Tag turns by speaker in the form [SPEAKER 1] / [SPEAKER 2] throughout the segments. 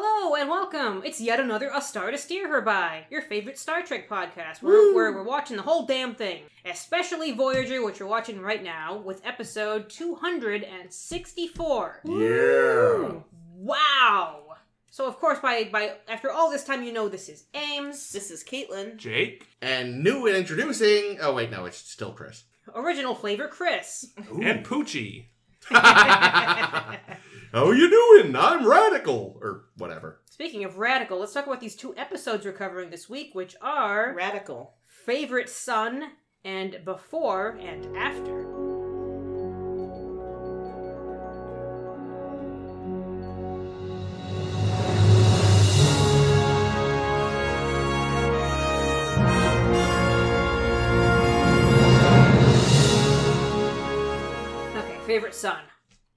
[SPEAKER 1] and welcome. It's yet another A Star to Steer Her By, your favorite Star Trek podcast, where, where we're watching the whole damn thing, especially Voyager, which you're watching right now, with episode 264.
[SPEAKER 2] Yeah.
[SPEAKER 1] Wow! So, of course, by, by after all this time, you know this is Ames.
[SPEAKER 3] This is Caitlin.
[SPEAKER 4] Jake
[SPEAKER 2] And new and introducing. Oh wait, no, it's still Chris.
[SPEAKER 1] Original flavor Chris.
[SPEAKER 4] and Poochie.
[SPEAKER 2] How you doing? I'm radical or whatever.
[SPEAKER 1] Speaking of radical, let's talk about these two episodes we're covering this week, which are
[SPEAKER 3] Radical.
[SPEAKER 1] Favorite Son and Before and After. Okay, Favorite Son.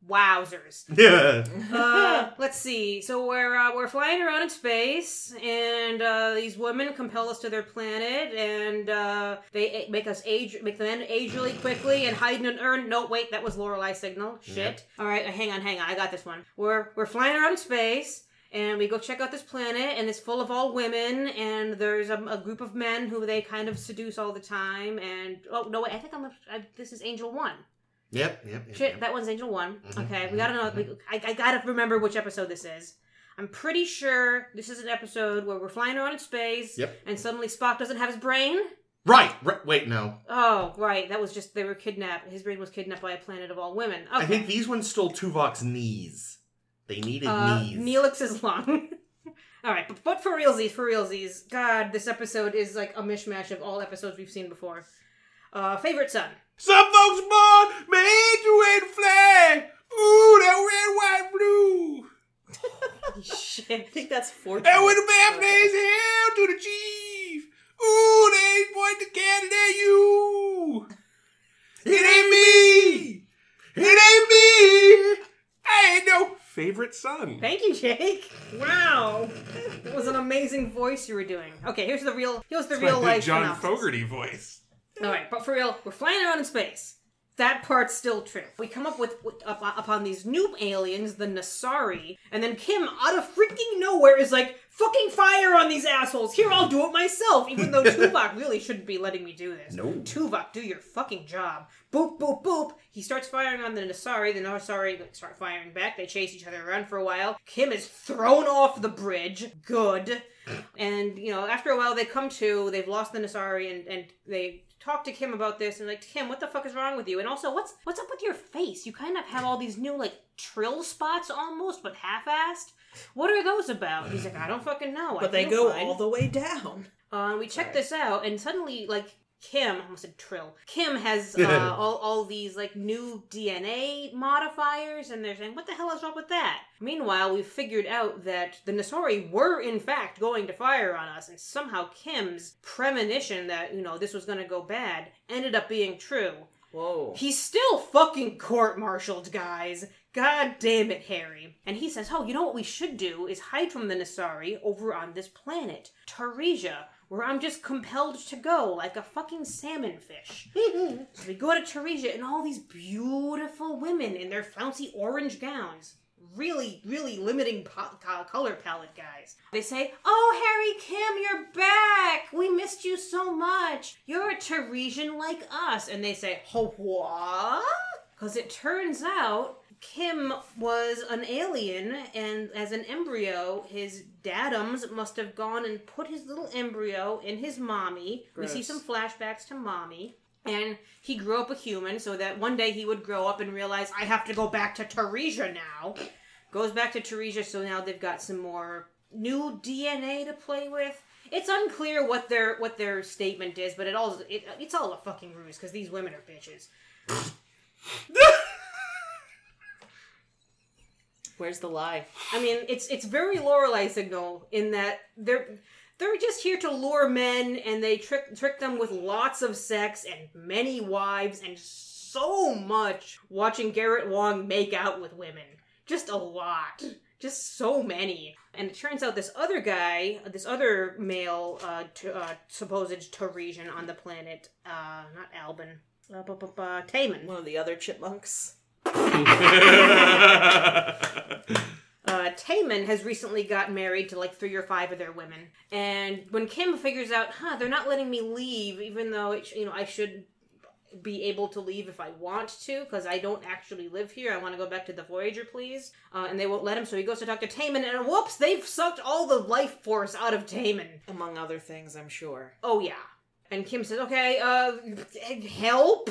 [SPEAKER 1] Wowzers.
[SPEAKER 2] Yeah.
[SPEAKER 1] Uh, let's see. So we're uh, we're flying around in space, and uh, these women compel us to their planet, and uh, they a- make us age, make the men age really quickly, and hide in an urn. No, wait, that was Lorelei signal. Shit. All right, hang on, hang on. I got this one. We're we're flying around in space. And we go check out this planet, and it's full of all women, and there's a, a group of men who they kind of seduce all the time. And oh no, wait, I think I'm I, this is Angel One.
[SPEAKER 2] Yep. Yep. yep,
[SPEAKER 1] Shit,
[SPEAKER 2] yep.
[SPEAKER 1] that one's Angel One.
[SPEAKER 2] Mhm,
[SPEAKER 1] Okay, we gotta know.
[SPEAKER 2] mhm,
[SPEAKER 1] I, I gotta remember which episode this is. I'm pretty sure this is an episode where we're flying around in space,
[SPEAKER 2] Yep.
[SPEAKER 1] and suddenly Spock doesn't have his brain.
[SPEAKER 2] Right, right. Wait, no.
[SPEAKER 1] Oh, right, that was just they were kidnapped. His brain was kidnapped by a planet of all women. Okay.
[SPEAKER 2] I think these ones stole Tuvok's knees. They needed
[SPEAKER 1] uh,
[SPEAKER 2] knees.
[SPEAKER 1] Neelix's lung. all right, but, but for realsies, for realsies, God, this episode is like a mishmash of all episodes we've seen before. Uh, favorite son.
[SPEAKER 4] Some folks born made to wave flag. Ooh, that red, white, blue.
[SPEAKER 1] Shit.
[SPEAKER 3] I think that's four.
[SPEAKER 4] And when the man plays hail to the chief. Ooh, they point the cannon at you. It ain't me. It ain't me. I ain't no favorite son.
[SPEAKER 1] Thank you, Jake. Wow, it was an amazing voice you were doing. Okay, here's the real. Here's the real
[SPEAKER 4] My
[SPEAKER 1] life.
[SPEAKER 4] John
[SPEAKER 1] synopsis.
[SPEAKER 4] Fogerty voice.
[SPEAKER 1] All right, but for real, we're flying around in space. That part's still true. We come up with, with up, upon these new aliens, the Nasari, and then Kim, out of freaking nowhere, is like, "Fucking fire on these assholes! Here, I'll do it myself." Even though Tuvok really shouldn't be letting me do this.
[SPEAKER 2] No.
[SPEAKER 1] Tuvok, do your fucking job. Boop, boop, boop. He starts firing on the Nasari. The Nasari start firing back. They chase each other around for a while. Kim is thrown off the bridge. Good. And, you know, after a while they come to, they've lost the Nasari, and, and they talk to Kim about this and like, Kim, what the fuck is wrong with you? And also, what's what's up with your face? You kind of have all these new, like, trill spots almost, but half-assed. What are those about? He's like, I don't fucking know. I
[SPEAKER 3] But they
[SPEAKER 1] feel
[SPEAKER 3] go
[SPEAKER 1] fine."
[SPEAKER 3] all the way down.
[SPEAKER 1] Uh, we check
[SPEAKER 3] Right.
[SPEAKER 1] this out, and suddenly, like Kim, I almost said Trill. Kim has uh, all all these like new DNA modifiers, and they're saying, "What the hell is up with that?" Meanwhile, we figured out that the Nasori were in fact going to fire on us, and somehow Kim's premonition that you know this was going to go bad ended up being true.
[SPEAKER 3] Whoa.
[SPEAKER 1] He's still fucking court-martialed, guys. God damn it, Harry. And he says, "Oh, you know what we should do is hide from the Nasari over on this planet, Taresia, where I'm just compelled to go like a fucking salmon fish." so we go to Taresia and all these beautiful women in their flouncy orange gowns. Really, really limiting po- co- color palette, guys. They say, "Oh, Harry Kim, you're back. We missed you so much. You're a Teresian like us." And they say, "Oh, what?" Because it turns out Kim was an alien, and as an embryo, his dadums must have gone and put his little embryo in his mommy. We see
[SPEAKER 3] Gross.
[SPEAKER 1] some flashbacks to mommy. And he grew up a human so that one day he would grow up and realize, I have to go back to Teresia now. Goes back to Teresia, so now they've got some more new DNA to play with. It's unclear what their what their statement is, but it all it, it's all a fucking ruse because these women are bitches.
[SPEAKER 3] Where's the lie?
[SPEAKER 1] I mean, it's it's very Lorelai signal in that they're they're just here to lure men, and they trick trick them with lots of sex and many wives and so much watching Garrett Wong make out with women. Just a lot. Just so many. And it turns out this other guy, this other male, uh, t- uh, supposed Teresian on the planet, uh, not Albin, uh, bu- bu- bu- Taman.
[SPEAKER 3] One of the other chipmunks.
[SPEAKER 1] Uh, Taman has recently got married to like three or five of their women, and when Kim figures out, huh, they're not letting me leave, even though it, sh- you know I should be able to leave if I want to, because I don't actually live here. I want to go back to the Voyager, please. Uh, and they won't let him, so he goes to talk to Taman, and whoops, they've sucked all the life force out of Taman.
[SPEAKER 3] Among other things, I'm sure.
[SPEAKER 1] Oh yeah. And Kim says, "Okay, uh, help!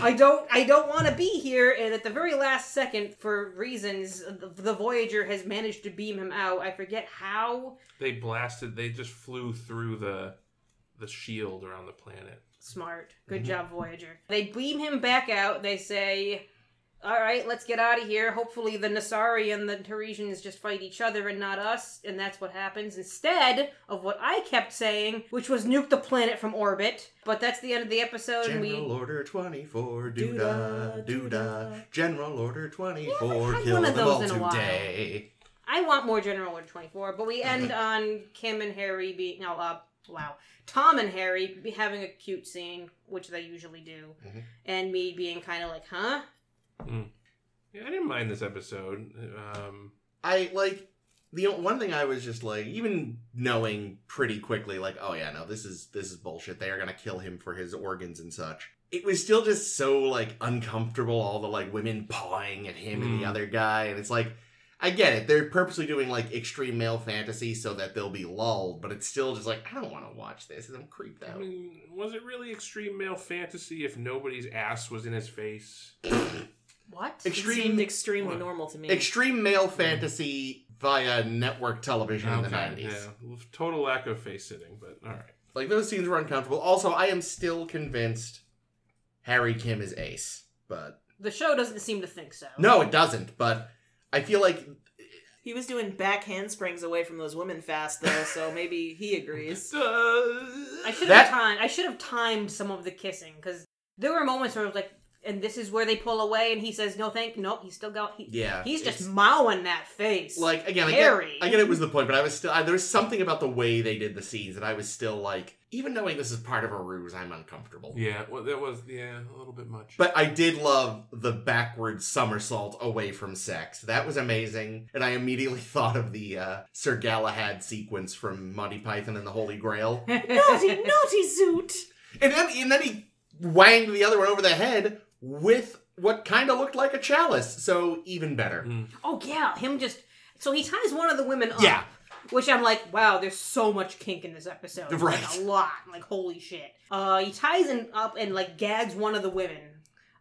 [SPEAKER 1] I don't, I don't want to be here." And at the very last second, for reasons, the, the Voyager has managed to beam him out. I forget how
[SPEAKER 4] They blasted. They just flew through the the shield around the planet.
[SPEAKER 1] smart. Good job, Voyager. They beam him back out. They say, "All right, let's get out of here." Hopefully, the Nasari and the Teresians just fight each other and not us, and that's what happens instead of what I kept saying, which was nuke the planet from orbit. But that's the end of the episode. and we
[SPEAKER 2] General Order 24,
[SPEAKER 3] Doo-dah,
[SPEAKER 2] doodah, doodah. General Order 24,
[SPEAKER 1] had
[SPEAKER 2] kill
[SPEAKER 1] one of
[SPEAKER 2] them
[SPEAKER 1] those
[SPEAKER 2] all
[SPEAKER 1] in a while.
[SPEAKER 2] today.
[SPEAKER 1] I want more General Order 24, but we end on Kim and Harry being. No, uh, wow. Tom and Harry be having a cute scene, which they usually do,
[SPEAKER 2] Mhm.
[SPEAKER 1] and me being kind of like, huh?
[SPEAKER 4] Yeah, I didn't mind this episode. Um,
[SPEAKER 2] I like the o- one thing I was just like, even knowing pretty quickly, like, oh yeah, no, this is this is bullshit. They are gonna kill him for his organs and such. It was still just so like uncomfortable, all the like women pawing at him and the
[SPEAKER 4] Mm.
[SPEAKER 2] other guy, and it's like, I get it. They're purposely doing like extreme male fantasy so that they'll be lulled, but it's still just like I don't want to watch this. I'm creeped
[SPEAKER 4] I
[SPEAKER 2] out.
[SPEAKER 4] mean, was it really extreme male fantasy if nobody's ass was in his face?
[SPEAKER 1] What?
[SPEAKER 3] It
[SPEAKER 2] Extreme
[SPEAKER 3] seemed extremely normal to me.
[SPEAKER 2] extreme male fantasy via network television in the
[SPEAKER 4] Hmm. Okay,
[SPEAKER 2] nineties.
[SPEAKER 4] yeah. Well, Total lack of face sitting, but all right.
[SPEAKER 2] Like those scenes were uncomfortable. Also, I am still convinced Harry Kim is ace, but
[SPEAKER 1] The show doesn't seem to think so.
[SPEAKER 2] no, it doesn't. But I feel like
[SPEAKER 3] He was doing back handsprings away from those women fast though, so maybe he agrees.
[SPEAKER 1] I
[SPEAKER 4] Uh,
[SPEAKER 1] should have
[SPEAKER 2] That-
[SPEAKER 1] timed. I should have timed some of the kissing because there were moments where I was like, and this is where they pull away, and he says, "No, thank, no." He's still got. He,
[SPEAKER 2] yeah,
[SPEAKER 1] he's just
[SPEAKER 2] it's-
[SPEAKER 1] mowing that face.
[SPEAKER 2] like again. I get,
[SPEAKER 1] Harry.
[SPEAKER 2] I get it was the point, but I was still I, there was something about the way they did the scenes that I was still like, even knowing this is part of a ruse, I'm uncomfortable.
[SPEAKER 4] yeah, well, that was yeah a little bit much.
[SPEAKER 2] But I did love the backward somersault away from sex. That was amazing. And I immediately thought of the uh, Sir Galahad sequence from Monty Python and the Holy Grail.
[SPEAKER 3] naughty, naughty zoot!
[SPEAKER 2] And then, and then he wanged the other one over the head with what kind of looked like a chalice. So even better.
[SPEAKER 4] Mm.
[SPEAKER 1] oh yeah, him just. So he ties one of the women up.
[SPEAKER 2] Yeah.
[SPEAKER 1] Which I'm like, wow, there's so much kink in this episode.
[SPEAKER 2] Right.
[SPEAKER 1] Like a lot. Like, holy shit. Uh, he ties him up and, like, gags one of the women.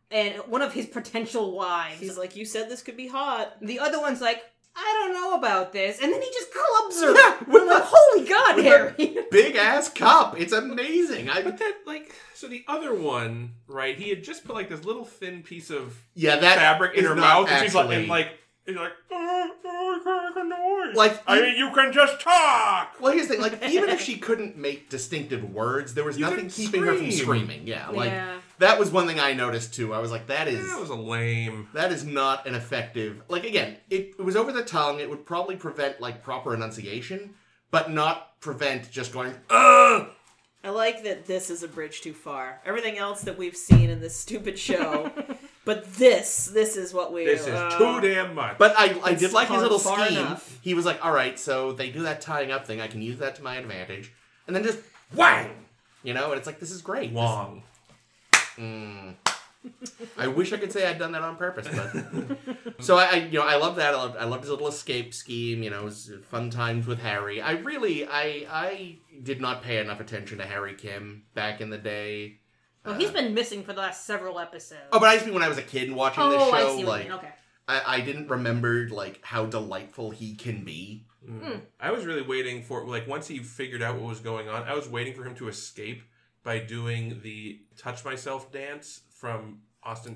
[SPEAKER 1] And one of his potential wives.
[SPEAKER 3] He's like, you said this could be hot.
[SPEAKER 1] the other one's like, I don't know about this. And then he just clubs her.
[SPEAKER 2] Yeah,
[SPEAKER 1] I'm
[SPEAKER 2] with
[SPEAKER 1] like,
[SPEAKER 2] the-
[SPEAKER 1] holy god,
[SPEAKER 2] with the-
[SPEAKER 1] Harry.
[SPEAKER 2] Big ass cup. It's amazing. I
[SPEAKER 4] But that like so the other one right? He had just put like this little thin piece of
[SPEAKER 2] yeah that
[SPEAKER 4] fabric in
[SPEAKER 2] is
[SPEAKER 4] her
[SPEAKER 2] not
[SPEAKER 4] mouth, and she's like,
[SPEAKER 2] actually-
[SPEAKER 4] and like, he's like, "Oh, oh, I can't make a noise."
[SPEAKER 2] Like,
[SPEAKER 4] I
[SPEAKER 2] you-
[SPEAKER 4] mean, you can just talk.
[SPEAKER 2] Well, here's the thing. Like, even if she couldn't make distinctive words, there was
[SPEAKER 4] You
[SPEAKER 2] nothing
[SPEAKER 4] couldn't
[SPEAKER 2] keeping her from
[SPEAKER 4] scream.
[SPEAKER 2] screaming. Yeah, like
[SPEAKER 1] Yeah.
[SPEAKER 2] that was one thing I noticed too. I was like, that is
[SPEAKER 4] That was a lame.
[SPEAKER 2] that is not an effective. Like again, it, it was over the tongue. It would probably prevent like proper enunciation, but not prevent just going.
[SPEAKER 4] Uh,
[SPEAKER 3] I like that this is a bridge too far. Everything else that we've seen in this stupid show, but this, this is what we.
[SPEAKER 4] this is
[SPEAKER 3] uh,
[SPEAKER 4] too damn much.
[SPEAKER 2] But I, I
[SPEAKER 3] It's
[SPEAKER 2] did like his
[SPEAKER 3] gone
[SPEAKER 2] little
[SPEAKER 3] far
[SPEAKER 2] scheme.
[SPEAKER 3] enough.
[SPEAKER 2] He was like, all right, so they do that tying up thing. I can use that to my advantage, and then just whang, you know. And it's like this is great. This-
[SPEAKER 4] Wong.
[SPEAKER 2] Mm. I wish I could say I'd done that on purpose, but so I, I you know, I love that. I loved, I loved his little escape scheme. You know, it was fun times with Harry. I really, I, I did not pay enough attention to Harry Kim back in the day.
[SPEAKER 1] Well, he's been missing for the last several episodes.
[SPEAKER 2] Oh, but I just mean when I was a kid and watching this
[SPEAKER 1] Oh,
[SPEAKER 2] show,
[SPEAKER 1] I see what
[SPEAKER 2] like
[SPEAKER 1] you mean. Okay.
[SPEAKER 2] I, I didn't remember like how delightful he can be.
[SPEAKER 4] I was really waiting for like once he figured out what was going on, I was waiting for him to escape by doing the touch myself dance from Austin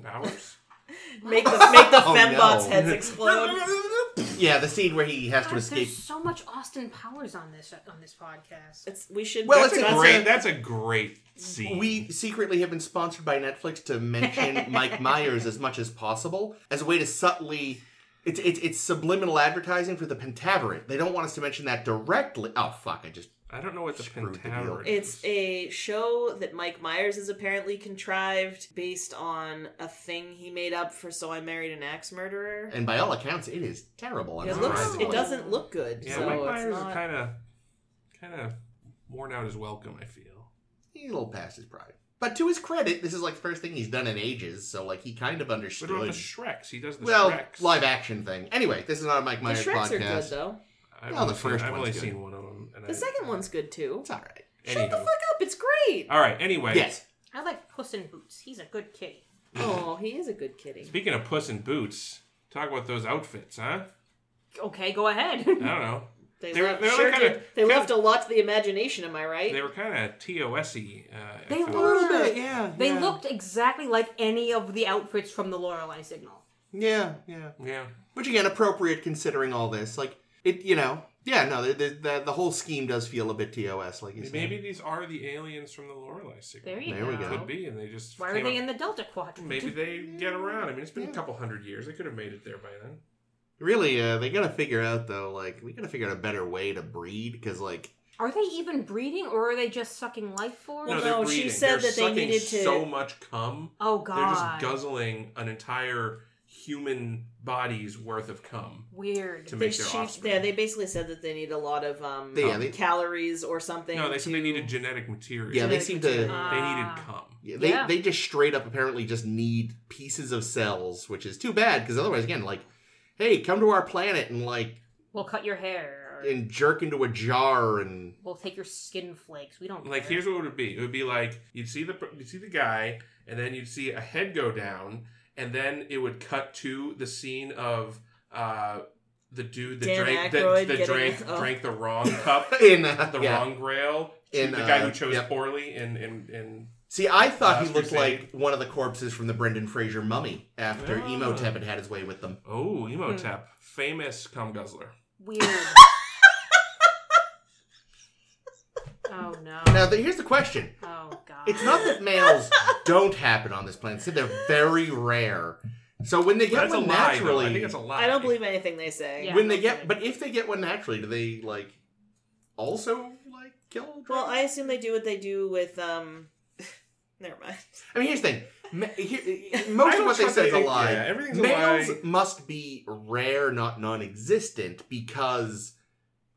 [SPEAKER 4] Powers.
[SPEAKER 3] Make the, make the
[SPEAKER 2] Oh,
[SPEAKER 3] fembots
[SPEAKER 2] no.
[SPEAKER 3] heads explode.
[SPEAKER 2] Yeah, the scene where he has to
[SPEAKER 1] God,
[SPEAKER 2] escape.
[SPEAKER 1] there's so much Austin Powers on this on this podcast.
[SPEAKER 3] It's, we should.
[SPEAKER 2] Well,
[SPEAKER 4] that's
[SPEAKER 2] it's
[SPEAKER 4] a
[SPEAKER 2] a-
[SPEAKER 4] great. That's a great scene.
[SPEAKER 2] We secretly have been sponsored by Netflix to mention Mike Myers as much as possible as a way to subtly. It's, it's, it's subliminal advertising for the Pentaveret. They don't want us to mention that directly. Oh, fuck. I just
[SPEAKER 4] I don't know what the
[SPEAKER 2] Screwed the
[SPEAKER 4] Pentaver
[SPEAKER 2] deal.
[SPEAKER 4] is.
[SPEAKER 3] It's a show that Mike Myers has apparently contrived based on a thing he made up for So I Married an Axe Murderer.
[SPEAKER 2] And by all accounts, it is terrible.
[SPEAKER 3] It looks
[SPEAKER 2] unsurprisingly.
[SPEAKER 3] it doesn't look good.
[SPEAKER 4] yeah,
[SPEAKER 3] so
[SPEAKER 4] Mike
[SPEAKER 3] it's
[SPEAKER 4] Myers
[SPEAKER 3] not-
[SPEAKER 4] is kind of kind of worn out his welcome. I feel.
[SPEAKER 2] He's a little past his prime. But to his credit, this is like the first thing he's done in ages, so like he kind of
[SPEAKER 4] What about the
[SPEAKER 2] understood.
[SPEAKER 4] Shreks? He does the
[SPEAKER 2] Well,
[SPEAKER 4] Shreks.
[SPEAKER 2] live action thing. Anyway, this is not a Mike
[SPEAKER 3] the
[SPEAKER 2] Myers
[SPEAKER 3] Shreks
[SPEAKER 2] podcast.
[SPEAKER 3] are good though.
[SPEAKER 4] I've
[SPEAKER 2] No,
[SPEAKER 4] only
[SPEAKER 2] the
[SPEAKER 4] seen-
[SPEAKER 2] first
[SPEAKER 4] I've
[SPEAKER 2] one's
[SPEAKER 4] only
[SPEAKER 2] good.
[SPEAKER 4] seen one of them. And
[SPEAKER 3] The
[SPEAKER 4] I,
[SPEAKER 3] second one's good too.
[SPEAKER 2] It's all right.
[SPEAKER 3] Shut the
[SPEAKER 4] anywho.
[SPEAKER 3] fuck up! It's great.
[SPEAKER 4] All right. Anyway,
[SPEAKER 2] Yes.
[SPEAKER 1] I like Puss in Boots. He's a good kitty.
[SPEAKER 3] Oh, he is a good kitty.
[SPEAKER 4] speaking of Puss in Boots, talk about those outfits, huh?
[SPEAKER 1] Okay, go ahead.
[SPEAKER 4] I don't know.
[SPEAKER 3] They,
[SPEAKER 4] They were-
[SPEAKER 3] left,
[SPEAKER 4] they were
[SPEAKER 3] sure
[SPEAKER 4] kinda-
[SPEAKER 3] did. They
[SPEAKER 4] kinda-
[SPEAKER 3] left a lot to the imagination. Am I right?
[SPEAKER 4] They were kind of TOS-y. Uh, I
[SPEAKER 1] They
[SPEAKER 4] felt.
[SPEAKER 2] A
[SPEAKER 1] were.
[SPEAKER 2] little bit, yeah.
[SPEAKER 1] They
[SPEAKER 2] yeah.
[SPEAKER 1] looked exactly like any of the outfits from the Lorelei signal.
[SPEAKER 2] Yeah, yeah.
[SPEAKER 4] Yeah.
[SPEAKER 2] Which again, appropriate considering all this. Like it, you know. Yeah, no. The the, the, the whole scheme does feel a bit TOS, like you said.
[SPEAKER 4] Maybe these are the aliens from the Lorelei signal.
[SPEAKER 1] There you
[SPEAKER 2] There we
[SPEAKER 1] go.
[SPEAKER 2] go.
[SPEAKER 4] Could be, and they just.
[SPEAKER 1] Why are
[SPEAKER 4] came
[SPEAKER 1] they
[SPEAKER 4] up-
[SPEAKER 1] in the Delta Quadrant?
[SPEAKER 4] Maybe they get around. I mean, it's been
[SPEAKER 2] Yeah.
[SPEAKER 4] a couple hundred years. They could have made it there by then.
[SPEAKER 2] Really, uh, they gotta figure out though. Like we gotta figure out a better way to breed because like
[SPEAKER 1] Are they even breeding or are they just sucking life force?
[SPEAKER 3] Well,
[SPEAKER 4] they're
[SPEAKER 3] no, she
[SPEAKER 4] breeding.
[SPEAKER 3] said
[SPEAKER 4] They're
[SPEAKER 3] that they
[SPEAKER 4] sucking
[SPEAKER 3] needed to-
[SPEAKER 4] so much cum.
[SPEAKER 1] Oh
[SPEAKER 4] They're just
[SPEAKER 1] god.
[SPEAKER 4] guzzling an entire human body's worth of cum
[SPEAKER 1] Weird.
[SPEAKER 4] to
[SPEAKER 3] They
[SPEAKER 4] make their
[SPEAKER 3] she-
[SPEAKER 4] offspring.
[SPEAKER 3] yeah, they basically said that they need a lot of um,
[SPEAKER 2] Yeah, they-
[SPEAKER 3] calories or something.
[SPEAKER 4] no, they said
[SPEAKER 3] to-
[SPEAKER 4] they needed genetic material.
[SPEAKER 2] yeah, they
[SPEAKER 3] Genetic
[SPEAKER 2] seem to
[SPEAKER 3] material.
[SPEAKER 4] they
[SPEAKER 1] Ah.
[SPEAKER 4] needed cum.
[SPEAKER 2] yeah, they
[SPEAKER 1] Yeah.
[SPEAKER 2] they just straight up apparently just need pieces of cells, which is too bad because otherwise, again, like hey, come to our planet and like
[SPEAKER 1] We'll cut your hair. Or
[SPEAKER 2] and jerk into a jar and
[SPEAKER 1] we'll take your skin flakes. We don't
[SPEAKER 4] Like
[SPEAKER 1] care.
[SPEAKER 4] here's what it would be. It would be like you'd see the you see the guy, and then you'd see a head go down, and then it would cut to the scene of uh, the dude that
[SPEAKER 3] Dan
[SPEAKER 4] drank
[SPEAKER 3] Aykroyd
[SPEAKER 4] that, that
[SPEAKER 3] getting
[SPEAKER 4] drank
[SPEAKER 3] his- oh.
[SPEAKER 4] drank the wrong cup,
[SPEAKER 2] in uh,
[SPEAKER 4] the
[SPEAKER 2] yeah.
[SPEAKER 4] wrong grail, to
[SPEAKER 2] In,
[SPEAKER 4] the guy
[SPEAKER 2] uh,
[SPEAKER 4] who chose
[SPEAKER 2] yep.
[SPEAKER 4] poorly, and and and
[SPEAKER 2] See, I thought he
[SPEAKER 4] Last
[SPEAKER 2] looked
[SPEAKER 4] Crusade.
[SPEAKER 2] like one of the corpses from the Brendan Fraser mummy after
[SPEAKER 4] Ah.
[SPEAKER 2] Emotep had had his way with them.
[SPEAKER 4] oh Emotep,
[SPEAKER 3] Hmm.
[SPEAKER 4] famous cum guzzler.
[SPEAKER 1] Weird. oh no.
[SPEAKER 2] Now, the, here's the question:
[SPEAKER 1] Oh god.
[SPEAKER 2] It's not that males don't happen on this planet; so they're very rare. So when they get
[SPEAKER 4] That's a
[SPEAKER 2] one
[SPEAKER 4] lie. though.
[SPEAKER 2] naturally,
[SPEAKER 4] I think it's a lie.
[SPEAKER 3] I don't believe anything they say.
[SPEAKER 1] Yeah.
[SPEAKER 2] when they
[SPEAKER 1] that's
[SPEAKER 2] get,
[SPEAKER 1] right.
[SPEAKER 2] but if they get one naturally, do they like also like kill? Dragons?
[SPEAKER 3] Well, I assume they do what they do with um. Never mind.
[SPEAKER 2] I mean, here's the thing: Ma- here, most
[SPEAKER 4] I
[SPEAKER 2] of what
[SPEAKER 4] don't
[SPEAKER 2] they
[SPEAKER 4] trust
[SPEAKER 2] say is a
[SPEAKER 4] anything-
[SPEAKER 2] lie.
[SPEAKER 4] yeah, everything's a
[SPEAKER 2] Males
[SPEAKER 4] lie.
[SPEAKER 2] must be rare, not non-existent, because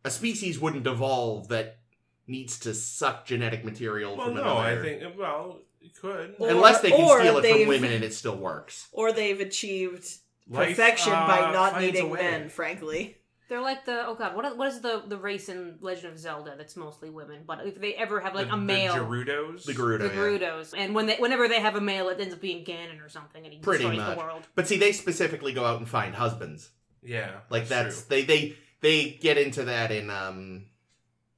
[SPEAKER 2] a species wouldn't evolve that needs to suck genetic material
[SPEAKER 4] Well,
[SPEAKER 2] from
[SPEAKER 4] no,
[SPEAKER 2] another.
[SPEAKER 4] I think well it could
[SPEAKER 3] Or-
[SPEAKER 2] Unless they can
[SPEAKER 3] or
[SPEAKER 2] steal it
[SPEAKER 3] they've-
[SPEAKER 2] from women and it still works.
[SPEAKER 3] Or they've achieved
[SPEAKER 4] Life,
[SPEAKER 3] perfection by
[SPEAKER 4] uh,
[SPEAKER 3] not
[SPEAKER 4] finds a
[SPEAKER 3] needing
[SPEAKER 4] way.
[SPEAKER 3] men. Frankly,
[SPEAKER 1] They're like the oh god, what are- what is the the race in Legend of Zelda that's mostly women? But if they ever have like
[SPEAKER 4] the,
[SPEAKER 1] a male,
[SPEAKER 4] the Gerudos,
[SPEAKER 2] The Gerudo,
[SPEAKER 1] the
[SPEAKER 2] yeah.
[SPEAKER 1] Gerudos, and when they whenever they have a male, it ends up being Ganon or something, and he
[SPEAKER 2] Pretty
[SPEAKER 1] destroys
[SPEAKER 2] much.
[SPEAKER 1] the world.
[SPEAKER 2] But see, they specifically go out and find husbands.
[SPEAKER 4] yeah,
[SPEAKER 2] Like
[SPEAKER 4] true.
[SPEAKER 2] that's, they they they get into that in um.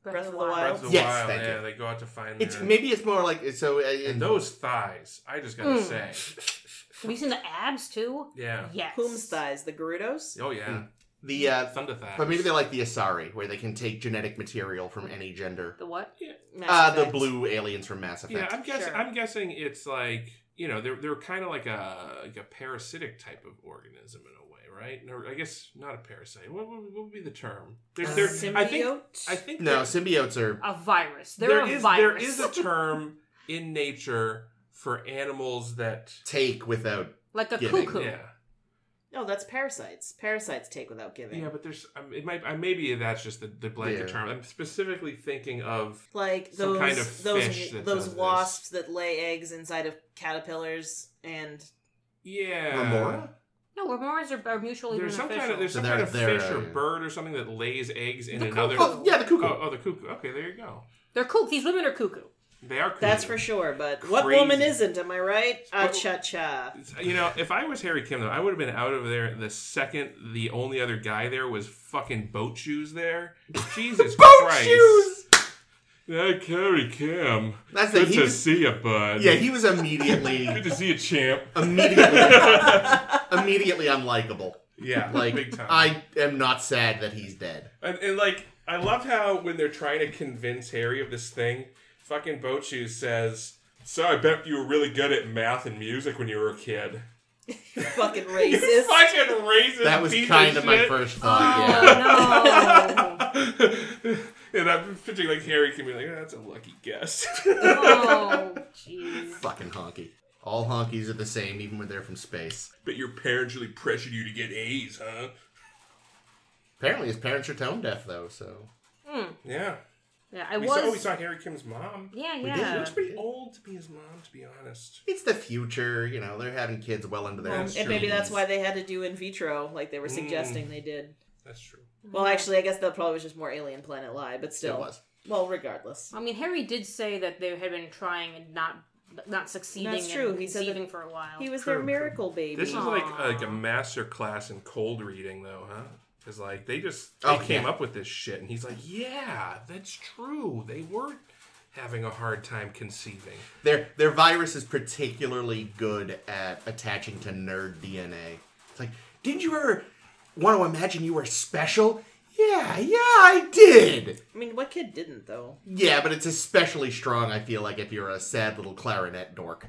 [SPEAKER 3] Breath of the Wild.
[SPEAKER 4] Breath of the
[SPEAKER 2] Yes,
[SPEAKER 4] Wild.
[SPEAKER 2] thank
[SPEAKER 4] yeah,
[SPEAKER 2] you.
[SPEAKER 4] they go out to find.
[SPEAKER 2] It's
[SPEAKER 4] their-
[SPEAKER 2] maybe it's more like so. Uh,
[SPEAKER 4] and
[SPEAKER 2] in-
[SPEAKER 4] those thighs. I just gotta
[SPEAKER 1] Mm.
[SPEAKER 4] say,
[SPEAKER 1] Have you seen the abs too?
[SPEAKER 4] yeah.
[SPEAKER 1] Yes.
[SPEAKER 3] whom's thighs? The Gerudos.
[SPEAKER 4] Oh yeah,
[SPEAKER 2] the uh,
[SPEAKER 4] thunder thighs.
[SPEAKER 2] but maybe they're like the Asari, where they can take genetic material from any gender.
[SPEAKER 1] The what?
[SPEAKER 3] Mass
[SPEAKER 2] Uh, the
[SPEAKER 3] Effect.
[SPEAKER 2] blue aliens from Mass Effect.
[SPEAKER 4] Yeah, I'm guessing.
[SPEAKER 1] Sure.
[SPEAKER 4] I'm guessing it's like you know they're they're kind of like a like a parasitic type of organism in a way, right? Or I guess not a parasite. What, what, what would be the term? They're,
[SPEAKER 1] Uh,
[SPEAKER 4] they're, I think
[SPEAKER 3] Symbiote?
[SPEAKER 4] I think
[SPEAKER 2] no,
[SPEAKER 4] there-
[SPEAKER 2] symbiotes are.
[SPEAKER 1] A virus. They're
[SPEAKER 4] there
[SPEAKER 1] a
[SPEAKER 4] is- there
[SPEAKER 1] virus.
[SPEAKER 4] is a term in nature for animals that
[SPEAKER 2] take without
[SPEAKER 1] like a
[SPEAKER 2] Giving,
[SPEAKER 1] cuckoo.
[SPEAKER 4] yeah
[SPEAKER 3] No, that's parasites. Parasites take without giving.
[SPEAKER 4] yeah, but there's um, it might I maybe that's just the, the
[SPEAKER 2] Yeah.
[SPEAKER 4] blanket term. I'm specifically thinking of
[SPEAKER 3] like
[SPEAKER 4] Some
[SPEAKER 3] those
[SPEAKER 4] kind of fish
[SPEAKER 3] those
[SPEAKER 4] that
[SPEAKER 3] those
[SPEAKER 4] does this.
[SPEAKER 3] wasps that lay eggs inside of caterpillars and
[SPEAKER 4] yeah
[SPEAKER 2] Remora.
[SPEAKER 1] No, remoras are, are mutually
[SPEAKER 4] There's some kind
[SPEAKER 1] beneficial.
[SPEAKER 4] of there's
[SPEAKER 2] So
[SPEAKER 4] some
[SPEAKER 2] they're-
[SPEAKER 4] kind of
[SPEAKER 2] they're,
[SPEAKER 4] fish or
[SPEAKER 2] uh,
[SPEAKER 4] bird or something that lays eggs in
[SPEAKER 1] The
[SPEAKER 4] another.
[SPEAKER 1] cuckoo.
[SPEAKER 4] Oh,
[SPEAKER 2] Oh yeah, the cuckoo.
[SPEAKER 4] oh, the cuckoo. Okay, there you go.
[SPEAKER 1] They're cuckoo. These women are cuckoo.
[SPEAKER 4] They are. Cuckoo.
[SPEAKER 3] that's for sure. But what
[SPEAKER 4] Mm. Crazy.
[SPEAKER 3] woman isn't? Am I right? Ah cha cha.
[SPEAKER 4] You know, if I was Harry Kim, though, I would have been out of there the second the only other guy there was fucking boat shoes there. Jesus
[SPEAKER 2] Boat
[SPEAKER 4] Christ.
[SPEAKER 2] shoes.
[SPEAKER 4] Hey, Harry Kim.
[SPEAKER 2] That's the
[SPEAKER 4] Good
[SPEAKER 2] he
[SPEAKER 4] to
[SPEAKER 2] was,
[SPEAKER 4] see you, bud.
[SPEAKER 2] Yeah, he was immediately
[SPEAKER 4] Good to see you, champ.
[SPEAKER 2] immediately immediately unlikable.
[SPEAKER 4] Yeah,
[SPEAKER 2] Like
[SPEAKER 4] big time.
[SPEAKER 2] I am not sad that he's dead.
[SPEAKER 4] And, and like, I love how when they're trying to convince Harry of this thing, fucking Bochu says, "So I bet you were really good at math and music when you were a kid."
[SPEAKER 3] Fucking
[SPEAKER 4] You
[SPEAKER 3] racist.
[SPEAKER 4] fucking racist.
[SPEAKER 2] That was
[SPEAKER 4] piece
[SPEAKER 2] kind of my
[SPEAKER 4] shit.
[SPEAKER 2] first
[SPEAKER 1] Oh
[SPEAKER 2] thought.
[SPEAKER 1] no!
[SPEAKER 4] and I'm picturing like Harry can be like, "Ah, that's a lucky guess.
[SPEAKER 1] Oh, jeez.
[SPEAKER 2] Fucking honky. All honkies are the same, even when they're from space.
[SPEAKER 4] but your parents really pressured you to get A's, huh?
[SPEAKER 2] Apparently, his parents are tone deaf, though, so.
[SPEAKER 4] Yeah.
[SPEAKER 1] Yeah, I
[SPEAKER 4] We
[SPEAKER 1] was.
[SPEAKER 4] saw, we saw Harry Kim's mom.
[SPEAKER 1] yeah,
[SPEAKER 2] did.
[SPEAKER 4] She
[SPEAKER 1] yeah.
[SPEAKER 4] looks pretty old to be his mom, to be honest.
[SPEAKER 2] It's the future, you know, they're having kids well into their
[SPEAKER 4] Well,
[SPEAKER 2] own
[SPEAKER 4] it
[SPEAKER 3] and maybe that's
[SPEAKER 2] teens.
[SPEAKER 3] why they had to do in vitro, like they were
[SPEAKER 4] Mm.
[SPEAKER 3] suggesting they did.
[SPEAKER 4] That's true.
[SPEAKER 1] Mm.
[SPEAKER 3] Well, actually, I guess that probably was just more Alien Planet Lie, but still.
[SPEAKER 2] It was.
[SPEAKER 3] Well, regardless.
[SPEAKER 1] I mean, Harry did say that they had been trying and not not succeeding.
[SPEAKER 3] That's true.
[SPEAKER 1] And
[SPEAKER 3] He said that
[SPEAKER 1] conceiving for a while.
[SPEAKER 3] He was
[SPEAKER 2] True,
[SPEAKER 3] their
[SPEAKER 2] true.
[SPEAKER 3] miracle baby.
[SPEAKER 4] This is
[SPEAKER 1] Aw.
[SPEAKER 4] like like a master class in cold reading, though, huh? Because like they just they
[SPEAKER 2] Oh,
[SPEAKER 4] came
[SPEAKER 2] yeah.
[SPEAKER 4] up with this shit, and he's like, "Yeah, that's true. They were having a hard time conceiving."
[SPEAKER 2] Their, their virus is particularly good at attaching to nerd DNA. It's like, did you ever want to imagine you were special? Yeah, yeah, I did!
[SPEAKER 3] I mean, what kid didn't though?
[SPEAKER 2] Yeah, but it's especially strong, I feel like, if you're a sad little clarinet dork.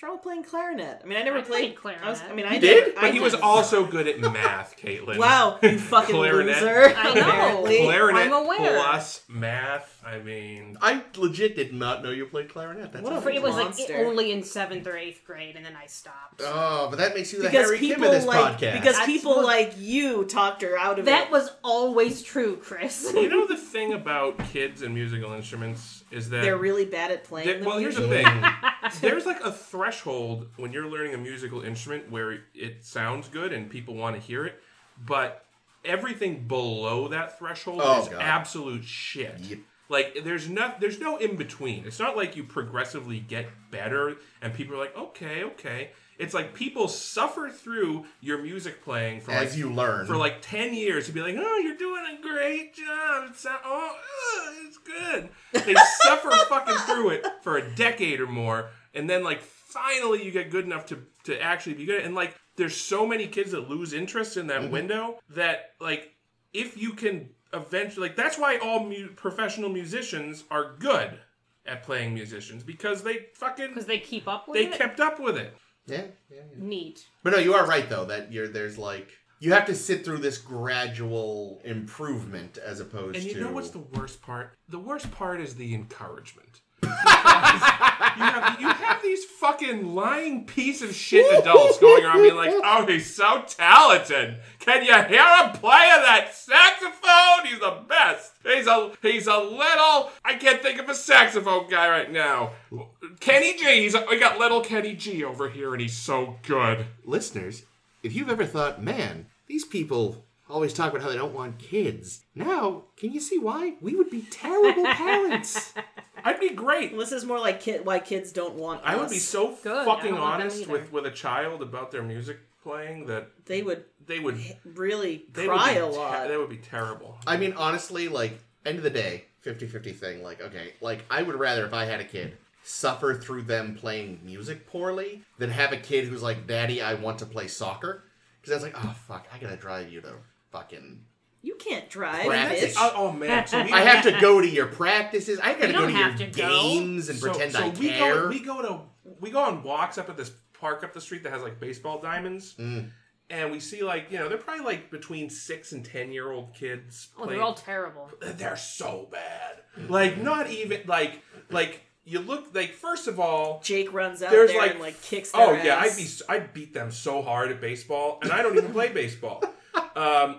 [SPEAKER 3] They're all playing clarinet. I mean, I never
[SPEAKER 1] I played
[SPEAKER 3] played
[SPEAKER 1] clarinet.
[SPEAKER 3] I, was, I mean, I
[SPEAKER 2] did?
[SPEAKER 3] never- I
[SPEAKER 4] But he was
[SPEAKER 3] did.
[SPEAKER 4] also good at math, Caitlin.
[SPEAKER 3] Wow, you fucking
[SPEAKER 4] Clarinet.
[SPEAKER 3] loser!
[SPEAKER 1] I know.
[SPEAKER 3] apparently.
[SPEAKER 4] Clarinet
[SPEAKER 1] I'm aware.
[SPEAKER 4] plus math. I mean,
[SPEAKER 2] I legit did not know you played clarinet. That's
[SPEAKER 3] What a
[SPEAKER 1] For- it was like
[SPEAKER 3] Monster.
[SPEAKER 1] only in seventh or eighth grade, and then I stopped.
[SPEAKER 2] Oh, but that makes you the
[SPEAKER 3] because
[SPEAKER 2] Harry Kim
[SPEAKER 3] people
[SPEAKER 2] of this
[SPEAKER 3] like
[SPEAKER 2] podcast.
[SPEAKER 3] because
[SPEAKER 1] That's
[SPEAKER 3] people
[SPEAKER 1] what-
[SPEAKER 3] like you talked her out of
[SPEAKER 1] that
[SPEAKER 3] it.
[SPEAKER 1] was always true, Chris.
[SPEAKER 4] you know the thing about kids and musical instruments is that
[SPEAKER 3] They're really bad at playing.
[SPEAKER 4] There-
[SPEAKER 3] them
[SPEAKER 4] well, here's the
[SPEAKER 3] usually.
[SPEAKER 4] thing. There's like a threshold when you're learning a musical instrument where it sounds good and people want to hear it, but everything below that threshold
[SPEAKER 2] Oh,
[SPEAKER 4] is
[SPEAKER 2] God.
[SPEAKER 4] absolute shit.
[SPEAKER 2] Yep.
[SPEAKER 4] Like there's no there's no in between. It's not like you progressively get better and people are like, "Okay, okay." It's like people suffer through your music playing for
[SPEAKER 2] as
[SPEAKER 4] like
[SPEAKER 2] you learn,
[SPEAKER 4] for like 10 years to be like, oh, you're doing a great job. It's, not, oh, ugh, it's good. They suffer fucking through it for a decade or more. And then, like, finally you get good enough to, to actually be good. And, like, there's so many kids that lose interest in that window that, like, if you can eventually, like, that's why all mu- professional musicians are good at playing musicians because they fucking,
[SPEAKER 1] Because they keep up with
[SPEAKER 4] they
[SPEAKER 1] it.
[SPEAKER 4] kept up with it.
[SPEAKER 2] yeah, yeah, yeah.
[SPEAKER 1] neat.
[SPEAKER 2] But no, you are right though that you're there's like you have to sit through this gradual improvement as opposed
[SPEAKER 4] And you
[SPEAKER 2] to
[SPEAKER 4] know what's the worst part? The worst part is the encouragement. you, have, you have these fucking lying piece of shit adults going around being like, oh, he's so talented. Can you hear him play that saxophone? He's the best. He's a he's a little. I can't think of a saxophone guy right now. Kenny G. He's we got little Kenny G over here, and he's so good.
[SPEAKER 2] listeners? If you've ever thought, man, these people always talk about how they don't want kids. Now, can you see why we would be terrible parents?
[SPEAKER 4] I'd be great.
[SPEAKER 3] This is more like kid, why kids don't want.
[SPEAKER 4] I would
[SPEAKER 3] us.
[SPEAKER 4] be so
[SPEAKER 1] Good, I
[SPEAKER 4] fucking
[SPEAKER 1] don't want them
[SPEAKER 4] honest
[SPEAKER 1] either.
[SPEAKER 4] with with a child about their music playing that
[SPEAKER 3] They would
[SPEAKER 4] they would
[SPEAKER 3] really
[SPEAKER 4] they
[SPEAKER 3] cry
[SPEAKER 4] would be
[SPEAKER 3] a
[SPEAKER 4] te-
[SPEAKER 3] lot.
[SPEAKER 4] that would be terrible.
[SPEAKER 2] I mean, honestly, like end of the day, 50-50 thing. Like, okay, like I would rather if I had a kid suffer through them playing music poorly than have a kid who's like, "Daddy, I want to play soccer," because that's like, oh fuck, I gotta drive you to fucking
[SPEAKER 3] you can't drive,
[SPEAKER 2] Practice.
[SPEAKER 3] bitch.
[SPEAKER 4] Oh, oh, man, so we,
[SPEAKER 2] I have to go to your practices. I gotta
[SPEAKER 1] You
[SPEAKER 2] go
[SPEAKER 1] don't
[SPEAKER 2] to your
[SPEAKER 1] have to go.
[SPEAKER 2] games and
[SPEAKER 4] so-
[SPEAKER 2] pretend
[SPEAKER 4] so
[SPEAKER 2] I
[SPEAKER 4] we
[SPEAKER 2] care.
[SPEAKER 4] Go, we go to we go on walks up at this park up the street that has like baseball diamonds,
[SPEAKER 2] Mm.
[SPEAKER 4] and we see like you know they're probably like between six and ten year old kids.
[SPEAKER 1] Oh,
[SPEAKER 4] playing-
[SPEAKER 1] they're all terrible.
[SPEAKER 4] they're so bad. Like not even like like you look like first of all
[SPEAKER 3] Jake runs out
[SPEAKER 4] there's
[SPEAKER 3] there
[SPEAKER 4] like,
[SPEAKER 3] and like kicks. Their
[SPEAKER 4] oh yeah
[SPEAKER 3] ass.
[SPEAKER 4] i'd be so- i'd beat them so hard at baseball and i don't even play baseball um,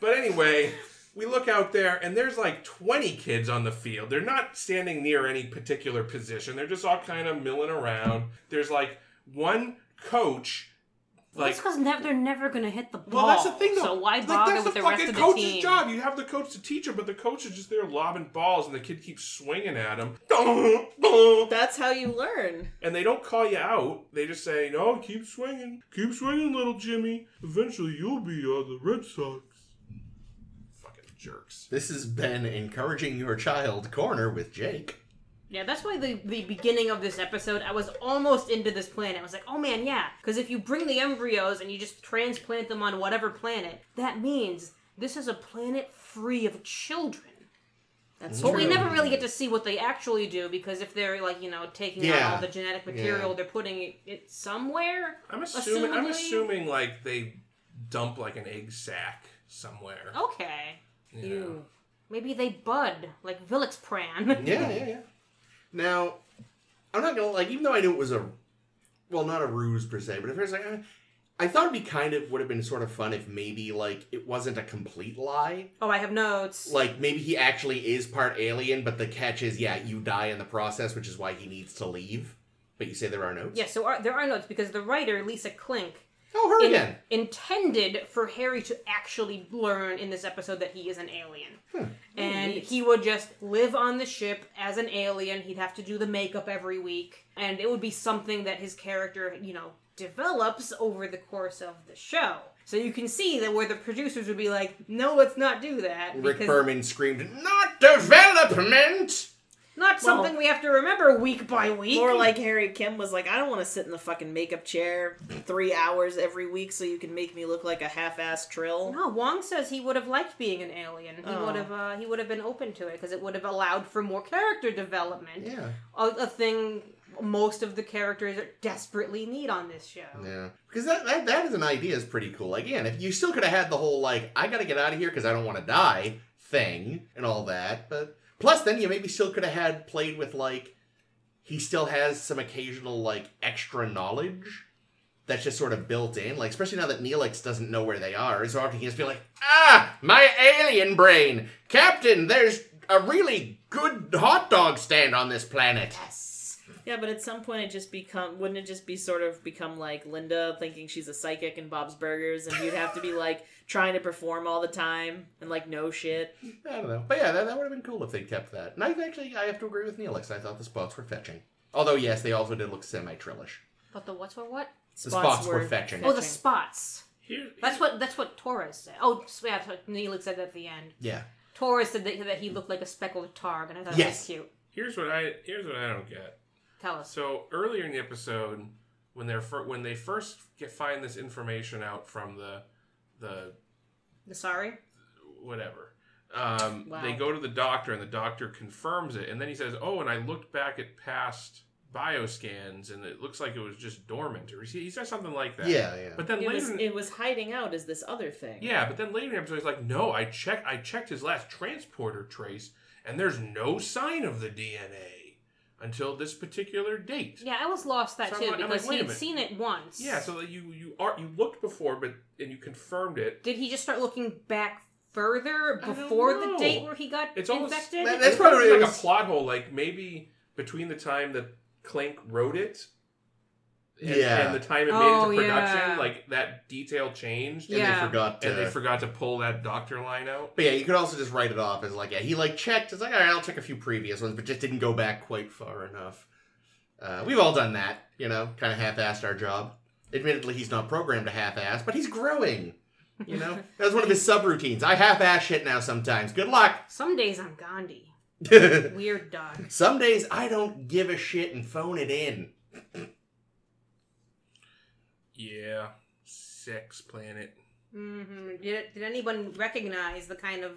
[SPEAKER 4] but anyway we look out there and there's like 20 kids on the field they're not standing near any particular position they're just all kind of milling around there's like one coach like
[SPEAKER 1] That's because they're never gonna hit the ball.
[SPEAKER 4] well, that's the thing, though.
[SPEAKER 1] So why
[SPEAKER 4] Like,
[SPEAKER 1] bother
[SPEAKER 4] that's
[SPEAKER 1] with
[SPEAKER 4] the,
[SPEAKER 1] the,
[SPEAKER 4] fucking
[SPEAKER 1] rest of the
[SPEAKER 4] coach's
[SPEAKER 1] team?
[SPEAKER 4] job. You have the coach to teach him, but the coach is just there lobbing balls, and the kid keeps swinging at him.
[SPEAKER 3] That's how you learn.
[SPEAKER 4] And they don't call you out. They just say, no, keep swinging. Keep swinging, little Jimmy. Eventually you'll be on the Red Sox. Fucking jerks.
[SPEAKER 2] This has been encouraging your child corner with Jake.
[SPEAKER 1] Yeah, that's why the, the beginning of this episode, I was almost into this planet. I was like, oh man, yeah. Because if you bring the embryos and you just transplant them on whatever planet, that means this is a planet free of children.
[SPEAKER 3] That's
[SPEAKER 1] But
[SPEAKER 3] true.
[SPEAKER 1] we never really get to see what they actually do because if they're like you know taking
[SPEAKER 2] Yeah.
[SPEAKER 1] out all the genetic material,
[SPEAKER 2] Yeah.
[SPEAKER 1] they're putting it somewhere.
[SPEAKER 4] I'm assuming I'm
[SPEAKER 1] Assumably-
[SPEAKER 4] assuming
[SPEAKER 1] Oh,
[SPEAKER 4] like they dump like an egg sack somewhere.
[SPEAKER 1] Okay,
[SPEAKER 4] You know?
[SPEAKER 3] Ew.
[SPEAKER 1] Maybe they bud like Vilixpran.
[SPEAKER 2] Yeah, yeah, yeah. Now, I'm not gonna like, even though I knew it was a, well, not a ruse per se, but if it was like, eh, I thought it'd be kind of would have been sort of fun if maybe like it wasn't a complete lie.
[SPEAKER 1] Oh, I have notes.
[SPEAKER 2] Like maybe he actually is part alien, but the catch is, yeah, you die in the process, which is why he needs to leave. But you say there are notes.
[SPEAKER 1] yeah, so are, there are notes because the writer Lisa Klink
[SPEAKER 2] Oh, her
[SPEAKER 1] in-
[SPEAKER 2] again.
[SPEAKER 1] intended for Harry to actually learn in this episode that he is an alien.
[SPEAKER 2] Huh.
[SPEAKER 1] And
[SPEAKER 3] neat.
[SPEAKER 1] he would just live on the ship as an alien. He'd have to do the makeup every week. And it would be something that his character, you know, develops over the course of the show. So you can see that where the producers would be like, no, let's not do that.
[SPEAKER 2] Rick
[SPEAKER 1] because
[SPEAKER 2] Berman screamed, "Not development."
[SPEAKER 1] Not something we have to remember week by week.
[SPEAKER 3] Or like Harry Kim was like, I don't want to sit in the fucking makeup chair three hours every week so you can make me look like a half-ass trill.
[SPEAKER 1] No, Wong says he would have liked being an alien. He
[SPEAKER 3] Oh.
[SPEAKER 1] would have uh, he would have been open to it because it would have allowed for more character development.
[SPEAKER 2] Yeah.
[SPEAKER 1] A, a thing most of the characters desperately need on this show.
[SPEAKER 2] Yeah, because that, that that is an idea is pretty cool. Like, again, if you still could have had the whole like I gotta get out of here because I don't want to die thing and all that, but plus then you maybe still could have had played with like he still has some occasional like extra knowledge that's just sort of built in. Like especially now that Neelix doesn't know where they are, so often he can just be like, ah, my alien brain, Captain. There's a really good hot dog stand on this planet.
[SPEAKER 1] Yes.
[SPEAKER 3] Yeah, but at some point it just become wouldn't it just be sort of become like Linda thinking she's a psychic in Bob's Burgers and you'd have to be like trying to perform all the time and like no shit.
[SPEAKER 2] I don't know. But yeah, that, that would have been cool if they kept that. And I actually, I have to agree with Neelix. I thought the spots were fetching. Although, yes, they also did look semi trillish.
[SPEAKER 1] But the what's or what?
[SPEAKER 2] The spots were fetching.
[SPEAKER 1] Oh, the spots.
[SPEAKER 4] Here,
[SPEAKER 1] That's what that's what Torres said. Oh, s- yeah, that's what Neelix said at the end.
[SPEAKER 2] Yeah.
[SPEAKER 1] Torres said that, that he looked like a speckled targ, and I thought
[SPEAKER 2] Yes.
[SPEAKER 1] that was cute.
[SPEAKER 4] here's what I here's what I don't get.
[SPEAKER 1] Tell us.
[SPEAKER 4] So earlier in the episode, when they're fir- when they first get, find this information out from the the
[SPEAKER 1] Sorry.
[SPEAKER 4] whatever. Um,
[SPEAKER 3] Wow.
[SPEAKER 4] They go to the doctor, and the doctor confirms it. And then he says, "Oh, and I looked back at past bioscans, and it looks like it was just dormant." Or he he says something like that.
[SPEAKER 2] Yeah, yeah.
[SPEAKER 4] But then
[SPEAKER 3] It
[SPEAKER 4] later,
[SPEAKER 3] was it was hiding out as this other thing.
[SPEAKER 4] yeah. But then later in the episode, he's like, "No, I checked. I checked his last transporter trace, and there's no sign of the DNA until this particular date."
[SPEAKER 1] Yeah, I was lost that
[SPEAKER 4] So I'm
[SPEAKER 1] too
[SPEAKER 4] like- I'm like,
[SPEAKER 1] because
[SPEAKER 4] wait a
[SPEAKER 1] he'd
[SPEAKER 4] minute.
[SPEAKER 1] seen it once.
[SPEAKER 4] Yeah, so that you you are you looked before, but and you confirmed it.
[SPEAKER 1] Did he just start looking back further
[SPEAKER 4] I don't
[SPEAKER 1] before the
[SPEAKER 4] know.
[SPEAKER 1] date where he got
[SPEAKER 4] It's almost-
[SPEAKER 1] infected?
[SPEAKER 2] That-
[SPEAKER 4] That's
[SPEAKER 2] That's
[SPEAKER 4] probably
[SPEAKER 2] probably what
[SPEAKER 4] like
[SPEAKER 2] it
[SPEAKER 4] a
[SPEAKER 2] was.
[SPEAKER 4] plot hole. Like maybe between the time that Clink wrote it, and,
[SPEAKER 2] Yeah.
[SPEAKER 4] and the time it made
[SPEAKER 1] Oh,
[SPEAKER 4] it to production,
[SPEAKER 1] yeah.
[SPEAKER 4] like that detail changed,
[SPEAKER 2] And
[SPEAKER 1] Yeah.
[SPEAKER 2] they forgot to.
[SPEAKER 4] and they forgot to pull that doctor line out.
[SPEAKER 2] but yeah, you could also just write it off as like, yeah, he like checked. It's like, all right, I'll check a few previous ones, but just didn't go back quite far enough. Uh, we've all done that, you know, kind of half-assed our job. Admittedly, he's not programmed to half-ass, but he's growing. You know, that was one of his subroutines. I half-ass shit now sometimes. Good luck.
[SPEAKER 1] Some days I'm Gandhi. Weird dog.
[SPEAKER 2] Some days I don't give a shit and phone it in.
[SPEAKER 4] Yeah, sex planet.
[SPEAKER 1] hmm Did, did anyone recognize the kind of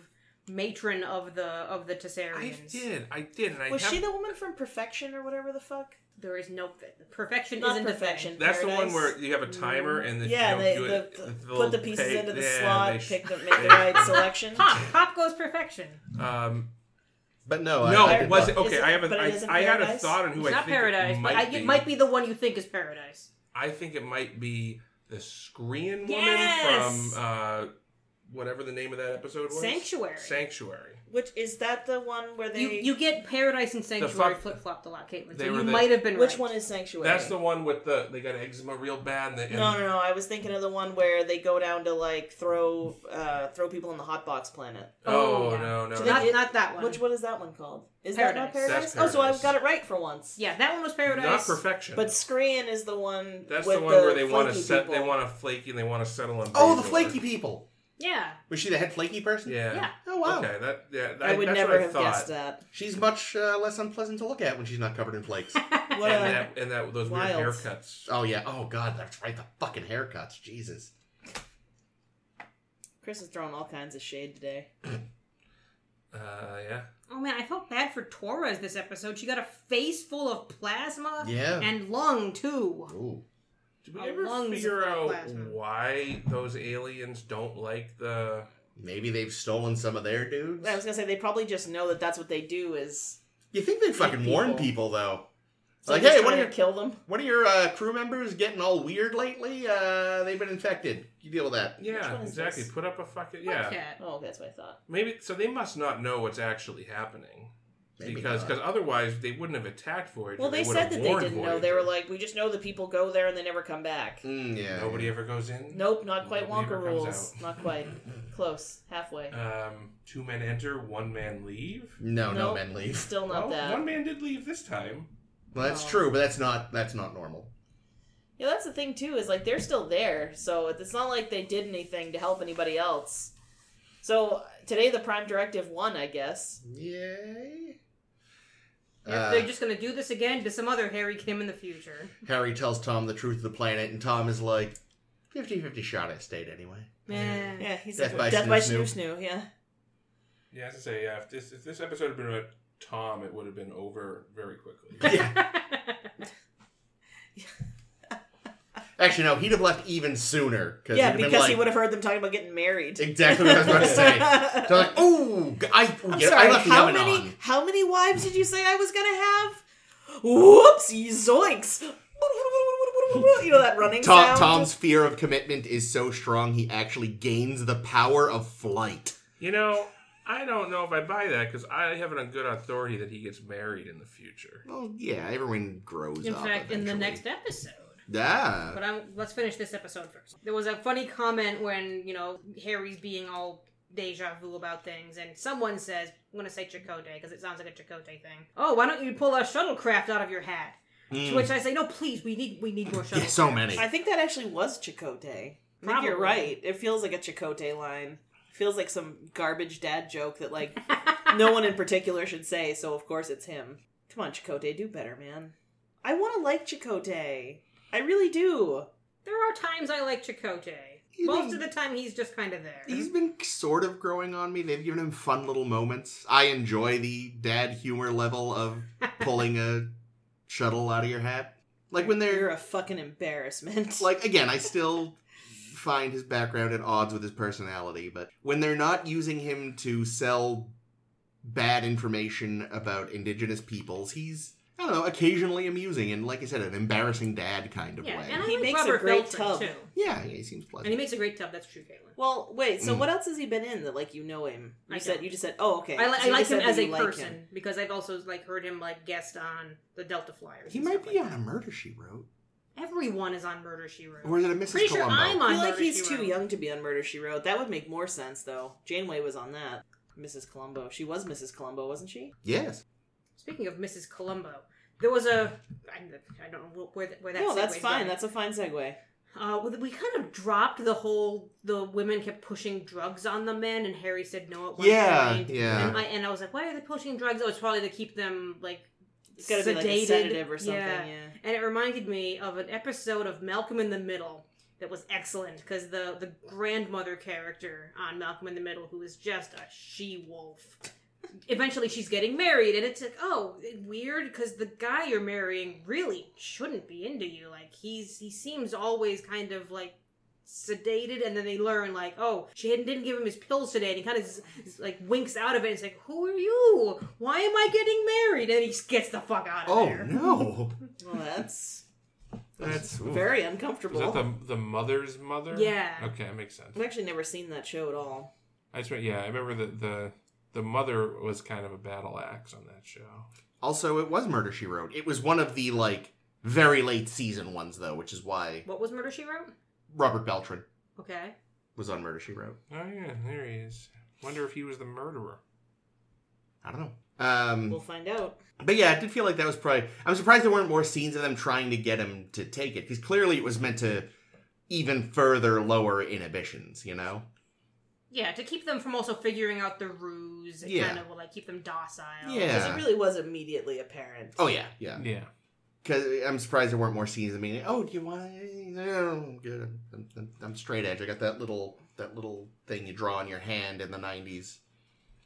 [SPEAKER 1] matron of the of the
[SPEAKER 4] I
[SPEAKER 1] Tessarians?
[SPEAKER 4] did, I did, and I
[SPEAKER 3] Was
[SPEAKER 4] have-
[SPEAKER 3] she the woman from Perfection or whatever the fuck?
[SPEAKER 1] There is no perfection.
[SPEAKER 3] Not
[SPEAKER 1] isn't a thing.
[SPEAKER 3] perfection.
[SPEAKER 4] That's the one
[SPEAKER 3] Paradise?
[SPEAKER 4] where you have a timer and then
[SPEAKER 3] yeah,
[SPEAKER 4] you
[SPEAKER 3] they,
[SPEAKER 4] don't do
[SPEAKER 3] the,
[SPEAKER 4] it,
[SPEAKER 3] the-
[SPEAKER 4] they'll
[SPEAKER 3] put the pieces
[SPEAKER 4] pay-
[SPEAKER 3] into the
[SPEAKER 4] yeah,
[SPEAKER 3] slot,
[SPEAKER 4] they sh-
[SPEAKER 3] pick them, make
[SPEAKER 4] they-
[SPEAKER 3] the right selection.
[SPEAKER 1] Pop, pop goes perfection.
[SPEAKER 4] Um,
[SPEAKER 2] But no, Oh, I,
[SPEAKER 4] no,
[SPEAKER 2] I
[SPEAKER 4] it
[SPEAKER 2] did
[SPEAKER 4] wasn't.
[SPEAKER 2] not.
[SPEAKER 4] Okay,
[SPEAKER 3] Is it-
[SPEAKER 4] I have a.
[SPEAKER 3] but
[SPEAKER 4] I
[SPEAKER 3] it isn't
[SPEAKER 4] I had a
[SPEAKER 3] Paradise?
[SPEAKER 4] thought on who
[SPEAKER 1] it's
[SPEAKER 4] I
[SPEAKER 1] not
[SPEAKER 4] think
[SPEAKER 1] paradise, but
[SPEAKER 4] it might
[SPEAKER 1] I,
[SPEAKER 4] be.
[SPEAKER 1] it might be the one you think is paradise.
[SPEAKER 4] I think it might be the Screen woman
[SPEAKER 1] Yes!
[SPEAKER 4] from uh, whatever the name of that episode was.
[SPEAKER 1] Sanctuary.
[SPEAKER 4] Sanctuary.
[SPEAKER 3] Which is that the one where they?
[SPEAKER 1] You, you get paradise and sanctuary
[SPEAKER 4] fuck-
[SPEAKER 1] flip flopped a lot, Caitlin. So
[SPEAKER 4] They
[SPEAKER 1] you
[SPEAKER 4] were the-
[SPEAKER 1] might have been
[SPEAKER 3] which
[SPEAKER 1] right.
[SPEAKER 3] one is Sanctuary?
[SPEAKER 4] That's the one with the they got eczema real bad. And the, and
[SPEAKER 3] No, no, no. I was thinking of the one where they go down to like throw uh throw people in the hot box planet.
[SPEAKER 4] Oh,
[SPEAKER 1] Oh, yeah.
[SPEAKER 4] no, no,
[SPEAKER 3] So
[SPEAKER 4] no.
[SPEAKER 1] Not,
[SPEAKER 3] It-
[SPEAKER 1] not that one.
[SPEAKER 3] Which what is that one called? Is that not
[SPEAKER 1] Paradise.
[SPEAKER 3] paradise?
[SPEAKER 4] That's
[SPEAKER 3] Oh, so I
[SPEAKER 4] Paradise.
[SPEAKER 3] got it right for once.
[SPEAKER 1] Yeah, that one was paradise.
[SPEAKER 4] Not perfection.
[SPEAKER 3] But Screen is the one.
[SPEAKER 4] that's
[SPEAKER 3] with
[SPEAKER 4] the one where they want to
[SPEAKER 3] flaky
[SPEAKER 4] set. They
[SPEAKER 3] people.
[SPEAKER 4] want to flaky and they want to settle on.
[SPEAKER 2] Oh, the
[SPEAKER 4] Bajor.
[SPEAKER 2] flaky people.
[SPEAKER 1] Yeah.
[SPEAKER 2] Was she the head flaky person?
[SPEAKER 4] Yeah.
[SPEAKER 1] Yeah.
[SPEAKER 2] Oh wow.
[SPEAKER 4] Okay. That. Yeah. That,
[SPEAKER 3] I would
[SPEAKER 4] that's
[SPEAKER 3] never
[SPEAKER 4] what I
[SPEAKER 3] have
[SPEAKER 4] thought.
[SPEAKER 3] guessed that.
[SPEAKER 2] She's much uh, less unpleasant to look at when she's not covered in flakes.
[SPEAKER 3] What
[SPEAKER 4] And
[SPEAKER 3] a,
[SPEAKER 4] that, and that those
[SPEAKER 3] Wild.
[SPEAKER 4] weird haircuts.
[SPEAKER 2] oh yeah. Oh god, that's right. The fucking haircuts. Jesus.
[SPEAKER 3] Chris is throwing all kinds of shade today.
[SPEAKER 4] Uh, yeah.
[SPEAKER 1] Oh man, I felt bad for Torres this episode. She got a face full of plasma
[SPEAKER 2] Yeah.
[SPEAKER 1] and lung too.
[SPEAKER 2] Ooh.
[SPEAKER 4] Did we
[SPEAKER 1] Our
[SPEAKER 4] ever
[SPEAKER 1] lungs
[SPEAKER 4] figure
[SPEAKER 1] are
[SPEAKER 4] out
[SPEAKER 1] plasma.
[SPEAKER 4] why those aliens don't like the
[SPEAKER 2] Maybe they've stolen some of their dudes.
[SPEAKER 3] I was gonna say they probably just know that that's what they do is
[SPEAKER 2] You think they fucking
[SPEAKER 3] people.
[SPEAKER 2] warn people though?
[SPEAKER 3] so
[SPEAKER 2] like,
[SPEAKER 3] just
[SPEAKER 2] hey, what are
[SPEAKER 3] trying
[SPEAKER 2] your
[SPEAKER 3] to kill them.
[SPEAKER 2] what are your uh, crew members getting all weird lately? Uh, they've been infected. You deal with that.
[SPEAKER 3] Which
[SPEAKER 4] Yeah,
[SPEAKER 3] one is
[SPEAKER 4] exactly.
[SPEAKER 3] this?
[SPEAKER 4] Put up a fucking yeah.
[SPEAKER 1] Cat.
[SPEAKER 3] Oh, that's what I thought.
[SPEAKER 4] Maybe so they must not know what's actually happening
[SPEAKER 2] Maybe
[SPEAKER 4] because
[SPEAKER 2] not.
[SPEAKER 4] because otherwise they wouldn't have attacked Voyager.
[SPEAKER 3] Well, they,
[SPEAKER 4] would
[SPEAKER 3] said
[SPEAKER 4] have
[SPEAKER 3] that they
[SPEAKER 4] warned
[SPEAKER 3] didn't know. They
[SPEAKER 4] Voyager.
[SPEAKER 3] were like, we just know that people go there and they never come back.
[SPEAKER 2] Mm, yeah.
[SPEAKER 4] nobody ever goes in.
[SPEAKER 3] Nope, not quite
[SPEAKER 4] Nobody
[SPEAKER 3] Wonka
[SPEAKER 4] ever comes
[SPEAKER 3] rules. Not quite. Close, halfway.
[SPEAKER 4] Um, two men enter, one man leave.
[SPEAKER 2] No, no
[SPEAKER 3] Nope.
[SPEAKER 2] men leave.
[SPEAKER 3] Still not
[SPEAKER 4] well,
[SPEAKER 3] that.
[SPEAKER 4] one man did leave this time.
[SPEAKER 2] Well, that's
[SPEAKER 3] No.
[SPEAKER 2] true, but that's not that's not normal.
[SPEAKER 3] Yeah, that's the thing too. Is like they're still there, so it's not like they did anything to help anybody else. So today, the Prime Directive won, I guess.
[SPEAKER 2] Yay.
[SPEAKER 1] Yeah,
[SPEAKER 2] Uh,
[SPEAKER 1] they're just gonna do this again to some other Harry Kim in the future.
[SPEAKER 2] Harry tells Tom the truth of the planet, and Tom is like, 50-50 shot it stayed anyway.
[SPEAKER 1] Man.
[SPEAKER 3] Yeah, he's
[SPEAKER 2] Death
[SPEAKER 3] like
[SPEAKER 2] by
[SPEAKER 3] death by
[SPEAKER 2] Snoo
[SPEAKER 3] snoo snoo. Yeah,
[SPEAKER 4] Yeah, as I say, yeah, if this if this episode had been about Tom, it would have been over very quickly.
[SPEAKER 2] Yeah. Actually, no, he'd have left even sooner. Cause
[SPEAKER 3] yeah,
[SPEAKER 2] he'd have been
[SPEAKER 3] because
[SPEAKER 2] like,
[SPEAKER 3] he would have heard them talking about getting married.
[SPEAKER 2] Exactly what I was about to say. So like, oh, I,
[SPEAKER 3] I'm
[SPEAKER 2] yeah,
[SPEAKER 3] sorry.
[SPEAKER 2] I left the
[SPEAKER 3] how
[SPEAKER 2] oven
[SPEAKER 3] many?
[SPEAKER 2] on.
[SPEAKER 3] How many wives did you say I was gonna have? Whoops! Zoinks! You know that running
[SPEAKER 2] Tom,
[SPEAKER 3] sound.
[SPEAKER 2] Tom's fear of commitment is so strong he actually gains the power of flight.
[SPEAKER 4] You know, I don't know if I buy that because I have it on good authority that he gets married in the future.
[SPEAKER 2] Well, yeah, everyone grows
[SPEAKER 1] In
[SPEAKER 2] up.
[SPEAKER 1] fact, in the
[SPEAKER 2] eventually.
[SPEAKER 1] next episode.
[SPEAKER 2] Yeah.
[SPEAKER 1] But I'm, let's finish this episode first. There was a funny comment when, you know, Harry's being all deja vu about things, and someone says, I'm going to say Chakotay because it sounds like a Chakotay thing. Oh, why don't you pull a shuttlecraft out of your hat? To
[SPEAKER 2] Mm.
[SPEAKER 1] which I say, no, please, we need we need more shuttlecraft.
[SPEAKER 2] Yeah, so many.
[SPEAKER 3] I think that actually was Chicote. I think
[SPEAKER 1] Probably.
[SPEAKER 3] you're right. It feels like a Chicote line. feels like some garbage dad joke that like no one in particular should say. So of course it's him. Come on, Chicote, do better, man. I want to like Chicote. I really do.
[SPEAKER 1] There are times I like Chakotay.
[SPEAKER 2] You
[SPEAKER 1] Most
[SPEAKER 2] mean-
[SPEAKER 1] of the time, he's just kind of there.
[SPEAKER 2] He's been sort of growing on me. They've given him fun little moments. I enjoy the dad humor level of pulling a shuttle out of your hat. Like when they're
[SPEAKER 3] You're a fucking embarrassment.
[SPEAKER 2] like again, I still find his background at odds with his personality, but when they're not using him to sell bad information about indigenous peoples, he's I don't know, occasionally amusing and like I said, an embarrassing dad kind of
[SPEAKER 1] yeah,
[SPEAKER 2] way.
[SPEAKER 1] and I
[SPEAKER 3] He
[SPEAKER 1] like
[SPEAKER 3] makes a
[SPEAKER 1] Robert
[SPEAKER 3] great
[SPEAKER 1] Beltran,
[SPEAKER 3] tub.
[SPEAKER 1] too.
[SPEAKER 2] yeah, yeah, he
[SPEAKER 1] And
[SPEAKER 2] seems
[SPEAKER 1] he
[SPEAKER 2] pleasant.
[SPEAKER 1] makes a great tub. That's true, Caitlin.
[SPEAKER 3] well, wait. So
[SPEAKER 2] Mm.
[SPEAKER 3] what else has he been in that like you know him? You
[SPEAKER 1] I
[SPEAKER 3] said
[SPEAKER 1] don't.
[SPEAKER 3] you just said, oh okay.
[SPEAKER 1] I, li-
[SPEAKER 3] So
[SPEAKER 1] I
[SPEAKER 3] you
[SPEAKER 1] like
[SPEAKER 3] said
[SPEAKER 1] him
[SPEAKER 3] that
[SPEAKER 1] as
[SPEAKER 3] you
[SPEAKER 1] a
[SPEAKER 3] like him.
[SPEAKER 1] person because I've also like heard him like guest on the Delta Flyers.
[SPEAKER 2] He
[SPEAKER 1] and
[SPEAKER 2] might
[SPEAKER 1] stuff
[SPEAKER 2] be
[SPEAKER 1] like
[SPEAKER 2] on a murder she wrote.
[SPEAKER 1] that. Everyone is on Murder She Wrote.
[SPEAKER 2] Or is it a Mrs.
[SPEAKER 1] Pretty sure
[SPEAKER 2] Columbo?
[SPEAKER 1] I'm
[SPEAKER 3] I
[SPEAKER 1] on
[SPEAKER 3] feel like
[SPEAKER 1] Murder,
[SPEAKER 3] he's
[SPEAKER 1] She
[SPEAKER 3] too
[SPEAKER 1] Wrote.
[SPEAKER 3] young to be on Murder She Wrote. That would make more sense though. Janeway was on that. Mrs. Columbo. She was Mrs. Columbo, wasn't she?
[SPEAKER 2] Yes.
[SPEAKER 1] Speaking of Mrs. Columbo, there was a I, I don't know where where that.
[SPEAKER 3] no, that's
[SPEAKER 1] segue's
[SPEAKER 3] fine.
[SPEAKER 1] going.
[SPEAKER 3] That's a fine segue.
[SPEAKER 1] Uh, well, we kind of dropped the whole the women kept pushing drugs on the men, and Harry said no at one
[SPEAKER 2] Yeah,
[SPEAKER 1] point.
[SPEAKER 2] yeah.
[SPEAKER 1] And, my, and I was like, why are they pushing drugs? Oh, it's probably to keep them like
[SPEAKER 3] It's got to be like a
[SPEAKER 1] Sedated.
[SPEAKER 3] sedative or something.
[SPEAKER 1] Yeah.
[SPEAKER 3] Yeah.
[SPEAKER 1] And it reminded me of an episode of Malcolm in the Middle that was excellent because the the grandmother character on Malcolm in the Middle, who is just a she wolf, eventually she's getting married, and it's like, oh, weird because the guy you're marrying really shouldn't be into you. Like he's he seems always kind of like sedated and then they learn like oh she hadn't- didn't give him his pills today and he kind of z- z- like winks out of it and it's like who are you why am i getting married and he gets the fuck out of
[SPEAKER 2] Oh
[SPEAKER 1] there
[SPEAKER 2] no.
[SPEAKER 3] Well, that's
[SPEAKER 4] That's
[SPEAKER 3] very
[SPEAKER 4] was
[SPEAKER 3] uncomfortable.
[SPEAKER 4] that the the mother's mother?
[SPEAKER 1] Yeah.
[SPEAKER 4] Okay, that makes sense.
[SPEAKER 3] I've actually never seen that show at all.
[SPEAKER 4] I just re- yeah, I remember the the the mother was kind of a battle axe on that show.
[SPEAKER 2] Also, it was Murder She Wrote. It was one of the like very late season ones though, which is why
[SPEAKER 1] What was Murder She Wrote?
[SPEAKER 2] Robert Beltran
[SPEAKER 1] Okay.
[SPEAKER 2] was on Murder She Wrote.
[SPEAKER 4] Oh yeah, there he is. Wonder if he was the murderer.
[SPEAKER 2] I don't know. Um,
[SPEAKER 3] We'll find out.
[SPEAKER 2] but yeah, it did feel like that was probably. I'm surprised there weren't more scenes of them trying to get him to take it because clearly it was meant to even further lower inhibitions. You know,
[SPEAKER 1] Yeah, to keep them from also figuring out the ruse and
[SPEAKER 2] Yeah.
[SPEAKER 1] kind of like keep them docile.
[SPEAKER 2] Yeah.
[SPEAKER 3] Because it really was immediately apparent.
[SPEAKER 2] Oh yeah, yeah.
[SPEAKER 4] Yeah.
[SPEAKER 2] Because I'm surprised there weren't more scenes of me. Oh, do you want? No, good. I'm, I'm, I'm straight edge. I got that little that little thing you draw on your hand in the '90s.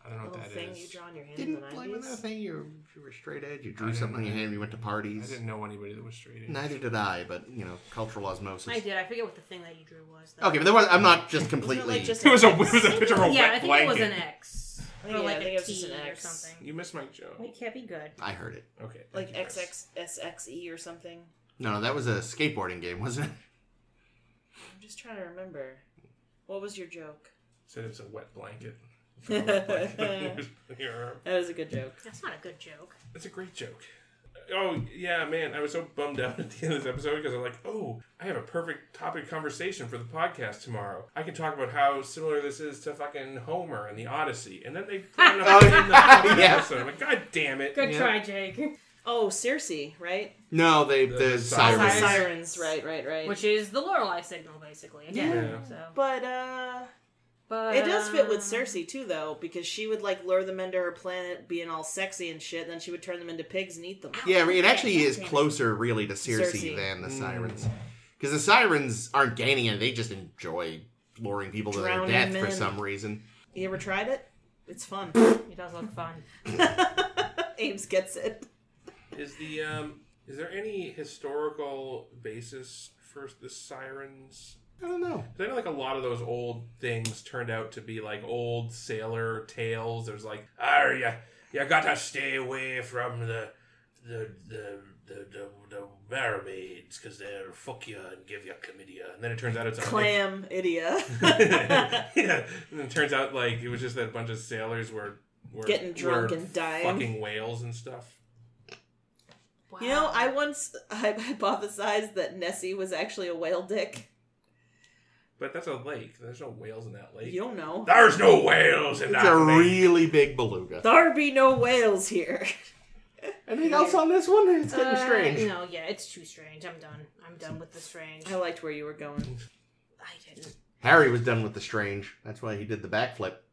[SPEAKER 4] I don't know what
[SPEAKER 3] little
[SPEAKER 4] that is.
[SPEAKER 3] thing you draw on your hand in
[SPEAKER 2] Didn't
[SPEAKER 3] the
[SPEAKER 2] blame another
[SPEAKER 3] 90s.
[SPEAKER 2] thing. You, you were straight edge. You drew
[SPEAKER 4] didn't-
[SPEAKER 2] something on your hand. You went to
[SPEAKER 4] I
[SPEAKER 2] parties.
[SPEAKER 4] didn't know anybody that was straight. edge.
[SPEAKER 2] Neither did I, but you know, cultural osmosis.
[SPEAKER 1] I did. I forget what the thing that you drew was. Though.
[SPEAKER 2] Okay, but there was. I'm not just completely.
[SPEAKER 3] Wasn't it, like, just
[SPEAKER 4] It was a it
[SPEAKER 3] an
[SPEAKER 4] was a
[SPEAKER 3] X?
[SPEAKER 4] picture of a
[SPEAKER 1] Yeah, I
[SPEAKER 4] wet
[SPEAKER 1] think it was an
[SPEAKER 4] blanket.
[SPEAKER 1] X or
[SPEAKER 3] Yeah, I
[SPEAKER 1] like
[SPEAKER 3] think
[SPEAKER 1] a
[SPEAKER 3] it was just
[SPEAKER 1] T
[SPEAKER 3] an
[SPEAKER 1] or
[SPEAKER 3] X.
[SPEAKER 1] something.
[SPEAKER 4] You missed my joke.
[SPEAKER 1] It can't be good.
[SPEAKER 2] I heard it.
[SPEAKER 4] Okay. thank
[SPEAKER 3] Like
[SPEAKER 4] you, guys.
[SPEAKER 3] XXSXE E or something.
[SPEAKER 2] No, no, that was a skateboarding game, wasn't it?
[SPEAKER 3] I'm just trying to remember. What was your joke?
[SPEAKER 4] Said it was a wet blanket. Found a blanket. Your arm.
[SPEAKER 3] That was a good joke.
[SPEAKER 1] That's not a good joke.
[SPEAKER 4] That's a great joke. Oh yeah, man! I was so bummed out at the end of this episode because I'm like, oh, I have a perfect topic conversation for the podcast tomorrow. I can talk about how similar this is to fucking Homer and the Odyssey, and then they put it up in the fucking
[SPEAKER 2] Yeah.
[SPEAKER 4] episode. I'm like, god damn it!
[SPEAKER 1] Good
[SPEAKER 2] Yeah.
[SPEAKER 1] try, Jake.
[SPEAKER 3] Oh, Circe, right?
[SPEAKER 2] No, they the,
[SPEAKER 4] The
[SPEAKER 2] sirens.
[SPEAKER 1] sirens.
[SPEAKER 3] Sirens, right, right, right.
[SPEAKER 1] Which is the Lorelei signal, basically. Again.
[SPEAKER 4] Yeah.
[SPEAKER 1] So,
[SPEAKER 3] but uh
[SPEAKER 1] but
[SPEAKER 3] it does fit with
[SPEAKER 1] uh,
[SPEAKER 3] Circe too though, because she would like lure them into her planet being all sexy and shit, then she would turn them into pigs and eat them.
[SPEAKER 2] Yeah, it actually is
[SPEAKER 1] Damn it.
[SPEAKER 2] closer, really, to Circe,
[SPEAKER 3] Circe.
[SPEAKER 2] than the sirens, because the sirens aren't gaining it; they just enjoy luring people to
[SPEAKER 3] Drowning
[SPEAKER 2] their death for
[SPEAKER 3] men.
[SPEAKER 2] some reason.
[SPEAKER 3] You ever tried it? It's fun.
[SPEAKER 1] It does look fun.
[SPEAKER 3] Ames gets it.
[SPEAKER 4] Is the um, is there any historical basis for the sirens?
[SPEAKER 2] I don't know.
[SPEAKER 4] 'Cause I know like a lot of those old things turned out to be like old sailor tales. There's like, ah, you, you gotta stay away from the the the the, the, the mermaids because they'll fuck you and give you chlamydia. And then it turns out it's a
[SPEAKER 3] Clam idiot.
[SPEAKER 4] yeah, and it turns out like it was just that a bunch of sailors were, were
[SPEAKER 3] Getting drunk
[SPEAKER 4] were
[SPEAKER 3] and dying.
[SPEAKER 4] fucking whales and stuff.
[SPEAKER 1] Wow.
[SPEAKER 3] You know, I once I hypothesized that Nessie was actually a whale dick.
[SPEAKER 4] But that's a lake. There's no whales in that lake.
[SPEAKER 3] You don't know.
[SPEAKER 4] There's no whales in
[SPEAKER 2] It's
[SPEAKER 4] that
[SPEAKER 2] a
[SPEAKER 4] lake.
[SPEAKER 2] really big beluga.
[SPEAKER 3] There be no whales here.
[SPEAKER 2] Anything else on this one? It's getting
[SPEAKER 1] Uh,
[SPEAKER 2] strange.
[SPEAKER 1] No, yeah, it's too strange. I'm done. I'm done with the strange.
[SPEAKER 3] I liked where you were going.
[SPEAKER 1] I didn't.
[SPEAKER 2] Harry was done with the strange. That's why he did the backflip.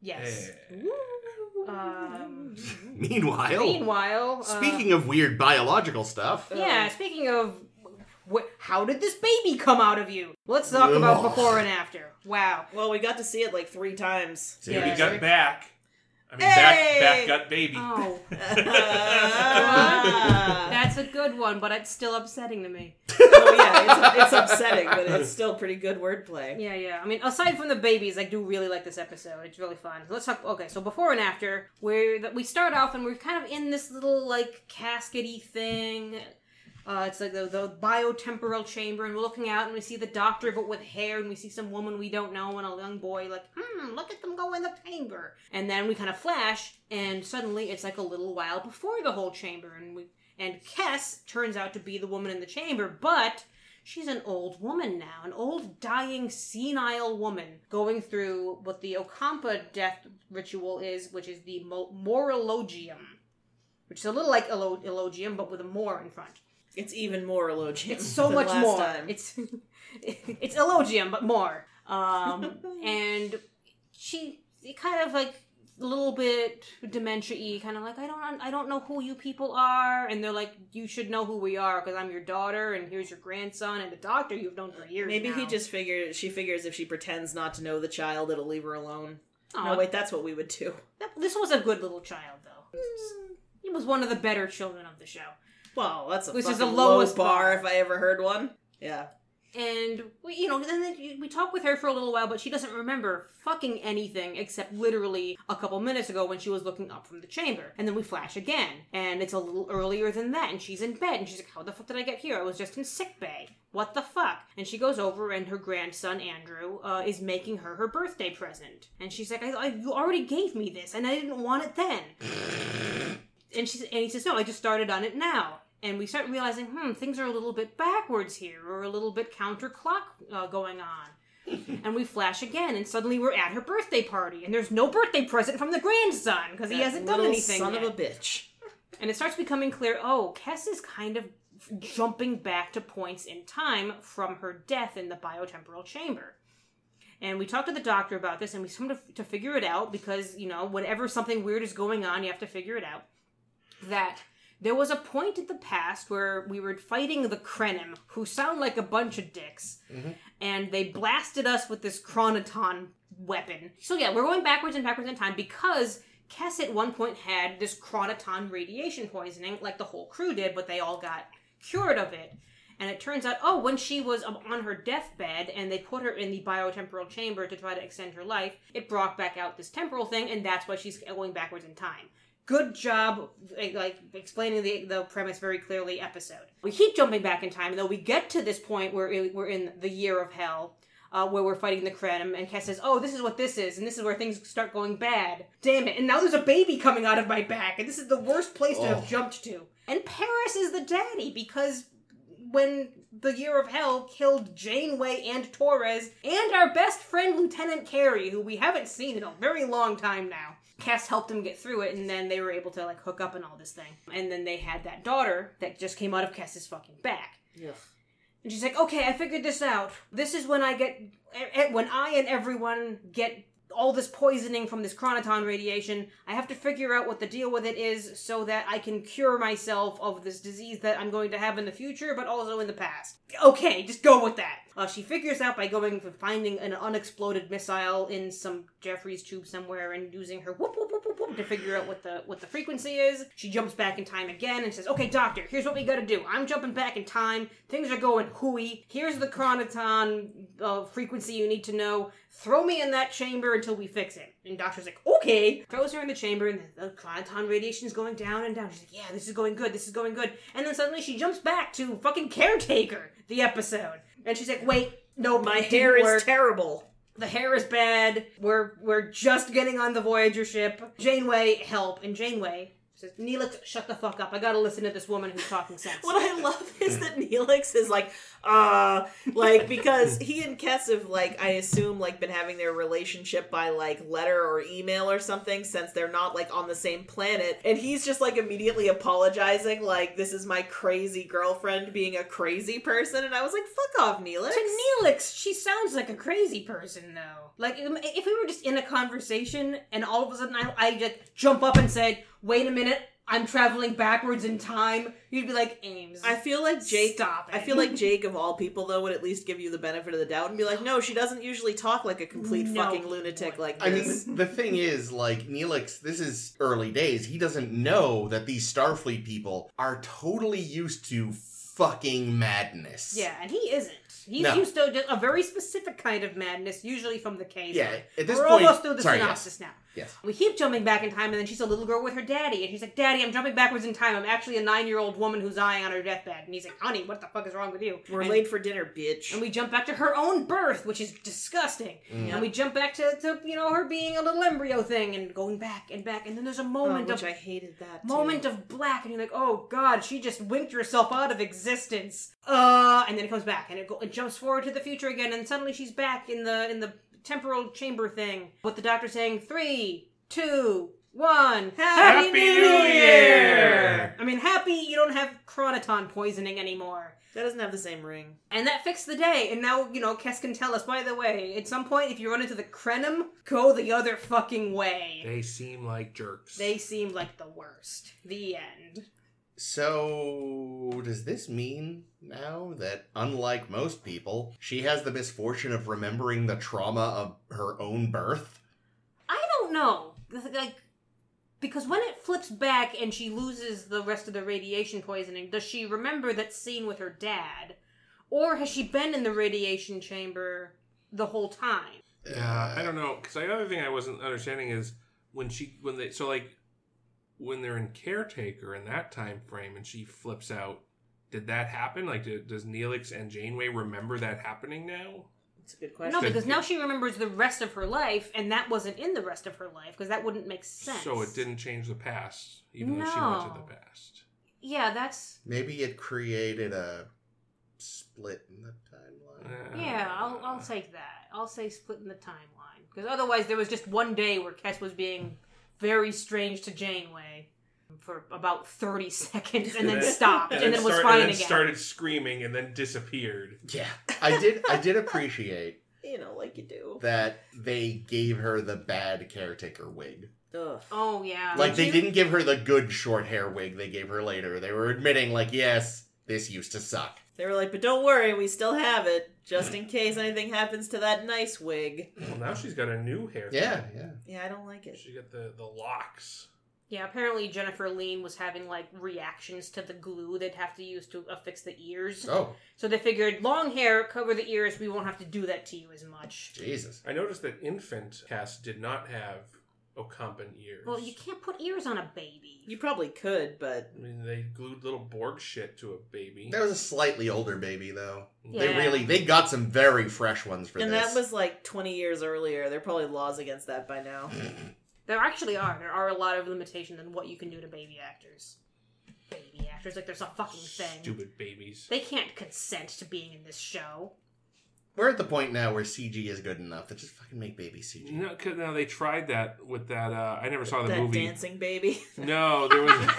[SPEAKER 1] Yes.
[SPEAKER 4] Yeah.
[SPEAKER 1] Um,
[SPEAKER 2] Meanwhile,
[SPEAKER 1] meanwhile, uh,
[SPEAKER 2] speaking of weird biological stuff,
[SPEAKER 1] Yeah, speaking of, wh- how did this baby come out of you? Let's talk about
[SPEAKER 2] Ugh.
[SPEAKER 1] before and after. Wow.
[SPEAKER 3] Well, we got to see it like three times.
[SPEAKER 2] Dude,
[SPEAKER 4] Baby
[SPEAKER 1] Yeah.
[SPEAKER 4] gut back. I mean, back,
[SPEAKER 3] Hey!
[SPEAKER 4] back gut baby.
[SPEAKER 1] Oh,
[SPEAKER 3] Ah.
[SPEAKER 1] that's a good one, but it's still upsetting to me.
[SPEAKER 3] oh yeah, it's, it's upsetting, but it's still pretty good wordplay.
[SPEAKER 1] Yeah, yeah. I mean, aside from the babies, I do really like this episode. It's really fun. Let's talk. Okay, so before and after, where that we start off and we're kind of in this little like caskety thing. Uh, it's like the, the biotemporal chamber, and we're looking out and we see the doctor, but with hair, and we see some woman we don't know and a young boy. Like, hmm, look at them go in the chamber. And then we kind of flash, and suddenly it's like a little while before the whole chamber, and we and Kess turns out to be the woman in the chamber, but She's an old woman now, an old, dying, senile woman going through what the Okampa death ritual is, which is the mo- Morologium, which is a little like elo- Elogium, but with a more in front.
[SPEAKER 3] It's even more elogium.
[SPEAKER 1] It's so
[SPEAKER 3] than
[SPEAKER 1] much
[SPEAKER 3] last
[SPEAKER 1] more.
[SPEAKER 3] Time.
[SPEAKER 1] It's it's Elogium, but more. Um, and she it kind of like a little bit dementia-y, kind of like I don't I don't know who you people are, and they're like you should know who we are because I'm your daughter, and here's your grandson, and the doctor you've known for years.
[SPEAKER 3] Maybe he
[SPEAKER 1] now."
[SPEAKER 3] just figures she figures if she pretends not to know the child, it'll leave her alone.
[SPEAKER 1] Aw,
[SPEAKER 3] No, wait, that's what we would do.
[SPEAKER 1] that- this was a good little child though.
[SPEAKER 3] Hmm.
[SPEAKER 1] He was one of the better children of the show.
[SPEAKER 3] Well, that's a
[SPEAKER 1] Which is
[SPEAKER 3] fucking
[SPEAKER 1] the
[SPEAKER 3] low
[SPEAKER 1] lowest
[SPEAKER 3] bar
[SPEAKER 1] bar.
[SPEAKER 3] if I ever heard one. Yeah.
[SPEAKER 1] And we, you know, then then we talk with her for a little while, but she doesn't remember fucking anything except literally a couple minutes ago when she was looking up from the chamber. And then we flash again, and it's a little earlier than that, and she's in bed, and she's like, "How the fuck did I get here? I was just in sick bay. What the fuck?" And she goes over, and her grandson Andrew uh, is making her her birthday present, and she's like, I, "I, you already gave me this, and I didn't want it then." and she and he says, "No, I just started on it now." And we start realizing, hmm, things are a little bit backwards here, or a little bit counterclock uh, going on. and we flash again, and suddenly we're at her birthday party, and there's no birthday present from the grandson because he
[SPEAKER 3] That
[SPEAKER 1] hasn't done
[SPEAKER 3] little
[SPEAKER 1] anything.
[SPEAKER 3] Son
[SPEAKER 1] yet.
[SPEAKER 3] of a bitch.
[SPEAKER 1] And it starts becoming clear oh, Kess is kind of jumping back to points in time from her death in the biotemporal chamber. And we talked to the doctor about this, and we come to, to figure it out because, you know, whenever something weird is going on, you have to figure it out. That There was a point in the past where we were fighting the Krenim, who sound like a bunch of dicks,
[SPEAKER 2] Mhm.
[SPEAKER 1] and they blasted us with this Chronoton weapon. So yeah, we're going backwards and backwards in time because Kess at one point had this Chronoton radiation poisoning, like the whole crew did, but they all got cured of it. And it turns out, oh, when she was up on her deathbed and they put her in the biotemporal chamber to try to extend her life, it brought back out this temporal thing, and that's why she's going backwards in time. Good job, like like, explaining the, the premise very clearly. Episode. We keep jumping back in time, though. We get to this point where it- we're in the year of hell, uh, where we're fighting the Krenim, and Kes says, "Oh, this is what this is, and this is where things start going bad. Damn it! And now there's a baby coming out of my back, and this is the worst place to have
[SPEAKER 2] Oh.
[SPEAKER 1] jumped to." And Paris is the daddy because when the Year of Hell killed Janeway and Torres and our best friend Lieutenant Carey, who we haven't seen in a very long time now. Cass helped him get through it, and then they were able to like hook up and all this thing. And then they had that daughter that just came out of Cass's fucking back. And she's like, "Okay, I figured this out. This is when I get, eh, eh, when I and everyone get all this poisoning from this chronoton radiation. I have to figure out what the deal with it is, so that I can cure myself of this disease that I'm going to have in the future, but also in the past. Okay, just go with that." Uh, she figures out by going for finding an unexploded missile in some Jeffrey's tube somewhere and using her whoop whoop whoop whoop whoop to figure out what the what the frequency is. She jumps back in time again and says, "Okay, doctor, here's what we got to do. I'm jumping back in time. Things are going hooey. Here's the chronoton uh, frequency you need to know. Throw me in that chamber until we fix it." And doctor's like, "Okay." Throws her in the chamber and the, the chronoton radiation is going down and down. She's like, "Yeah, this is going good. This is going good." And then suddenly she jumps back to fucking caretaker the episode, and she's like, "Wait." No,
[SPEAKER 3] My
[SPEAKER 1] it didn't
[SPEAKER 3] hair is
[SPEAKER 1] work.
[SPEAKER 3] terrible.
[SPEAKER 1] The hair is bad. We're we're just getting on the Voyager ship. Janeway, help! And Janeway says, "Neelix, shut the fuck up. I gotta listen to this woman who's talking sense."
[SPEAKER 3] What I love is that Neelix is like, uh, like because he and Kes have like I assume like been having their relationship by like letter or email or something since they're not like on the same planet, and he's just like immediately apologizing like this is my crazy girlfriend being a crazy person, and I was like, fuck off, Neelix.
[SPEAKER 1] to Neelix, she sounds like a crazy person, though. Like um, if we were just in a conversation and all of a sudden I, I just jump up and said, "Wait a minute, I'm traveling backwards in time," you'd be like, "Ames,
[SPEAKER 3] I feel like Jake.
[SPEAKER 1] stop it."
[SPEAKER 3] I feel like Jake, of all people, though, would at least give you the benefit of the doubt and be like, "No, she doesn't usually talk like a complete
[SPEAKER 1] No,
[SPEAKER 3] fucking
[SPEAKER 1] he
[SPEAKER 3] lunatic
[SPEAKER 1] wouldn't.
[SPEAKER 3] like
[SPEAKER 2] I mean,
[SPEAKER 3] this."
[SPEAKER 2] the thing is, like, Neelix, this is early days. He doesn't know that these Starfleet people are totally used to fucking madness.
[SPEAKER 1] yeah, and he isn't. He's
[SPEAKER 2] No.
[SPEAKER 1] used to just a very specific kind of madness, usually from the Kazon.
[SPEAKER 2] Yeah, at this
[SPEAKER 1] We're
[SPEAKER 2] point.
[SPEAKER 1] almost through the
[SPEAKER 2] sorry, yes.
[SPEAKER 1] synopsis now.
[SPEAKER 2] Yes.
[SPEAKER 1] We keep jumping back in time, and then she's a little girl with her daddy, and she's like, "Daddy, I'm jumping backwards in time. I'm actually a nine-year-old woman who's dying on her deathbed." And he's like, "Honey, what the fuck is wrong with you?"
[SPEAKER 3] We're
[SPEAKER 1] and,
[SPEAKER 3] late for dinner, bitch.
[SPEAKER 1] and we jump back to her own birth, which is disgusting.
[SPEAKER 2] Mm.
[SPEAKER 1] And we jump back to, to you know her being a little embryo thing and going back and back, and then there's a
[SPEAKER 3] Oh,
[SPEAKER 1] moment
[SPEAKER 3] which
[SPEAKER 1] of
[SPEAKER 3] I hated that too.
[SPEAKER 1] moment of black, and you're like, "Oh God, she just winked herself out of existence." Uh, and then it comes back, and it, go- it jumps forward to the future again, and suddenly she's back in the in the temporal chamber thing. With the doctor saying, three, two, one, Happy,
[SPEAKER 4] Happy New Year!"
[SPEAKER 1] I mean, happy you don't have chronoton poisoning anymore.
[SPEAKER 3] That doesn't have the same ring.
[SPEAKER 1] And that fixed the day, and now, you know, Kes can tell us, by the way, at some point, if you run into the Krenim, go the other fucking way.
[SPEAKER 4] They seem like jerks.
[SPEAKER 1] They seemed like the worst. The end.
[SPEAKER 2] So, does this mean now that, unlike most people, she has the misfortune of remembering the trauma of her own birth?
[SPEAKER 1] I don't know. Like, because when it flips back and she loses the rest of the radiation poisoning, does she remember that scene with her dad? Or has she been in the radiation chamber the whole time?
[SPEAKER 4] Yeah, I don't know. Because the other thing I wasn't understanding is when she when they so like when they're in caretaker in that time frame and she flips out. Did that happen? Like, do, does Neelix and Janeway remember that happening now?
[SPEAKER 3] That's a good
[SPEAKER 1] No,
[SPEAKER 3] question.
[SPEAKER 4] Good.
[SPEAKER 1] because now she remembers the rest of her life, and that wasn't in the rest of her life, because that wouldn't make sense.
[SPEAKER 4] So it didn't change the past, even though she went to
[SPEAKER 1] No.
[SPEAKER 4] the past.
[SPEAKER 1] Yeah, that's.
[SPEAKER 2] Maybe it created a split in the timeline.
[SPEAKER 1] Yeah,
[SPEAKER 4] Uh,
[SPEAKER 1] I'll, I'll take that. I'll say splitting the timeline. Because otherwise, there was just one day where Kes was being very strange to Janeway for about 30 seconds and then stopped and, then was
[SPEAKER 4] start-
[SPEAKER 1] fine
[SPEAKER 4] and then
[SPEAKER 1] again.
[SPEAKER 4] started screaming and then disappeared.
[SPEAKER 2] Yeah, I did. I did appreciate
[SPEAKER 3] You know, like you do.
[SPEAKER 2] that they gave her the bad caretaker wig.
[SPEAKER 3] Ugh.
[SPEAKER 1] Oh
[SPEAKER 3] Uh,
[SPEAKER 1] yeah.
[SPEAKER 2] Like they
[SPEAKER 1] you-
[SPEAKER 2] didn't give her the good short hair wig they gave her later. They were admitting, like, yes, this used to suck.
[SPEAKER 3] They were like, but don't worry, we still have it, just in case anything happens to that nice wig.
[SPEAKER 4] Well, now she's got a new hair.
[SPEAKER 2] Yeah, yeah.
[SPEAKER 3] Yeah, I don't like it.
[SPEAKER 4] She got the the locks.
[SPEAKER 1] Yeah, apparently Jennifer Lean was having like reactions to the glue they'd have to use to affix the ears.
[SPEAKER 2] Oh,
[SPEAKER 1] So they figured long hair, cover the ears, we won't have to do that to you as much.
[SPEAKER 2] Jesus.
[SPEAKER 4] I noticed that infant cast did not have Okampan ears.
[SPEAKER 1] Well, you can't put ears on a baby.
[SPEAKER 3] You probably could, but
[SPEAKER 4] I mean, they glued little Borg shit to a baby.
[SPEAKER 2] That was a slightly older baby though. They
[SPEAKER 1] Yeah.
[SPEAKER 2] really they got some very fresh ones for
[SPEAKER 3] and
[SPEAKER 2] this.
[SPEAKER 3] that was like 20 years earlier. There are probably laws against that by now.
[SPEAKER 1] There actually are. There are a lot of limitations on what you can do to baby actors. Baby actors, like there's a fucking thing.
[SPEAKER 4] Stupid babies.
[SPEAKER 1] They can't consent to being in this show.
[SPEAKER 2] We're at the point now where CG is good enough to just fucking make baby CG.
[SPEAKER 4] No, 'cause- no, they tried that with that. Uh, I never saw the
[SPEAKER 3] that
[SPEAKER 4] movie.
[SPEAKER 3] dancing baby.
[SPEAKER 4] No, there was.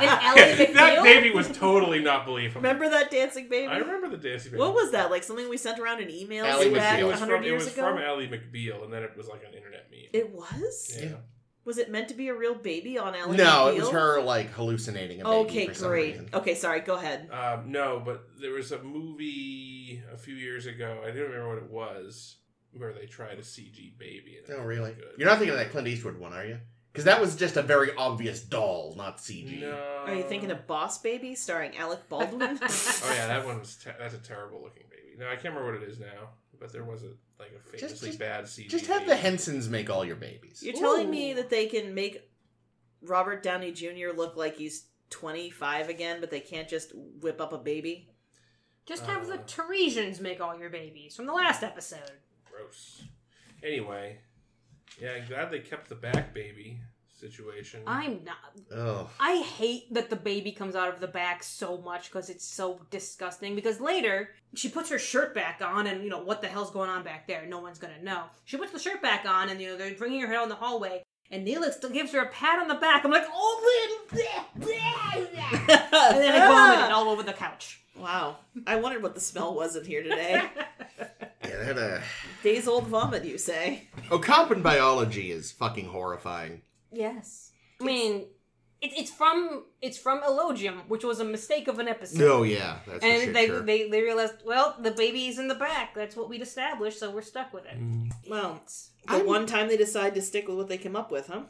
[SPEAKER 4] that
[SPEAKER 1] McNeil?
[SPEAKER 4] baby was totally not believable.
[SPEAKER 3] remember that dancing baby?
[SPEAKER 4] I remember the dancing baby.
[SPEAKER 3] What was that? Like something we sent around in emails
[SPEAKER 2] Ally McBeal.
[SPEAKER 3] back
[SPEAKER 4] it
[SPEAKER 2] It
[SPEAKER 4] was
[SPEAKER 3] 100
[SPEAKER 4] from, it
[SPEAKER 3] years
[SPEAKER 4] was
[SPEAKER 3] ago?
[SPEAKER 4] from Ally McBeal, and then it was like an internet meme.
[SPEAKER 3] it was?
[SPEAKER 4] yeah.
[SPEAKER 3] Was it meant to be a real baby on Ellen?
[SPEAKER 2] No, it was her like hallucinating a baby
[SPEAKER 3] Okay,
[SPEAKER 2] for some
[SPEAKER 3] great.
[SPEAKER 2] reason.
[SPEAKER 3] Okay, sorry, go ahead.
[SPEAKER 4] Um, no, but there was a movie a few years ago. I don't remember what it was, where they tried a CG baby. And it
[SPEAKER 2] Oh,
[SPEAKER 4] wasn't
[SPEAKER 2] really?
[SPEAKER 4] good.
[SPEAKER 2] You're not thinking of that Clint Eastwood one, are you? Because that was just a very obvious doll, not CG.
[SPEAKER 4] No.
[SPEAKER 3] Are you thinking
[SPEAKER 2] Uh,
[SPEAKER 3] of Boss Baby starring Alec Baldwin?
[SPEAKER 4] Oh yeah, that one's te- that's a terrible looking baby. No, I can't remember what it is now, but there was a like a famously
[SPEAKER 2] just-
[SPEAKER 4] bad CG.
[SPEAKER 2] Just have the
[SPEAKER 4] baby.
[SPEAKER 2] Hensons make all your babies.
[SPEAKER 3] You're telling me
[SPEAKER 1] Ooh.
[SPEAKER 3] that they can make Robert Downey Jr. look like he's 25 again, but they can't just whip up a baby?
[SPEAKER 1] Just have the
[SPEAKER 4] Uh.
[SPEAKER 1] Teresians make all your babies from the last episode.
[SPEAKER 4] Gross. Anyway, yeah, I'm glad they kept the back baby situation.
[SPEAKER 1] I'm not.
[SPEAKER 2] Oh,
[SPEAKER 1] I hate that the baby comes out of the back so much because it's so disgusting. Because later, she puts her shirt back on, and you know, what the hell's going on back there? No one's gonna know. She puts the shirt back on, and you know, they're bringing her down the hallway, and Neelix still gives her a pat on the back. I'm like, oh, little. And then I vomited all over the couch.
[SPEAKER 3] Wow. I wondered what the smell was in here today.
[SPEAKER 2] yeah, they had a.
[SPEAKER 3] Days old vomit, you say?
[SPEAKER 2] Okampan Oh, biology is fucking horrifying.
[SPEAKER 1] Yes. I mean, it, it's from it's from Elogium, which was a mistake of an episode.
[SPEAKER 2] Oh yeah, that's for shit
[SPEAKER 1] And they,
[SPEAKER 2] sure.
[SPEAKER 1] they they realized, well, the baby is in the back. That's what we'd established, so we're stuck with it.
[SPEAKER 4] Mm,
[SPEAKER 3] Well, the
[SPEAKER 2] I'm-
[SPEAKER 3] one time they decide to stick with what they came up with, huh?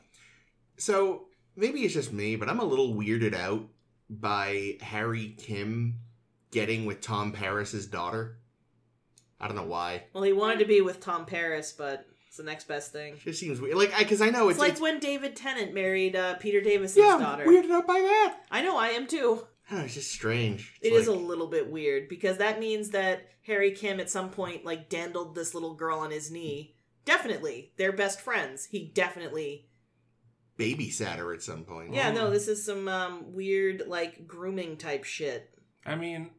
[SPEAKER 2] So maybe it's just me, but I'm a little weirded out by Harry Kim getting with Tom Paris's daughter. I don't know why.
[SPEAKER 3] Well, he wanted to be with Tom Paris, but it's the next best thing.
[SPEAKER 2] It just seems weird. Like, because I know
[SPEAKER 3] It's
[SPEAKER 2] it's,
[SPEAKER 3] like
[SPEAKER 2] it's-
[SPEAKER 3] when David Tennant married uh, Peter Davison's
[SPEAKER 2] Oh, yeah,
[SPEAKER 3] daughter.
[SPEAKER 2] weirded out by that.
[SPEAKER 3] I know, I am too.
[SPEAKER 2] I don't know, it's just strange. It's
[SPEAKER 3] It is
[SPEAKER 2] like-
[SPEAKER 3] a little bit weird because that means that Harry Kim at some point like dandled this little girl on his knee. Definitely, they're best friends. He definitely.
[SPEAKER 2] babysitter at some point.
[SPEAKER 3] Yeah, no, this is some um, weird like grooming type shit.
[SPEAKER 4] I mean,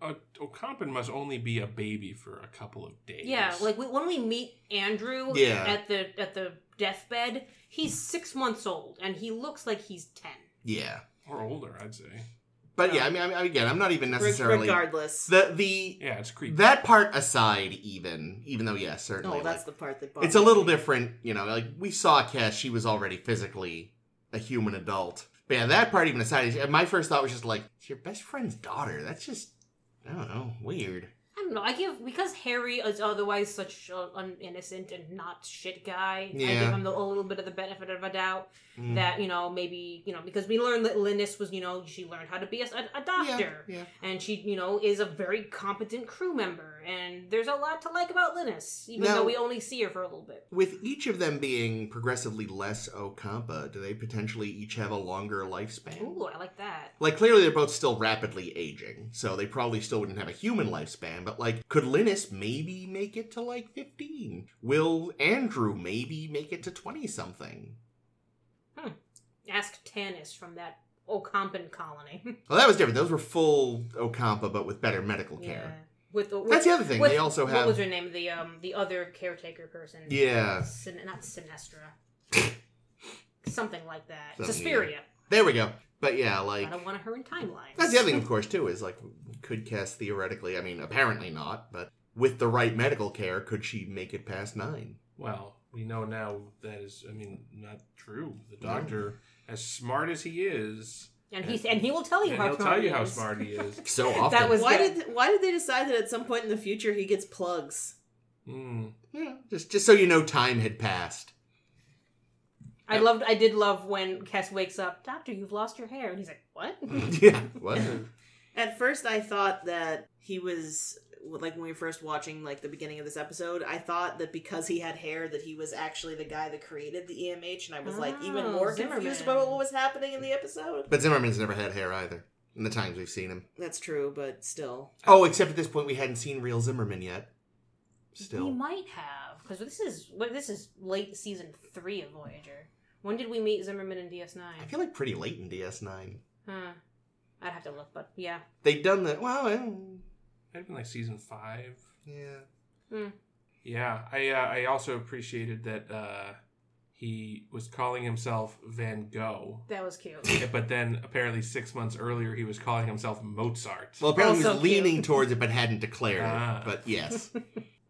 [SPEAKER 4] o- Okampan must only be a baby for a couple of days.
[SPEAKER 1] Yeah, like we, when we meet Andrew
[SPEAKER 2] Yeah.
[SPEAKER 1] at the at the deathbed, he's six months old and he looks like he's ten.
[SPEAKER 2] Yeah,
[SPEAKER 4] or older, I'd say.
[SPEAKER 2] but yeah, I mean, I mean, again, I'm not even
[SPEAKER 3] Re-
[SPEAKER 2] necessarily
[SPEAKER 3] Regardless,
[SPEAKER 2] the the
[SPEAKER 4] Yeah, it's creepy.
[SPEAKER 2] that part aside. Even even though, yes, certainly,
[SPEAKER 3] no,
[SPEAKER 2] like,
[SPEAKER 3] Oh, that's the part that.
[SPEAKER 2] it's
[SPEAKER 3] bothers
[SPEAKER 2] a little
[SPEAKER 3] me.
[SPEAKER 2] different, you know. Like we saw Cash, she was already physically a human adult. But yeah, that part even aside, is- my first thought was just like, it's your best friend's daughter. That's just, I don't know, weird.
[SPEAKER 1] I don't know. I give because Harry is otherwise such a, an innocent and not shit guy. I
[SPEAKER 2] Yeah.
[SPEAKER 1] give him the, a little bit of the benefit of a doubt
[SPEAKER 2] Mm.
[SPEAKER 1] that you know maybe you know because we learned that Linus was you know she learned how to be a, a, a
[SPEAKER 2] Yeah,
[SPEAKER 1] doctor.
[SPEAKER 2] Yeah,
[SPEAKER 1] and she you know is a very competent crew member and there's a lot to like about linus even
[SPEAKER 2] Now-
[SPEAKER 1] though we only see her for a little bit
[SPEAKER 2] With each of them being progressively less Okampa, do they potentially each have a longer lifespan?
[SPEAKER 1] ooh i like that
[SPEAKER 2] Like clearly they're both still rapidly aging, so they probably still wouldn't have a human lifespan, but like could Linus maybe make it to like 15? Will Andrew maybe make it to 20 something?
[SPEAKER 1] ask tanis from that okampan colony
[SPEAKER 2] Well, that was different. Those were full Okampa, but with better medical
[SPEAKER 1] yeah
[SPEAKER 2] care.
[SPEAKER 1] with the with,
[SPEAKER 2] That's the other thing.
[SPEAKER 1] with-
[SPEAKER 2] they also
[SPEAKER 1] what was
[SPEAKER 2] have.
[SPEAKER 1] her name the um the other caretaker person
[SPEAKER 2] Yeah.
[SPEAKER 1] Sin- not sinestra something like that
[SPEAKER 2] Something,
[SPEAKER 1] Suspiria.
[SPEAKER 2] There we go. But yeah, like.
[SPEAKER 1] i don't want her in timeline
[SPEAKER 2] That's the other thing, of course, too, is like, could Cass theoretically, I mean, apparently not, but with the right medical care, could she make it past nine?
[SPEAKER 4] well, we know now that is, I mean, not true. The doctor, as smart as he is,
[SPEAKER 1] And he and he will tell you
[SPEAKER 4] and
[SPEAKER 1] how
[SPEAKER 4] he'll
[SPEAKER 1] smart
[SPEAKER 4] tell you
[SPEAKER 1] he
[SPEAKER 4] how
[SPEAKER 1] is.
[SPEAKER 4] smart he is.
[SPEAKER 2] So often.
[SPEAKER 1] That was
[SPEAKER 3] Why
[SPEAKER 1] good.
[SPEAKER 3] did why did they decide that at some point in the future he gets plugs?
[SPEAKER 4] Hmm.
[SPEAKER 2] Yeah, just just so you know, time had passed.
[SPEAKER 1] I loved. I did love when Cass wakes up. Doctor, you've lost your hair, and he's like, "What?"
[SPEAKER 2] yeah, what?
[SPEAKER 3] At first, I thought that he was like when we were first watching like the beginning of this episode. I thought that because he had hair, that he was actually the guy that created the EMH, and I was like even
[SPEAKER 1] Oh,
[SPEAKER 3] more
[SPEAKER 1] Zimmerman.
[SPEAKER 3] confused about what was happening in the episode.
[SPEAKER 2] But Zimmerman's never had hair either. In the times we've seen him.
[SPEAKER 3] That's true, but still,
[SPEAKER 2] Oh, except at this point we hadn't seen real Zimmerman yet.
[SPEAKER 1] We
[SPEAKER 2] Still,
[SPEAKER 1] might have because this is what this is late season three of Voyager. When did we meet Zimmerman in DS Nine?
[SPEAKER 2] I feel like pretty late in DS9.
[SPEAKER 1] Huh. I'd have to look, but yeah.
[SPEAKER 2] They'd done the well, eh,
[SPEAKER 4] Might have been like season five.
[SPEAKER 2] yeah.
[SPEAKER 4] Yeah, I uh, I also appreciated that uh, he was calling himself Van Gogh,
[SPEAKER 1] That was cute.
[SPEAKER 4] but then apparently six months earlier he was calling himself Mozart.
[SPEAKER 2] Well, apparently he
[SPEAKER 1] Also
[SPEAKER 2] was
[SPEAKER 1] cute.
[SPEAKER 2] leaning towards it, but hadn't declared
[SPEAKER 4] Ah.
[SPEAKER 2] it. But yes,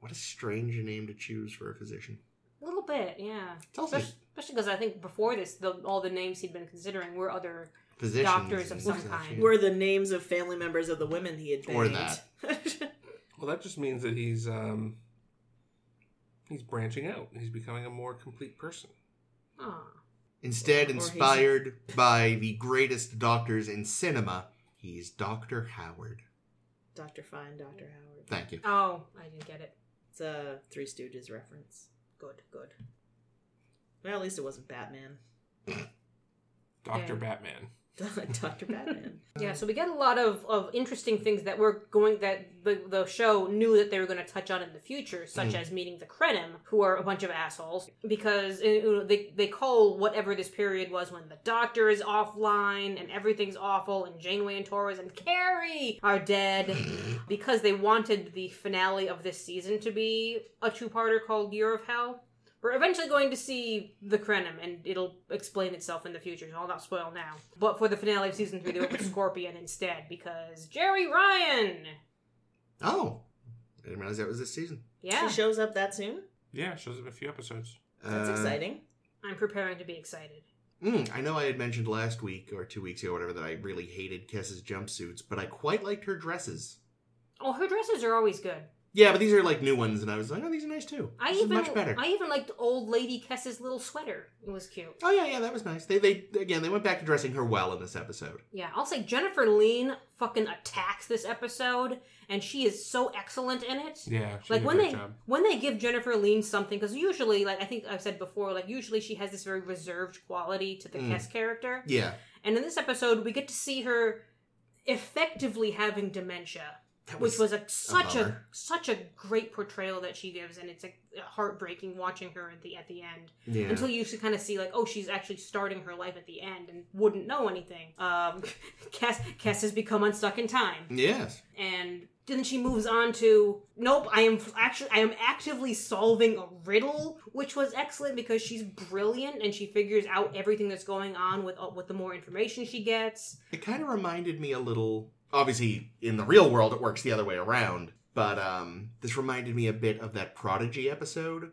[SPEAKER 2] what a strange name to choose for a physician.
[SPEAKER 1] A little bit, yeah.
[SPEAKER 2] It's also
[SPEAKER 1] Especially because I think before this, the, all the names he'd been considering were other.
[SPEAKER 2] physicians
[SPEAKER 1] Doctors of
[SPEAKER 2] and
[SPEAKER 1] some
[SPEAKER 2] such,
[SPEAKER 1] kind.
[SPEAKER 2] yeah.
[SPEAKER 3] were the names of family members of the women he had banged.
[SPEAKER 2] Or that.
[SPEAKER 4] Well, that just means that he's um he's branching out. He's becoming a more complete person.
[SPEAKER 1] Oh,
[SPEAKER 2] Instead,
[SPEAKER 3] Or he's-
[SPEAKER 2] inspired by the greatest doctors in cinema, he's Doctor Howard.
[SPEAKER 3] Doctor Fine, Doctor Howard.
[SPEAKER 2] Thank you.
[SPEAKER 1] oh, I didn't get it.
[SPEAKER 3] It's a Three Stooges reference.
[SPEAKER 1] Good, good.
[SPEAKER 3] Well, at least it wasn't Batman.
[SPEAKER 4] Doctor
[SPEAKER 1] Yeah.
[SPEAKER 4] Batman.
[SPEAKER 3] Doctor Batman.
[SPEAKER 1] Yeah, so we get a lot of, of interesting things that we're going that the, the show knew that they were going to touch on in the future, such
[SPEAKER 2] Mm.
[SPEAKER 1] as meeting the Krenim, who are a bunch of assholes because uh, you know, they they call whatever this period was when the Doctor is offline and everything's awful and Janeway and Torres and Carrie are dead because they wanted the finale of this season to be a two parter called Year of Hell. We're eventually going to see the Krenim, and it'll explain itself in the future. So I'll not spoil now. But for the finale of season three, they went with Scorpion instead because Jerry Ryan.
[SPEAKER 2] Oh, I didn't realize that was this season.
[SPEAKER 1] Yeah,
[SPEAKER 3] She shows up that soon.
[SPEAKER 4] Yeah, shows up in a few episodes.
[SPEAKER 3] That's
[SPEAKER 2] Uh,
[SPEAKER 3] exciting.
[SPEAKER 1] I'm preparing to be excited.
[SPEAKER 2] Mm, I know I had mentioned last week or two weeks ago, whatever, that I really hated Kess's jumpsuits, but I quite liked her dresses.
[SPEAKER 1] Oh, her dresses are always good.
[SPEAKER 2] Yeah, but these are like new ones, and I was like, oh, these are nice too.
[SPEAKER 1] I
[SPEAKER 2] this
[SPEAKER 1] even
[SPEAKER 2] is much better.
[SPEAKER 1] I even liked old lady Kess's little sweater. It was cute.
[SPEAKER 2] Oh yeah, yeah, that was nice. They they again they went back to dressing her well in this episode.
[SPEAKER 1] Yeah, I'll say Jennifer Lean fucking attacks this episode, and she is so excellent in it.
[SPEAKER 4] Yeah, she
[SPEAKER 1] like
[SPEAKER 4] did a
[SPEAKER 1] when
[SPEAKER 4] great
[SPEAKER 1] they
[SPEAKER 4] job.
[SPEAKER 1] when they give Jennifer Lean something, because usually, like I think I've said before, like usually she has this very reserved quality to the
[SPEAKER 2] Mm.
[SPEAKER 1] Kess character,
[SPEAKER 2] Yeah,
[SPEAKER 1] and in this episode we get to see her effectively having dementia,
[SPEAKER 2] that
[SPEAKER 1] which was a, such a,
[SPEAKER 2] bummer.
[SPEAKER 1] such a great portrayal that she gives, and it's like heartbreaking watching her at the at the end
[SPEAKER 2] yeah.
[SPEAKER 1] until you should kind of see like oh she's actually starting her life at the end and wouldn't know anything. Um, Kess Kess has become unstuck in time
[SPEAKER 2] yes.
[SPEAKER 1] and then she moves on to nope i am f- actually i am actively solving a riddle which was excellent because she's brilliant and she figures out everything that's going on with uh, with the more information she gets
[SPEAKER 2] It kind of reminded me a little. Obviously, in the real world, it works the other way around. But um, this reminded me a bit of that Prodigy episode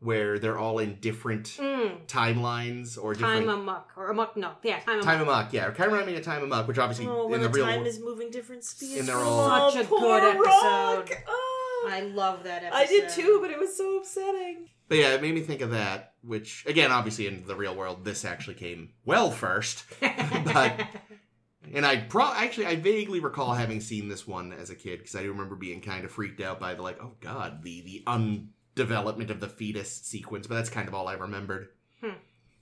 [SPEAKER 2] where they're all in different
[SPEAKER 1] mm,
[SPEAKER 2] timelines or
[SPEAKER 1] time
[SPEAKER 2] different
[SPEAKER 1] amuck or amuck no yeah time amuck
[SPEAKER 2] time amok. Yeah, it kind of reminded me of time amok, which obviously
[SPEAKER 3] Um, Oh,
[SPEAKER 2] in
[SPEAKER 3] when
[SPEAKER 2] the
[SPEAKER 3] the,
[SPEAKER 2] real
[SPEAKER 3] time
[SPEAKER 2] world.
[SPEAKER 3] is moving different speeds.
[SPEAKER 2] And they're
[SPEAKER 3] Oh,
[SPEAKER 2] all-
[SPEAKER 1] Such a
[SPEAKER 3] poor
[SPEAKER 1] good
[SPEAKER 3] Rock!
[SPEAKER 1] episode.
[SPEAKER 3] Oh.
[SPEAKER 1] i love that episode
[SPEAKER 3] I did too, but it was so upsetting.
[SPEAKER 2] But yeah, it made me think of that. Which again, obviously, in the real world, this actually came well first. But- And I pro actually I vaguely recall having seen this one as a kid because I do remember being kind of freaked out by the like oh god the the undevelopment of the fetus sequence, but that's kind of all I remembered.
[SPEAKER 1] Hmm.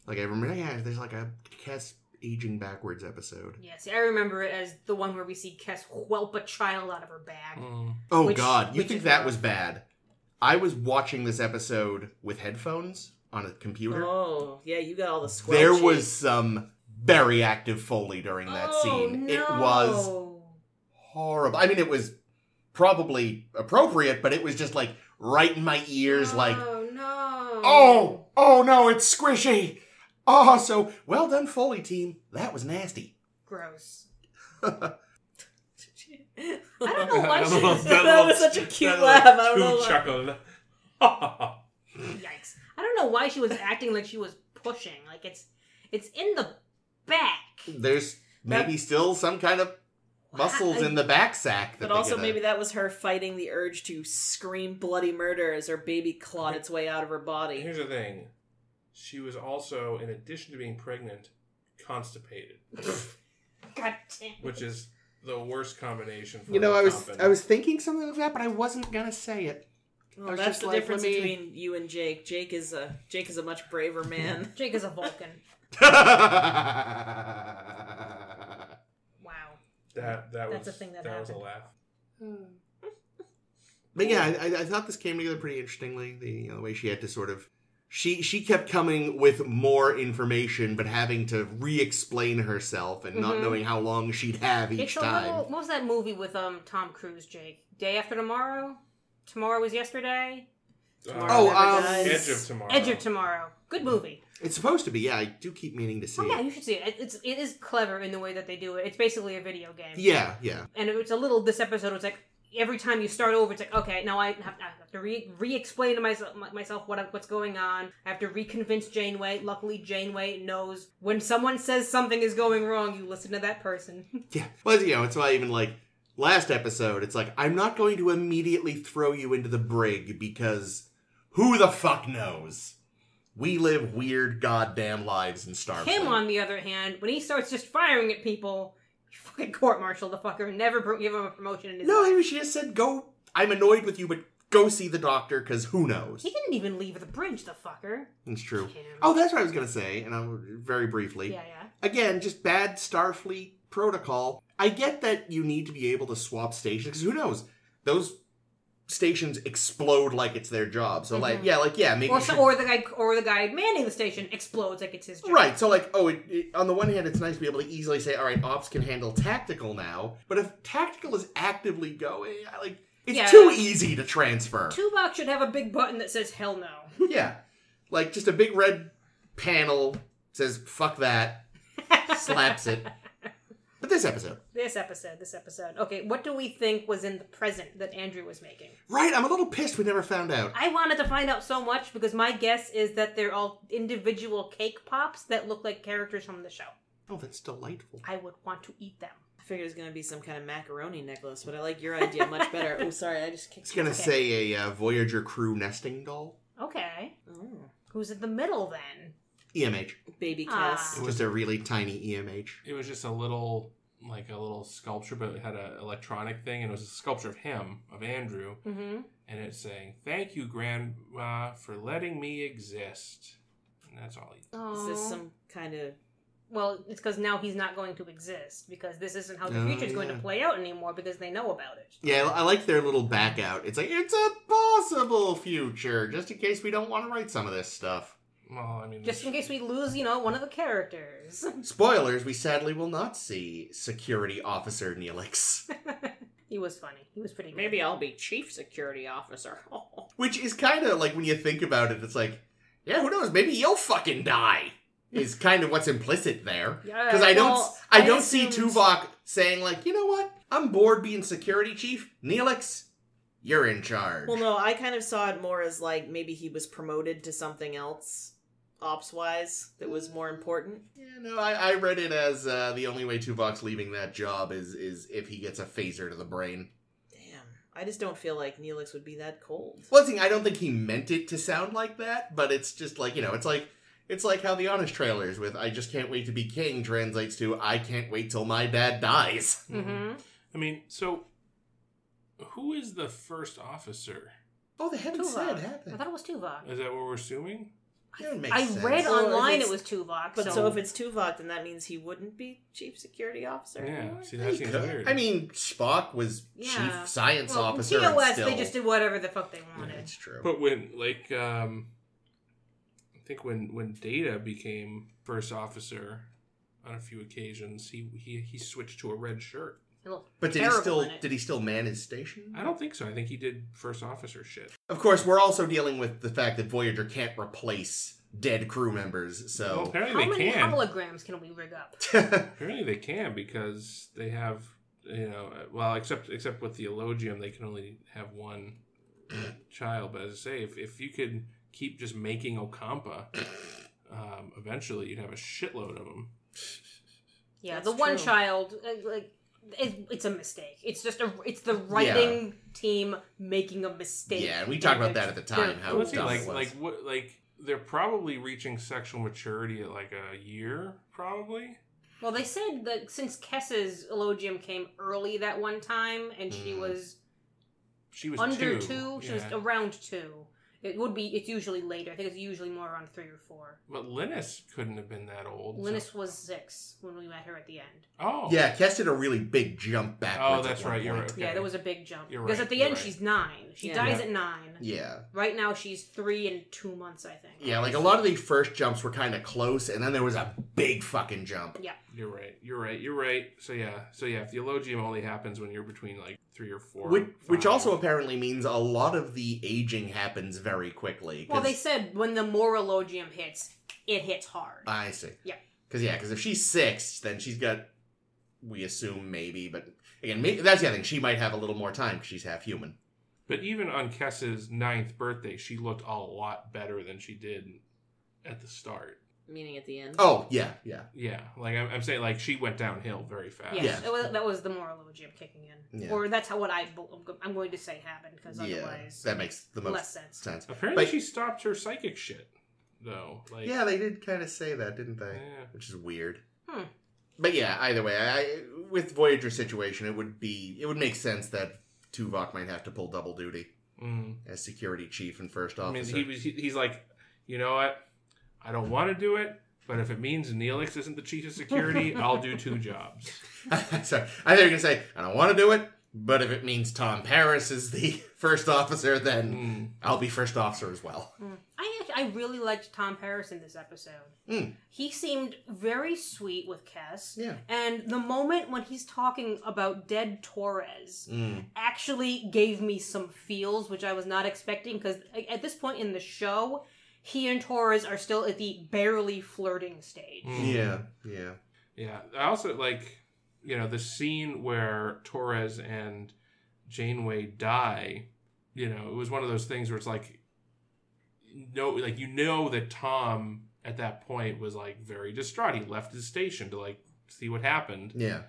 [SPEAKER 2] Like I remember yeah, there's like a Cass aging backwards episode.
[SPEAKER 1] yeah see i remember it as the one where we see kess whelp a child out of her bag
[SPEAKER 4] Mm.
[SPEAKER 2] Oh
[SPEAKER 1] Which-
[SPEAKER 2] god, you
[SPEAKER 1] which
[SPEAKER 2] think
[SPEAKER 1] is
[SPEAKER 2] that
[SPEAKER 1] rough.
[SPEAKER 2] was bad? I was watching this episode with headphones on a computer.
[SPEAKER 3] Oh, yeah, you got all the squelch.
[SPEAKER 2] there was some very active foley during that
[SPEAKER 1] Oh,
[SPEAKER 2] scene. It was
[SPEAKER 1] no.
[SPEAKER 2] horrible. I mean, it was probably appropriate, but it was just like right in my ears, like,
[SPEAKER 1] oh no
[SPEAKER 2] oh, oh no, it's squishy. Oh, so well done, Foley team. That was nasty.
[SPEAKER 1] gross
[SPEAKER 3] I
[SPEAKER 1] i don't know why
[SPEAKER 4] That
[SPEAKER 1] she
[SPEAKER 4] little-
[SPEAKER 3] That was
[SPEAKER 4] little-
[SPEAKER 3] such a cute
[SPEAKER 4] that
[SPEAKER 3] laugh. I don't
[SPEAKER 4] little
[SPEAKER 3] know why.
[SPEAKER 4] chuckle.
[SPEAKER 1] Yikes. I I don't know why she was acting like she was pushing. Like it's it's in the back.
[SPEAKER 2] There's maybe still some kind of muscles in the back sack that
[SPEAKER 3] But
[SPEAKER 2] they
[SPEAKER 3] also,
[SPEAKER 2] gotta-
[SPEAKER 3] maybe that was her fighting the urge to scream bloody murder as her baby clawed its way out of her body.
[SPEAKER 4] Here's the thing. She was also, in addition to being pregnant, constipated,
[SPEAKER 1] God damn.
[SPEAKER 4] which is the worst combination. For
[SPEAKER 2] You know,
[SPEAKER 4] a
[SPEAKER 2] I was
[SPEAKER 4] coffin.
[SPEAKER 2] I was thinking something like that, but I wasn't gonna say it. I
[SPEAKER 3] Well,
[SPEAKER 2] was
[SPEAKER 3] that's
[SPEAKER 2] just
[SPEAKER 3] the
[SPEAKER 2] like,
[SPEAKER 3] difference
[SPEAKER 2] let me-
[SPEAKER 3] between you and Jake. Jake is a Jake is a much braver man.
[SPEAKER 1] Jake is a Vulcan. Wow.
[SPEAKER 4] that. That
[SPEAKER 1] That's
[SPEAKER 4] was
[SPEAKER 1] a thing that
[SPEAKER 4] that was a
[SPEAKER 1] happened.
[SPEAKER 4] laugh.
[SPEAKER 2] but yeah, I, I- I thought this came together pretty interestingly. The, you know, the way she had to sort of she she kept coming with more information, but having to re-explain herself and not
[SPEAKER 1] Mhm.
[SPEAKER 2] knowing how long she'd have each
[SPEAKER 1] it's
[SPEAKER 2] time.
[SPEAKER 1] a little. What was that movie with um Tom Cruise? Jake. Day after tomorrow. Tomorrow was yesterday.
[SPEAKER 3] Tomorrow
[SPEAKER 2] Oh,
[SPEAKER 3] never
[SPEAKER 2] um,
[SPEAKER 3] dies.
[SPEAKER 4] Edge of tomorrow.
[SPEAKER 1] Edge of Tomorrow. Good movie.
[SPEAKER 2] It's supposed to be. Yeah, I do keep meaning to see
[SPEAKER 1] Oh yeah,
[SPEAKER 2] it.
[SPEAKER 1] you should see it. It- It's it is clever in the way that they do it. It's basically a video game.
[SPEAKER 2] Yeah, yeah.
[SPEAKER 1] And it was a little. This episode was like every time you start over, it's like okay, now I have, I have to re re-explain to myself my- myself what I- what's going on. I have to reconvince Janeway. Luckily, Janeway knows when someone says something is going wrong, you listen to that person.
[SPEAKER 2] Yeah. Well, you know, it's why even like last episode, it's like I'm not going to immediately throw you into the brig because who the fuck knows? We live weird goddamn lives in Starfleet.
[SPEAKER 1] Him, on the other hand, when he starts just firing at people, you fucking court-martial the fucker and never pro- give him a promotion in his
[SPEAKER 2] No,
[SPEAKER 1] life.
[SPEAKER 2] I mean she just said go. I'm annoyed with you, but go see the doctor because who knows?
[SPEAKER 1] He didn't even leave the bridge, the fucker.
[SPEAKER 2] It's true.
[SPEAKER 1] Him.
[SPEAKER 2] Oh, that's what I was gonna say, and I'll very briefly.
[SPEAKER 1] Yeah, yeah.
[SPEAKER 2] again, just bad Starfleet protocol. I get that you need to be able to swap stations because who knows? Those stations explode like it's their job. So, like,
[SPEAKER 1] Mhm.
[SPEAKER 2] yeah, like, yeah, maybe.
[SPEAKER 1] Or,
[SPEAKER 2] you
[SPEAKER 1] so,
[SPEAKER 2] should-
[SPEAKER 1] or the guy, or the guy manning the station explodes like it's his job.
[SPEAKER 2] Right, so like, oh, it, it, on the one hand, it's nice to be able to easily say, all right, ops can handle tactical now, but if tactical is actively going, I, like, it's
[SPEAKER 1] Yeah.
[SPEAKER 2] too easy to transfer.
[SPEAKER 1] Tuvok should have a big button that says "Hell no."
[SPEAKER 2] yeah, like just a big red panel says "fuck that," slaps it. But this episode,
[SPEAKER 1] this episode, this episode. Okay, what do we think was in the present that Andrew was making?
[SPEAKER 2] right? I'm a little pissed we never found out.
[SPEAKER 1] I wanted to find out so much because my guess is that they're all individual cake pops that look like characters from the show.
[SPEAKER 2] Oh, that's delightful.
[SPEAKER 1] I would want to eat them.
[SPEAKER 3] I figured it was gonna be some kind of macaroni necklace, but I like your idea much better. oh, sorry, I just
[SPEAKER 2] I was
[SPEAKER 3] kicked.
[SPEAKER 2] gonna
[SPEAKER 1] Okay.
[SPEAKER 2] say a uh, Voyager crew nesting doll.
[SPEAKER 1] Okay,
[SPEAKER 3] Oh,
[SPEAKER 1] who's in the middle then?
[SPEAKER 2] EMH.
[SPEAKER 3] baby
[SPEAKER 1] Ah.
[SPEAKER 3] kiss.
[SPEAKER 2] It was a really tiny E EMH.
[SPEAKER 4] It was just a little, like a little sculpture, but it had an electronic thing, and it was a sculpture of him, of Andrew,
[SPEAKER 1] Mm-hmm.
[SPEAKER 4] and it's saying, "Thank you, Grandma, for letting me exist." And that's all. He,
[SPEAKER 3] Is this some kind of
[SPEAKER 1] Well, it's because now he's not going to exist because this isn't how the
[SPEAKER 2] Oh,
[SPEAKER 1] future's going to
[SPEAKER 2] yeah.
[SPEAKER 1] play out anymore because they know about it.
[SPEAKER 2] Yeah, I I like their little back out. It's like it's a possible future, just in case we don't want to write some of this stuff.
[SPEAKER 4] well, I mean,
[SPEAKER 1] Just in case we lose, you know, one of the characters.
[SPEAKER 2] Spoilers: We sadly will not see Security Officer Neelix,
[SPEAKER 1] he was funny. He was pretty good.
[SPEAKER 3] maybe I'll be chief security officer.
[SPEAKER 2] which is kind of like when you think about it, it's like, yeah, who knows? Maybe you'll fucking die. Is kind of what's implicit there.
[SPEAKER 1] Yeah,
[SPEAKER 2] Because I don't,
[SPEAKER 1] Uh, well,
[SPEAKER 2] I
[SPEAKER 1] I
[SPEAKER 2] don't see
[SPEAKER 1] assumed-
[SPEAKER 2] Tuvok saying like, you know what? I'm bored being security chief. Neelix, you're in charge.
[SPEAKER 3] Well, no, I kind of saw it more as like maybe he was promoted to something else, ops wise, that was more important.
[SPEAKER 2] Yeah, no, I, I read it as uh, the only way Tuvok's leaving that job is is if he gets a phaser to the brain.
[SPEAKER 3] Damn, I just don't feel like Neelix would be that cold.
[SPEAKER 2] One thing I don't think he meant it to sound like that, but it's just like you know, it's like it's like how the Honest trailers with "I just can't wait to be king" translates to "I can't wait till my dad dies."
[SPEAKER 1] Mhm.
[SPEAKER 4] I mean, so who is the first officer?
[SPEAKER 2] Oh, they haven't said,
[SPEAKER 1] Tuvok.
[SPEAKER 2] have
[SPEAKER 1] uh, I
[SPEAKER 2] they?
[SPEAKER 1] thought it was Tuvok.
[SPEAKER 4] Is that what we're assuming?
[SPEAKER 2] That would make
[SPEAKER 1] I
[SPEAKER 2] sense.
[SPEAKER 1] read
[SPEAKER 3] Well, if
[SPEAKER 1] online
[SPEAKER 3] it's-
[SPEAKER 1] it was Tuvok.
[SPEAKER 3] But so,
[SPEAKER 1] so,
[SPEAKER 3] if it's Tuvok, then that means he wouldn't be chief security officer.
[SPEAKER 4] Yeah.
[SPEAKER 3] anymore?
[SPEAKER 4] See, that seems weird.
[SPEAKER 2] I mean, Spock was
[SPEAKER 1] Yeah.
[SPEAKER 2] chief science
[SPEAKER 1] well, in
[SPEAKER 2] officer. and
[SPEAKER 1] TOS,
[SPEAKER 2] still...
[SPEAKER 1] they just did whatever the fuck they
[SPEAKER 2] Yeah,
[SPEAKER 1] wanted.
[SPEAKER 2] it's true.
[SPEAKER 4] But when like um I think when when Data became first officer on a few occasions, he he he switched to a red shirt.
[SPEAKER 1] They looked
[SPEAKER 2] But did he
[SPEAKER 1] terrible
[SPEAKER 2] still
[SPEAKER 1] in it.
[SPEAKER 2] did he still man his station?
[SPEAKER 4] I don't think so. I think he did first officer shit.
[SPEAKER 2] Of course, we're also dealing with the fact that Voyager can't replace dead crew members.
[SPEAKER 4] Well,
[SPEAKER 2] So
[SPEAKER 1] How
[SPEAKER 4] apparently they
[SPEAKER 1] many
[SPEAKER 4] can.
[SPEAKER 1] holograms can we rig up?
[SPEAKER 4] apparently they can because they have you know uh, well except except with the elogium they can only have one child. But as I say, if if you could keep just making Okampa, um, eventually you'd have a shitload of them.
[SPEAKER 1] Yeah,
[SPEAKER 3] That's
[SPEAKER 1] the one
[SPEAKER 3] true.
[SPEAKER 1] child, uh, like, it, it's a mistake. It's just a, it's the writing team making a mistake.
[SPEAKER 2] Yeah, and we talked about that at the time.
[SPEAKER 1] They're-
[SPEAKER 2] How
[SPEAKER 4] Let's see,
[SPEAKER 2] dumb
[SPEAKER 4] like
[SPEAKER 2] it was.
[SPEAKER 4] like what like they're probably reaching sexual maturity at like a year, probably.
[SPEAKER 1] Well, they said that since Kessa's eulogium came early that one time, and she
[SPEAKER 2] Mm.
[SPEAKER 1] was,
[SPEAKER 4] She was
[SPEAKER 1] under two,
[SPEAKER 4] two.
[SPEAKER 1] she was
[SPEAKER 4] yeah.
[SPEAKER 1] around two. It would be. It's usually later. I think it's usually more around three or four.
[SPEAKER 4] But Linus couldn't have been that old. so-
[SPEAKER 1] Linus was six when we met her at the end.
[SPEAKER 4] Oh
[SPEAKER 2] yeah, Kes did a really big jump backwards.
[SPEAKER 4] Oh,
[SPEAKER 2] at
[SPEAKER 4] that's
[SPEAKER 2] one
[SPEAKER 4] right. You're
[SPEAKER 2] point.
[SPEAKER 4] right. Okay.
[SPEAKER 1] Yeah, there was a big jump
[SPEAKER 4] You're
[SPEAKER 1] because
[SPEAKER 4] right,
[SPEAKER 1] at the
[SPEAKER 4] you're
[SPEAKER 1] end
[SPEAKER 4] right.
[SPEAKER 1] she's nine. She
[SPEAKER 3] Yeah.
[SPEAKER 1] dies
[SPEAKER 4] Yeah.
[SPEAKER 1] at nine.
[SPEAKER 2] Yeah.
[SPEAKER 1] Right now she's three and two months, I think.
[SPEAKER 2] Yeah, like a lot of the first jumps were kind of close, and then there was a big fucking jump.
[SPEAKER 4] You're right. You're right. You're right. So yeah. So yeah. If the eulogium only happens when you're between like three or four,
[SPEAKER 2] Which, which
[SPEAKER 4] five.
[SPEAKER 2] also apparently means a lot of the aging happens very quickly. 'cause-
[SPEAKER 1] Well, they said when the Morologium hits, it hits hard.
[SPEAKER 2] I see.
[SPEAKER 1] Yeah.
[SPEAKER 2] Because yeah, because if she's six, then she's got. We assume maybe, but again, maybe, that's the other thing. She might have a little more time because she's half human.
[SPEAKER 4] But even on Kessa's ninth birthday, she looked a lot better than she did at the start.
[SPEAKER 3] Meaning at the end.
[SPEAKER 2] Oh yeah, yeah,
[SPEAKER 4] Yeah, like I'm, I'm saying, like she went downhill very fast.
[SPEAKER 1] yeah,
[SPEAKER 2] Yeah.
[SPEAKER 1] It was, that was the Morologium kicking in,
[SPEAKER 2] Yeah.
[SPEAKER 1] or that's how what I bel- I'm going to say happened because
[SPEAKER 2] yeah.
[SPEAKER 1] otherwise,
[SPEAKER 2] That makes the most
[SPEAKER 1] less sense.
[SPEAKER 2] sense.
[SPEAKER 4] Apparently,
[SPEAKER 2] But-
[SPEAKER 4] she stopped her psychic shit though. Like,
[SPEAKER 2] Yeah, they did kind of say that, didn't they?
[SPEAKER 4] yeah.
[SPEAKER 2] Which is weird.
[SPEAKER 1] Hmm.
[SPEAKER 2] But yeah, either way, I with Voyager situation, it would be it would make sense that Tuvok might have to pull double duty
[SPEAKER 4] Mm.
[SPEAKER 2] as security chief and first
[SPEAKER 4] I mean,
[SPEAKER 2] officer.
[SPEAKER 4] he was. He, he's like, you know what? I don't want to do it, but if it means Neelix isn't the chief of security, I'll do two jobs.
[SPEAKER 2] Sorry, I thought you were gonna say I don't want to do it, but if it means Tom Paris is the first officer, then
[SPEAKER 4] Mm.
[SPEAKER 2] I'll be first officer as well.
[SPEAKER 1] Mm. I act- I really liked Tom Paris in this episode.
[SPEAKER 2] Mm.
[SPEAKER 1] He seemed very sweet with Kes,
[SPEAKER 2] Yeah.
[SPEAKER 1] and the moment when he's talking about dead Torres
[SPEAKER 2] Mm.
[SPEAKER 1] actually gave me some feels, which I was not expecting because at this point in the show, he and Torres are still at the barely flirting stage.
[SPEAKER 4] Mm.
[SPEAKER 2] Yeah. Yeah.
[SPEAKER 4] Yeah. I also like, you know, the scene where Torres and Janeway die, you know, it was one of those things where it's like, no, like, you know that Tom at that point was like very distraught. He left his station to like see what happened.
[SPEAKER 2] Yeah.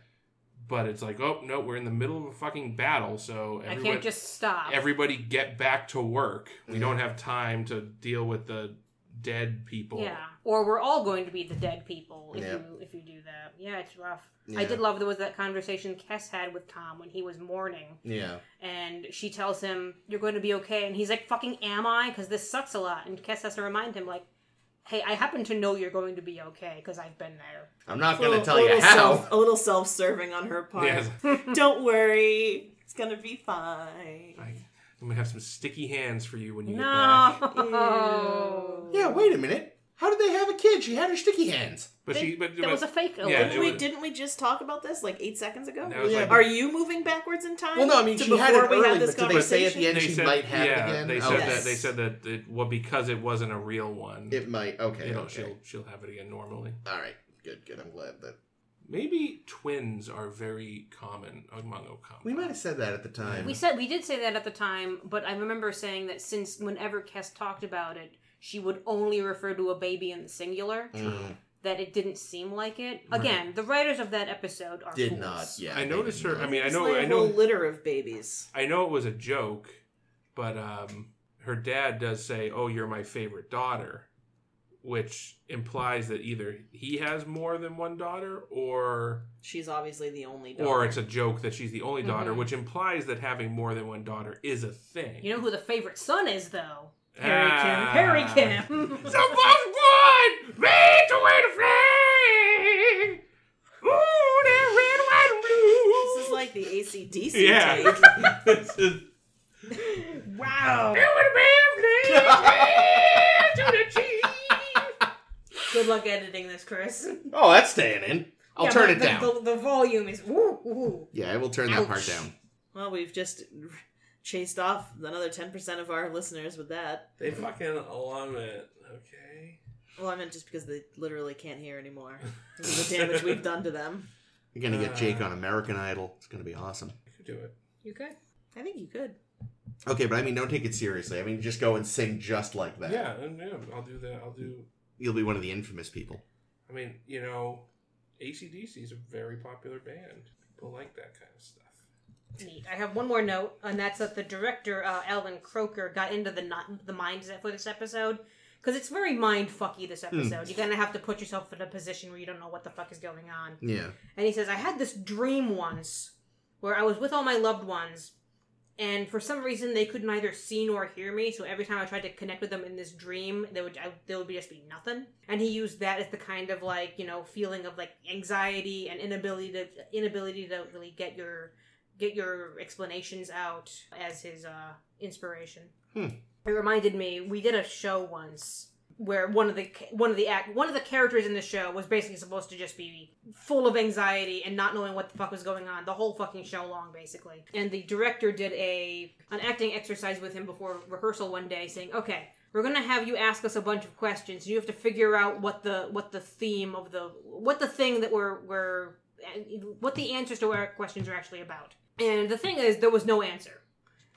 [SPEAKER 4] But it's like, oh, no, we're in the middle of a fucking battle. So
[SPEAKER 1] I
[SPEAKER 4] everyone,
[SPEAKER 1] can't just stop.
[SPEAKER 4] everybody get back to work. We
[SPEAKER 2] Yeah.
[SPEAKER 4] don't have time to deal with the dead people.
[SPEAKER 1] Yeah, or we're all going to be the dead people if
[SPEAKER 2] Yeah.
[SPEAKER 1] you if you do that. Yeah, it's rough. I
[SPEAKER 2] Yeah.
[SPEAKER 1] did love there was that conversation Kes had with Tom when he was mourning,
[SPEAKER 2] Yeah.
[SPEAKER 1] and she tells him, "You're going to be okay," and he's like, "Fucking am I?" Because this sucks a lot, and Kes has to remind him, like, "Hey, I happen to know you're going to be okay because I've been there."
[SPEAKER 2] I'm not
[SPEAKER 3] A little-
[SPEAKER 2] gonna tell
[SPEAKER 3] a
[SPEAKER 2] you
[SPEAKER 3] little
[SPEAKER 2] how.
[SPEAKER 3] Self, a little self-serving on her part.
[SPEAKER 4] Yes.
[SPEAKER 3] Don't worry, it's gonna be fine.
[SPEAKER 4] I, I'm gonna have some sticky hands for you when you get
[SPEAKER 1] No.
[SPEAKER 4] back.
[SPEAKER 3] Ew.
[SPEAKER 2] Yeah. Wait a minute. How did they have a kid? She had her sticky hands.
[SPEAKER 4] But she, but,
[SPEAKER 1] That
[SPEAKER 4] but
[SPEAKER 1] was a fake.
[SPEAKER 4] Yeah,
[SPEAKER 1] alert.
[SPEAKER 4] it
[SPEAKER 3] Didn't we,
[SPEAKER 4] was-
[SPEAKER 3] didn't we just talk about this like eight seconds ago?
[SPEAKER 4] that was
[SPEAKER 2] Yeah,
[SPEAKER 4] like,
[SPEAKER 3] Are you moving backwards in time?
[SPEAKER 2] Well, no, I mean
[SPEAKER 3] to
[SPEAKER 2] she had it
[SPEAKER 3] before we
[SPEAKER 2] early,
[SPEAKER 3] had this
[SPEAKER 2] but did they say at
[SPEAKER 3] conversation?
[SPEAKER 2] the end
[SPEAKER 4] they
[SPEAKER 2] she
[SPEAKER 4] said,
[SPEAKER 2] might have
[SPEAKER 4] yeah,
[SPEAKER 2] it again?
[SPEAKER 4] they
[SPEAKER 2] Oh,
[SPEAKER 4] said
[SPEAKER 2] okay.
[SPEAKER 3] Yes.
[SPEAKER 4] that they said that it well because it wasn't a real one.
[SPEAKER 2] It might. Okay.
[SPEAKER 4] you know,
[SPEAKER 2] okay.
[SPEAKER 4] she'll she'll have it again normally.
[SPEAKER 2] All right. Good. Good. I'm glad that
[SPEAKER 4] Maybe twins are very common among Okama.
[SPEAKER 2] we might have said that at the time.
[SPEAKER 1] We said we did say that at the time, but I remember saying that since whenever Kes talked about it, she would only refer to a baby in the singular.
[SPEAKER 2] Mm,
[SPEAKER 1] That it didn't seem like it.
[SPEAKER 4] Right.
[SPEAKER 1] Again, the writers of that episode are
[SPEAKER 2] did
[SPEAKER 1] fools.
[SPEAKER 2] not. Yeah.
[SPEAKER 4] I
[SPEAKER 2] they
[SPEAKER 4] noticed
[SPEAKER 2] did
[SPEAKER 4] her.
[SPEAKER 2] not.
[SPEAKER 4] I mean, I
[SPEAKER 3] It's
[SPEAKER 4] know,
[SPEAKER 3] like
[SPEAKER 4] I
[SPEAKER 3] a whole
[SPEAKER 4] know,
[SPEAKER 3] litter of babies.
[SPEAKER 4] I know it was a joke, but um, her dad does say, "Oh, you're my favorite daughter," which implies that either he has more than one daughter, or
[SPEAKER 3] She's obviously the only daughter.
[SPEAKER 4] or it's a joke that she's the only daughter,
[SPEAKER 1] Mhm.
[SPEAKER 4] which implies that having more than one daughter is a thing.
[SPEAKER 1] You know who the favorite son is, though? Harry
[SPEAKER 4] Ah.
[SPEAKER 1] Kim. Harry Kim.
[SPEAKER 4] Someone's born! Lead the way to flee! Ooh, they're red, white, and blue!
[SPEAKER 3] this is like the ACDC take.
[SPEAKER 4] Yeah. this is...
[SPEAKER 1] wow.
[SPEAKER 4] It would be flee to the cheese!
[SPEAKER 1] Good luck editing this, Chris.
[SPEAKER 2] Oh, that's staying in. I'll
[SPEAKER 1] Yeah,
[SPEAKER 2] turn
[SPEAKER 1] but
[SPEAKER 2] it
[SPEAKER 1] the,
[SPEAKER 2] down.
[SPEAKER 1] The, the volume is. Woo, woo.
[SPEAKER 2] yeah, I will turn that part
[SPEAKER 1] Ouch.
[SPEAKER 2] down.
[SPEAKER 3] Well, we've just chased off another 10% of our listeners with that.
[SPEAKER 4] They fucking love it, okay?
[SPEAKER 3] Well, I meant just because they literally can't hear anymore. This is the damage we've done to them.
[SPEAKER 2] You're gonna get Jake
[SPEAKER 4] Uh.
[SPEAKER 2] on American Idol. It's gonna be awesome.
[SPEAKER 4] You could do it.
[SPEAKER 1] You good?
[SPEAKER 3] I think you could.
[SPEAKER 2] Okay, but I mean, don't take it seriously. I mean, just go and sing just like that.
[SPEAKER 4] Yeah, and yeah, I'll do that. I'll do.
[SPEAKER 2] You'll be one of the infamous people.
[SPEAKER 4] I mean, you know, ACDC is a very popular band. People like that kind of stuff.
[SPEAKER 1] Neat. I have one more note, and that's that the director uh, Alan Croker got into the ni- the mindset for this episode because it's very mind fucky. This episode, you're gonna have to put yourself in a position where you don't know what the fuck is going on.
[SPEAKER 2] Yeah.
[SPEAKER 1] And he says, I had this dream once where I was with all my loved ones, and for some reason they could neither see nor hear me. So every time I tried to connect with them in this dream, there would I, there would be just be nothing. And he used that as the kind of like you know feeling of like anxiety and inability to inability to really get your get your explanations out as his uh, inspiration.
[SPEAKER 2] Hmm.
[SPEAKER 1] It reminded me we did a show once where one of the one of the act one of the characters in the show was basically supposed to just be full of anxiety and not knowing what the fuck was going on the whole fucking show long basically and the director did a an acting exercise with him before rehearsal one day saying okay we're gonna have you ask us a bunch of questions you have to figure out what the what the theme of the what the thing that we're we're what the answers to our questions are actually about and the thing is there was no answer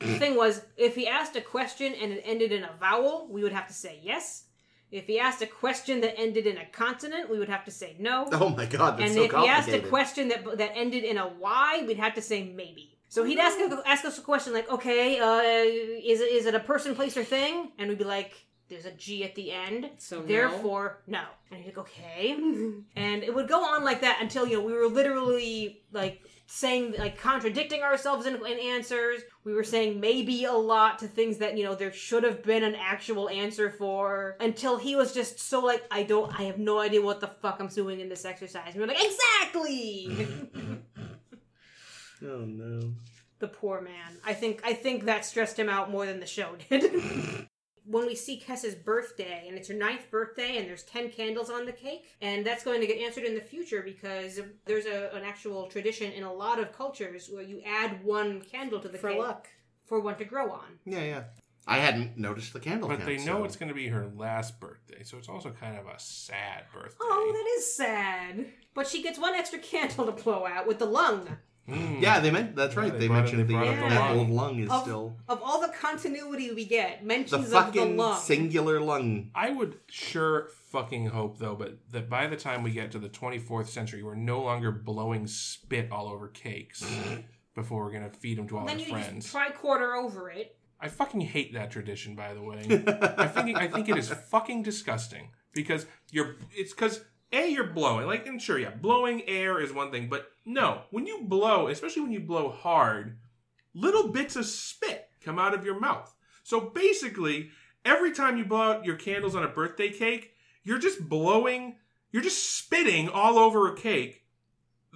[SPEAKER 1] the thing was if he asked a question and it ended in a vowel we would have to say yes if he asked a question that ended in a consonant, we would have to say no.
[SPEAKER 2] Oh my God, that's
[SPEAKER 1] and
[SPEAKER 2] so
[SPEAKER 1] if he asked
[SPEAKER 2] complicated.
[SPEAKER 1] a question that that ended in a Y, we'd have to say maybe. So he'd ask ask us a question like, "Okay, uh, is it is it a person, place, or thing?" And we'd be like, "There's a G at the end,
[SPEAKER 3] So no?
[SPEAKER 1] therefore no." And he'd go, "Okay," and it would go on like that until you know we were literally like saying like contradicting ourselves in, in answers we were saying maybe a lot to things that you know there should have been an actual answer for until he was just so like i don't i have no idea what the fuck i'm doing in this exercise and we we're like exactly
[SPEAKER 2] Oh no.
[SPEAKER 1] the poor man i think i think that stressed him out more than the show did when we see kess's birthday and it's her ninth birthday and there's 10 candles on the cake and that's going to get answered in the future because there's a, an actual tradition in a lot of cultures where you add one candle to the
[SPEAKER 3] for
[SPEAKER 1] cake
[SPEAKER 3] luck.
[SPEAKER 1] for one to grow on
[SPEAKER 2] Yeah, yeah. I hadn't noticed the candle
[SPEAKER 4] But
[SPEAKER 2] count,
[SPEAKER 4] they know
[SPEAKER 2] so-
[SPEAKER 4] it's going to be her last birthday, so it's also kind of a sad birthday.
[SPEAKER 1] oh that is sad but she gets one extra candle to blow out with the lung
[SPEAKER 4] Mm.
[SPEAKER 2] Yeah, they meant. That's
[SPEAKER 4] Yeah,
[SPEAKER 2] right.
[SPEAKER 4] they
[SPEAKER 2] They,
[SPEAKER 4] brought it-
[SPEAKER 2] mentioned
[SPEAKER 4] they
[SPEAKER 2] the,
[SPEAKER 4] brought
[SPEAKER 1] it
[SPEAKER 2] that
[SPEAKER 1] along.
[SPEAKER 2] old lung is
[SPEAKER 1] Of-
[SPEAKER 2] still
[SPEAKER 1] of all the continuity we get
[SPEAKER 2] the
[SPEAKER 1] mentions of the
[SPEAKER 2] fucking
[SPEAKER 1] lung
[SPEAKER 2] singular lung.
[SPEAKER 4] I would sure fucking hope though, but that by the time we get to the 24th century, we're no longer blowing spit all over cakes before we're gonna feed them to all
[SPEAKER 1] then
[SPEAKER 4] our
[SPEAKER 1] you
[SPEAKER 4] friends.
[SPEAKER 1] just tricorder over it
[SPEAKER 4] I fucking hate that tradition, by the way. I think I think it is fucking disgusting because you're it's because a you're blowing like and sure yeah blowing air is one thing, but no when you blow especially when you blow hard, little bits of spit come out of your mouth. So basically, every time you blow out your candles on a birthday cake, you're just blowing, you're just spitting all over a cake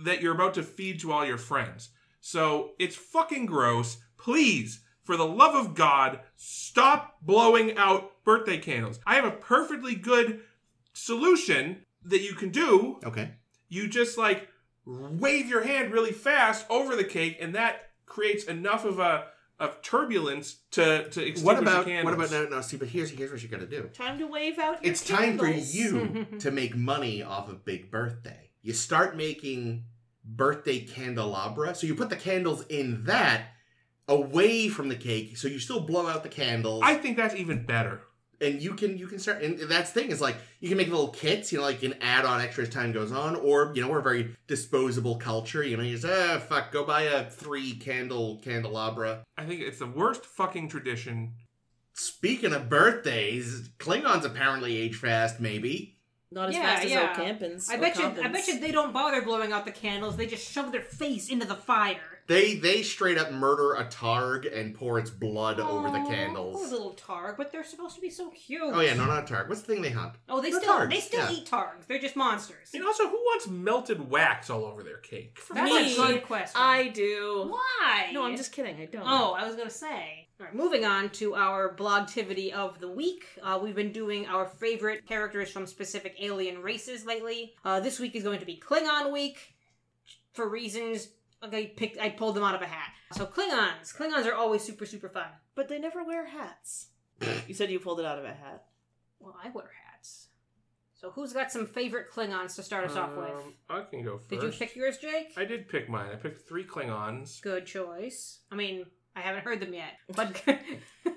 [SPEAKER 4] that you're about to feed to all your friends. So it's fucking gross. Please, for the love of God, stop blowing out birthday candles. I have a perfectly good solution that you can do.
[SPEAKER 2] Okay.
[SPEAKER 4] You just like wave your hand really fast over the cake, and that creates enough of a of turbulence to to extinguish
[SPEAKER 2] What about
[SPEAKER 4] the
[SPEAKER 2] what
[SPEAKER 4] candles.
[SPEAKER 2] about no no? See, but here's here's what you gotta do.
[SPEAKER 3] Time to wave out your
[SPEAKER 2] It's time for
[SPEAKER 3] candles.
[SPEAKER 2] you to make money off of Big Birthday. You start making birthday candelabra. So you put the candles in that away from the cake, so you still blow out the candles.
[SPEAKER 4] I think that's even better.
[SPEAKER 2] and you can you can start and that's the thing is like you can make little kits you know like you can add on extra as time goes on or you know we're a very disposable culture you know you just ah fuck go buy a three candle candelabra
[SPEAKER 4] I think it's the worst fucking tradition.
[SPEAKER 2] speaking of birthdays klingons apparently age fast maybe
[SPEAKER 3] Not as
[SPEAKER 1] Yeah,
[SPEAKER 3] fast as
[SPEAKER 1] yeah.
[SPEAKER 3] O'Campins.
[SPEAKER 1] I bet you. I
[SPEAKER 3] O'Compins.
[SPEAKER 1] bet you they don't bother blowing out the candles. They just shove their face into the fire.
[SPEAKER 2] they they straight up murder a targ and pour its blood over the
[SPEAKER 1] Aw, Poor
[SPEAKER 2] candles
[SPEAKER 1] little targ, but they're supposed to be so cute.
[SPEAKER 2] oh yeah no not a targ what's the thing they hunt
[SPEAKER 1] Oh, they
[SPEAKER 2] They're
[SPEAKER 1] still
[SPEAKER 2] targs,
[SPEAKER 1] they still
[SPEAKER 2] yeah.
[SPEAKER 1] eat targs. They're just monsters.
[SPEAKER 4] And also, who wants melted wax all over their cake?
[SPEAKER 1] That's
[SPEAKER 3] Me,
[SPEAKER 1] a good question.
[SPEAKER 3] I do.
[SPEAKER 1] why?
[SPEAKER 3] No, I'm just kidding. I don't.
[SPEAKER 1] Oh, I was gonna say. All right, moving on to our blogtivity of the week. Uh, we've been doing our favorite characters from specific alien races lately. Uh, this week is going to be Klingon week, for reasons like I picked. I pulled them out of a hat. So Klingons. Klingons are always super super fun.
[SPEAKER 3] But they never wear hats. you said you pulled it out of a hat.
[SPEAKER 1] Well, I wear hats. So who's got some favorite Klingons to start us off with?
[SPEAKER 4] Um, I can go first.
[SPEAKER 1] Did you pick yours, Jake?
[SPEAKER 4] I did pick mine. I picked three Klingons.
[SPEAKER 1] Good choice. I mean, I I haven't heard them yet. But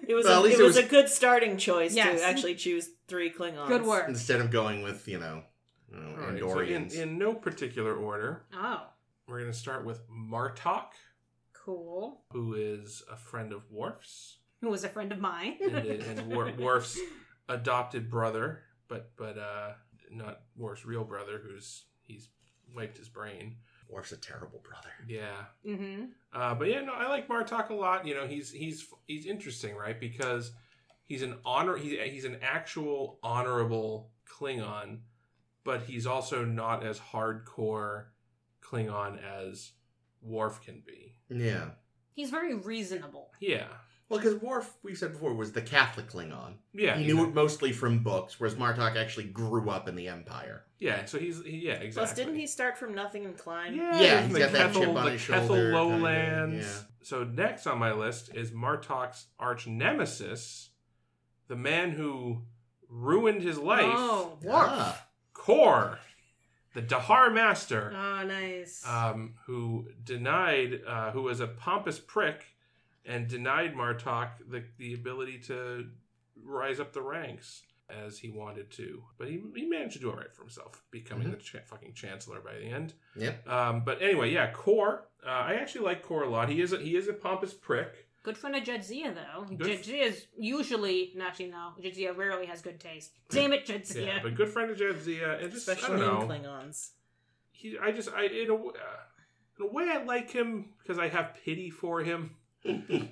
[SPEAKER 3] It was
[SPEAKER 2] Well,
[SPEAKER 3] a,
[SPEAKER 2] at least
[SPEAKER 3] it
[SPEAKER 2] it
[SPEAKER 3] was,
[SPEAKER 2] was-
[SPEAKER 3] a good starting choice
[SPEAKER 1] Yes.
[SPEAKER 3] to actually choose three Klingons.
[SPEAKER 1] good work.
[SPEAKER 2] Instead of going with, you know, you know
[SPEAKER 4] All right, so in,
[SPEAKER 2] Andorians.
[SPEAKER 4] in no particular order,
[SPEAKER 1] Oh,
[SPEAKER 4] we're going to start with Martok,
[SPEAKER 1] cool.
[SPEAKER 4] who is a friend of Worf's
[SPEAKER 1] Who was a friend of mine?
[SPEAKER 4] and, and Wor- Worf's adopted brother, but but uh, not Worf's real brother, who's he's wiped his brain.
[SPEAKER 2] Worf's a terrible brother.
[SPEAKER 4] Yeah.
[SPEAKER 1] Mm-hmm.
[SPEAKER 4] Uh, but yeah, no, I like Martok a lot. You know, he's he's he's interesting, right? Because he's an honor he's he's an actual honorable Klingon, but he's also not as hardcore Klingon as Worf can be.
[SPEAKER 2] Yeah.
[SPEAKER 1] He's very reasonable.
[SPEAKER 4] Yeah,
[SPEAKER 2] Well, because Worf, we've said before, was the Catholic Klingon.
[SPEAKER 4] yeah,
[SPEAKER 2] he
[SPEAKER 4] he's
[SPEAKER 2] knew
[SPEAKER 4] a-
[SPEAKER 2] it mostly from books, whereas Martok actually grew up in the Empire.
[SPEAKER 4] yeah. So he's he, yeah, exactly.
[SPEAKER 3] Plus, didn't he start from nothing and climb?
[SPEAKER 4] Yeah,
[SPEAKER 2] Yeah,
[SPEAKER 4] from
[SPEAKER 2] he's
[SPEAKER 4] the
[SPEAKER 2] got that chip
[SPEAKER 4] Kethel-
[SPEAKER 2] on
[SPEAKER 4] the
[SPEAKER 2] his
[SPEAKER 4] Kethel
[SPEAKER 2] shoulder, kinda,
[SPEAKER 4] Lowlands.
[SPEAKER 2] yeah.
[SPEAKER 4] So next on my list is Martok's arch nemesis, the man who ruined his life.
[SPEAKER 1] Oh, Worf.
[SPEAKER 2] Ah.
[SPEAKER 4] Kor, the Dahar Master,
[SPEAKER 1] Oh, nice.
[SPEAKER 4] um, who denied, uh, who was a pompous prick, and denied Martok the the ability to rise up the ranks as he wanted to. But he, he managed to do all right for himself, becoming
[SPEAKER 2] Mhm.
[SPEAKER 4] the cha- fucking chancellor by the end.
[SPEAKER 2] Yep.
[SPEAKER 4] Um, but anyway, yeah, Kor. Uh, I actually like Kor a lot. He is a, he is a pompous prick.
[SPEAKER 1] good friend of Jadzia, though.
[SPEAKER 4] Good f-
[SPEAKER 1] Jadzia's usually, not actually, no. Jadzia rarely has good taste. Damn it, Jadzia.
[SPEAKER 4] Yeah, but good friend of Jadzia, and just I
[SPEAKER 3] Especially
[SPEAKER 4] don't
[SPEAKER 3] in
[SPEAKER 4] know.
[SPEAKER 3] Klingons.
[SPEAKER 4] he I just I in a, w- uh, in a way I like him because I have pity for him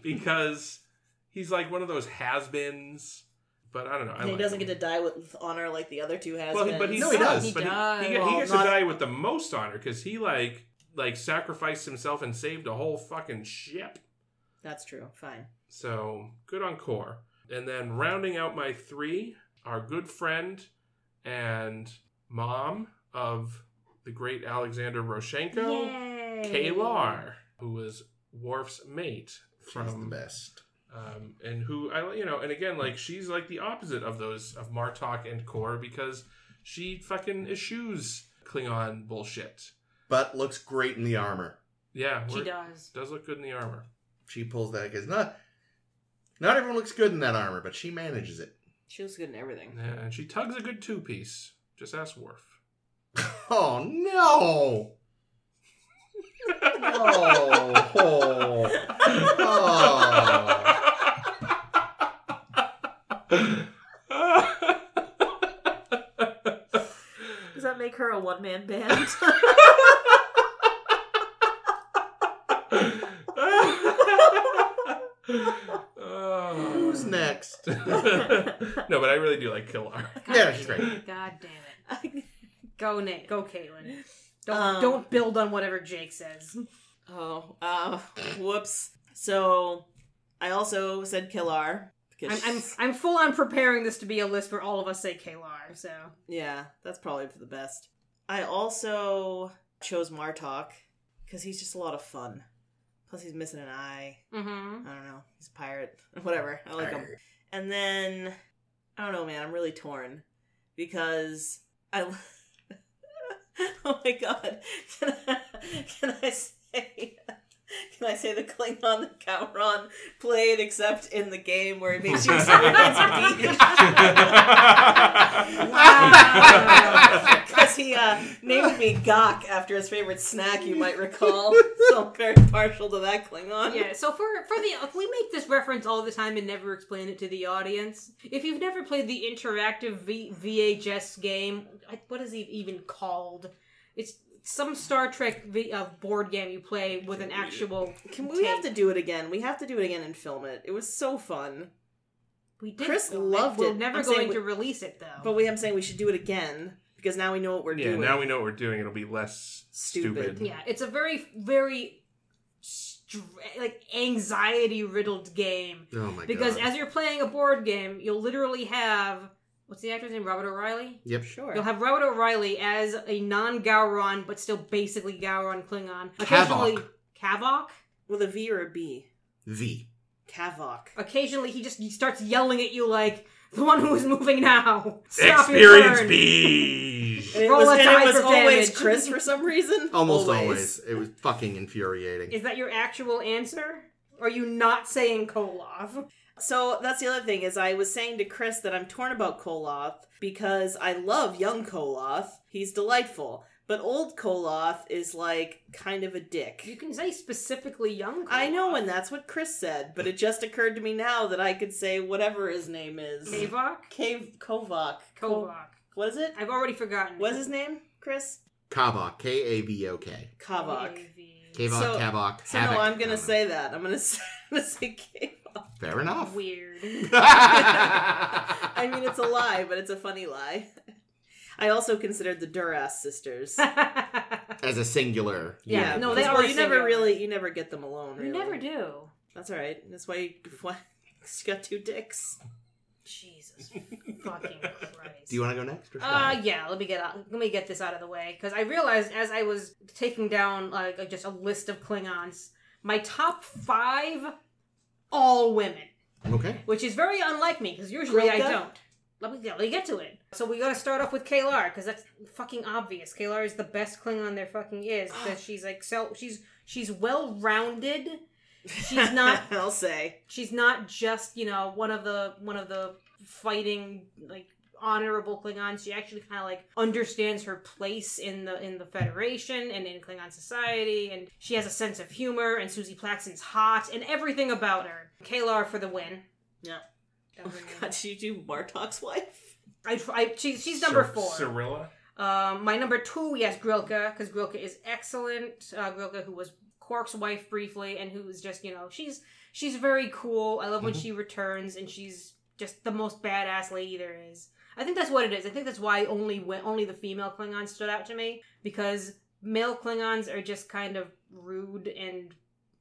[SPEAKER 4] because he's like one of those has-beens. But I don't know. I
[SPEAKER 3] And he
[SPEAKER 4] like
[SPEAKER 3] doesn't
[SPEAKER 4] him.
[SPEAKER 3] get to die with honor like the other two has.
[SPEAKER 4] Well, he- but he
[SPEAKER 2] No, he
[SPEAKER 4] does.
[SPEAKER 2] does.
[SPEAKER 4] But
[SPEAKER 1] He
[SPEAKER 4] he,
[SPEAKER 1] does.
[SPEAKER 4] he, he
[SPEAKER 3] Well,
[SPEAKER 4] gets
[SPEAKER 3] not-
[SPEAKER 4] to die with the most honor because he like like sacrificed himself and saved a whole fucking ship.
[SPEAKER 3] That's true. Fine.
[SPEAKER 4] So good on core. And then rounding out my three, our good friend and mom of the great Alexander Roshenko.
[SPEAKER 1] Yay.
[SPEAKER 4] Kalar, who was Worf's mate
[SPEAKER 2] She's the
[SPEAKER 4] from
[SPEAKER 2] best.
[SPEAKER 4] um, and who I you know, and again like she's like the opposite of those of Martok and Kor because she fucking eschews Klingon bullshit.
[SPEAKER 2] But looks great in the armor.
[SPEAKER 4] Yeah,
[SPEAKER 1] She
[SPEAKER 4] we're-
[SPEAKER 1] does.
[SPEAKER 4] does look good in the armor.
[SPEAKER 2] She pulls that because not not everyone looks good in that armor, but she manages it.
[SPEAKER 3] She was good in everything.
[SPEAKER 4] Yeah, and she tugs a good two piece. Just ask Worf.
[SPEAKER 2] Oh no! Oh, oh, oh.
[SPEAKER 3] Does that make her a one man band?
[SPEAKER 4] Oh.
[SPEAKER 2] Who's next?
[SPEAKER 4] no, but I really do like Killar.
[SPEAKER 1] God
[SPEAKER 2] Yeah, she's
[SPEAKER 1] damn it.
[SPEAKER 2] great.
[SPEAKER 1] God damn it. Go Nate. Go Caitlin. Don't
[SPEAKER 3] Um,
[SPEAKER 1] don't build on whatever Jake says.
[SPEAKER 3] oh, uh, whoops. So, I also said Killar.
[SPEAKER 1] I'm,
[SPEAKER 3] Because
[SPEAKER 1] I'm I'm full on preparing this to be a list where all of us say Kalar. So
[SPEAKER 3] Yeah, that's probably for the best. I also chose Martok because he's just a lot of fun. Plus, he's missing an eye.
[SPEAKER 1] mm-hmm.
[SPEAKER 3] I don't know. He's a pirate. Whatever. I like him.
[SPEAKER 2] Arr.
[SPEAKER 3] And then I don't know, man. I'm really torn because I. oh my god! Can I, can I say? Can I say the Klingon that Cowron played, except in the game where it makes you experience
[SPEAKER 1] Wow.
[SPEAKER 3] Because he uh, named me Gok after his favorite snack, you might recall. So I'm very partial to that Klingon.
[SPEAKER 1] Yeah. So for for the we make this reference all the time and never explain it to the audience. If you've never played the interactive v, VHS game, I- what is it even called? It's some Star Trek v, uh, board game you play with an actual.
[SPEAKER 3] Can we have to do it again? We have to do it again and film it. It was so fun.
[SPEAKER 1] We did.
[SPEAKER 3] Chris
[SPEAKER 1] film
[SPEAKER 3] loved
[SPEAKER 1] We're
[SPEAKER 3] it.
[SPEAKER 1] never
[SPEAKER 3] I'm saying
[SPEAKER 1] going
[SPEAKER 3] we-
[SPEAKER 1] to release it though.
[SPEAKER 3] But we, I'm saying we should do it again because now we know what we're
[SPEAKER 4] yeah,
[SPEAKER 3] doing.
[SPEAKER 4] now we know what we're doing. It'll be less
[SPEAKER 3] Stupid.
[SPEAKER 4] stupid.
[SPEAKER 1] Yeah, it's a very, very stra- like anxiety riddled game
[SPEAKER 2] Oh my
[SPEAKER 1] because
[SPEAKER 2] god!
[SPEAKER 1] as you're playing a board game, you'll literally have what's the actor's name? Robert O'Reilly.
[SPEAKER 2] yep.
[SPEAKER 3] Sure.
[SPEAKER 1] You'll have Robert O'Reilly as a non-Gowron, but still basically Gowron Klingon.
[SPEAKER 2] Kavok.
[SPEAKER 1] Occasionally, Kavok.
[SPEAKER 3] With a V or a B.
[SPEAKER 2] V.
[SPEAKER 3] Kavok.
[SPEAKER 1] Occasionally, he just he starts yelling at you like the one who is moving now. Stop your
[SPEAKER 4] Experience
[SPEAKER 1] turn."
[SPEAKER 4] bees.
[SPEAKER 3] And it
[SPEAKER 1] Roll
[SPEAKER 3] was,
[SPEAKER 1] a
[SPEAKER 3] and
[SPEAKER 1] die
[SPEAKER 3] it was
[SPEAKER 1] for
[SPEAKER 3] always
[SPEAKER 1] damage.
[SPEAKER 3] Chris for some reason.
[SPEAKER 2] Almost always. It was fucking infuriating.
[SPEAKER 1] Is that your actual answer? Are you not saying Koloff?
[SPEAKER 3] So that's the other thing is I was saying to Chris that I'm torn about Koloth because I love young Koloth. He's delightful. But old Koloth is like kind of a
[SPEAKER 1] You
[SPEAKER 3] dick.
[SPEAKER 1] can say specifically young Koloff.
[SPEAKER 3] I know, and that's what Chris said, but it just occurred to me now that I could say whatever his name is.
[SPEAKER 1] Kavok?
[SPEAKER 3] Cave Kovac. Ko-
[SPEAKER 1] Koloff.
[SPEAKER 3] What is it?
[SPEAKER 1] I've already forgotten.
[SPEAKER 3] What's his name, Chris?
[SPEAKER 2] Kavok, K A V O K.
[SPEAKER 3] Kavak.
[SPEAKER 1] Kavok.
[SPEAKER 2] Kavok,
[SPEAKER 3] So-
[SPEAKER 2] Kavok.
[SPEAKER 3] So
[SPEAKER 2] Havoc.
[SPEAKER 3] no, I'm
[SPEAKER 2] I
[SPEAKER 3] gonna
[SPEAKER 2] don't know.
[SPEAKER 3] say that. I'm gonna say, I'm gonna say Kavok.
[SPEAKER 2] Fair enough.
[SPEAKER 1] Weird.
[SPEAKER 3] I
[SPEAKER 2] I
[SPEAKER 3] mean, it's a lie, but it's a funny lie. I also considered the Duras sisters.
[SPEAKER 2] As a singular.
[SPEAKER 1] Yeah,
[SPEAKER 2] unit.
[SPEAKER 1] no, they
[SPEAKER 3] because,
[SPEAKER 1] are
[SPEAKER 3] well, you never
[SPEAKER 1] singular.
[SPEAKER 3] really you never get them alone. Really.
[SPEAKER 1] you never do.
[SPEAKER 3] That's all right. That's why you, why 'cause you got two dicks.
[SPEAKER 1] Jesus fucking Christ.
[SPEAKER 2] Do you want to go next? Or shall I?
[SPEAKER 1] Uh, yeah. Let me get out, let me get this out of the way because I realized as I was taking down like just a list of Klingons, my top five, all women,
[SPEAKER 2] Okay.
[SPEAKER 1] which is very unlike me because usually I
[SPEAKER 3] Grilka?
[SPEAKER 1] don't. Let me, let me get to it. So we gotta start off with Kalar because that's fucking obvious. Kalar is the best Klingon there fucking is because she's like so she's she's well rounded. She's not
[SPEAKER 3] I'll say.
[SPEAKER 1] she's not just you know one of the one of the fighting like honorable klingons she actually kind of like understands her place in the in the federation and in klingon society and she has a sense of humor and susie plaxton's hot and everything about her kalar for the win
[SPEAKER 3] Yeah.
[SPEAKER 1] That
[SPEAKER 3] Oh
[SPEAKER 1] was
[SPEAKER 3] my
[SPEAKER 1] me.
[SPEAKER 3] God, did you do Bartok's wife?
[SPEAKER 1] I, tr- I she, she's number
[SPEAKER 4] Cyr-
[SPEAKER 1] four
[SPEAKER 4] Cyrilla.
[SPEAKER 1] um, my number two, yes, Grilka, because Grilka is excellent. Uh, Grilka, who was Quark's wife briefly, and who is just you know she's she's very cool. I love when
[SPEAKER 2] Mhm.
[SPEAKER 1] she returns, and she's just the most badass lady there is. I think that's what it is. I think that's why only when, only the female Klingons stood out to me because male Klingons are just kind of rude and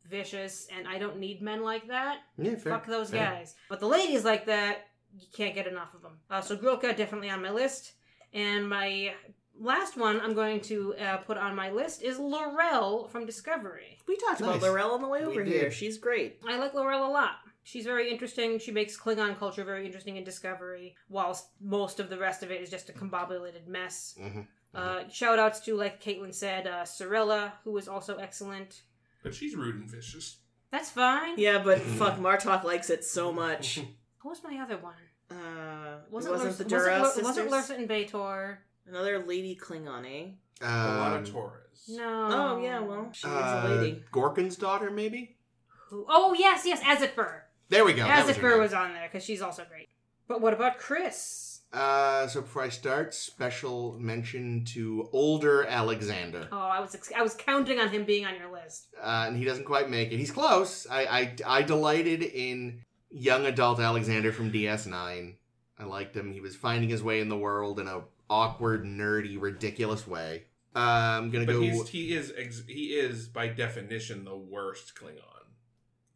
[SPEAKER 1] vicious, and I don't need men like that.
[SPEAKER 2] Yeah, fair.
[SPEAKER 1] Fuck those
[SPEAKER 2] fair.
[SPEAKER 1] guys. But the ladies like that, you can't get enough of them. Uh, so Grilka definitely on my list. And my last one I'm going to uh, put on my list is Laurel from Discovery.
[SPEAKER 3] We talked
[SPEAKER 2] Nice.
[SPEAKER 3] about Laurel on the way
[SPEAKER 2] We
[SPEAKER 3] over here.
[SPEAKER 2] did.
[SPEAKER 3] She's great.
[SPEAKER 1] I like Laurel a lot. She's very interesting. She makes Klingon culture very interesting in Discovery, whilst most of the rest of it is just a combobulated mess.
[SPEAKER 2] Mhm.
[SPEAKER 1] Uh, shout outs to, like Caitlin said, uh, Cirilla, who was also excellent.
[SPEAKER 4] But she's rude and vicious.
[SPEAKER 1] That's fine.
[SPEAKER 3] Yeah, but fuck, Martok likes it so much.
[SPEAKER 1] Who was my other one?
[SPEAKER 3] Uh,
[SPEAKER 1] Was
[SPEAKER 3] was
[SPEAKER 1] it
[SPEAKER 3] not
[SPEAKER 1] Lurs-
[SPEAKER 3] the
[SPEAKER 1] was it
[SPEAKER 3] Duras
[SPEAKER 1] Lur-
[SPEAKER 3] sisters?
[SPEAKER 1] Was it Larsa and Bator?
[SPEAKER 3] Another lady Klingon, eh?
[SPEAKER 2] Um,
[SPEAKER 4] Alana Torres.
[SPEAKER 1] No.
[SPEAKER 3] Oh yeah, well she is a lady.
[SPEAKER 2] uh, Gorkin's daughter, maybe?
[SPEAKER 1] Who- Oh yes, yes, Azitber.
[SPEAKER 2] There we go. that was her
[SPEAKER 1] Azitber
[SPEAKER 2] name.
[SPEAKER 1] was on there because she's also great. But what about Chris?
[SPEAKER 2] Uh, so before I start, special mention to older Alexander.
[SPEAKER 1] Oh, I was ex- I was counting on him being on your list.
[SPEAKER 2] Uh, and he doesn't quite make it. He's close. I, I, I delighted in young adult Alexander from DS9. I liked him. He was finding his way in the world in a awkward, nerdy, ridiculous way. Uh, I'm gonna
[SPEAKER 4] But
[SPEAKER 2] go.
[SPEAKER 4] he's, he is ex- he is by definition the worst Klingon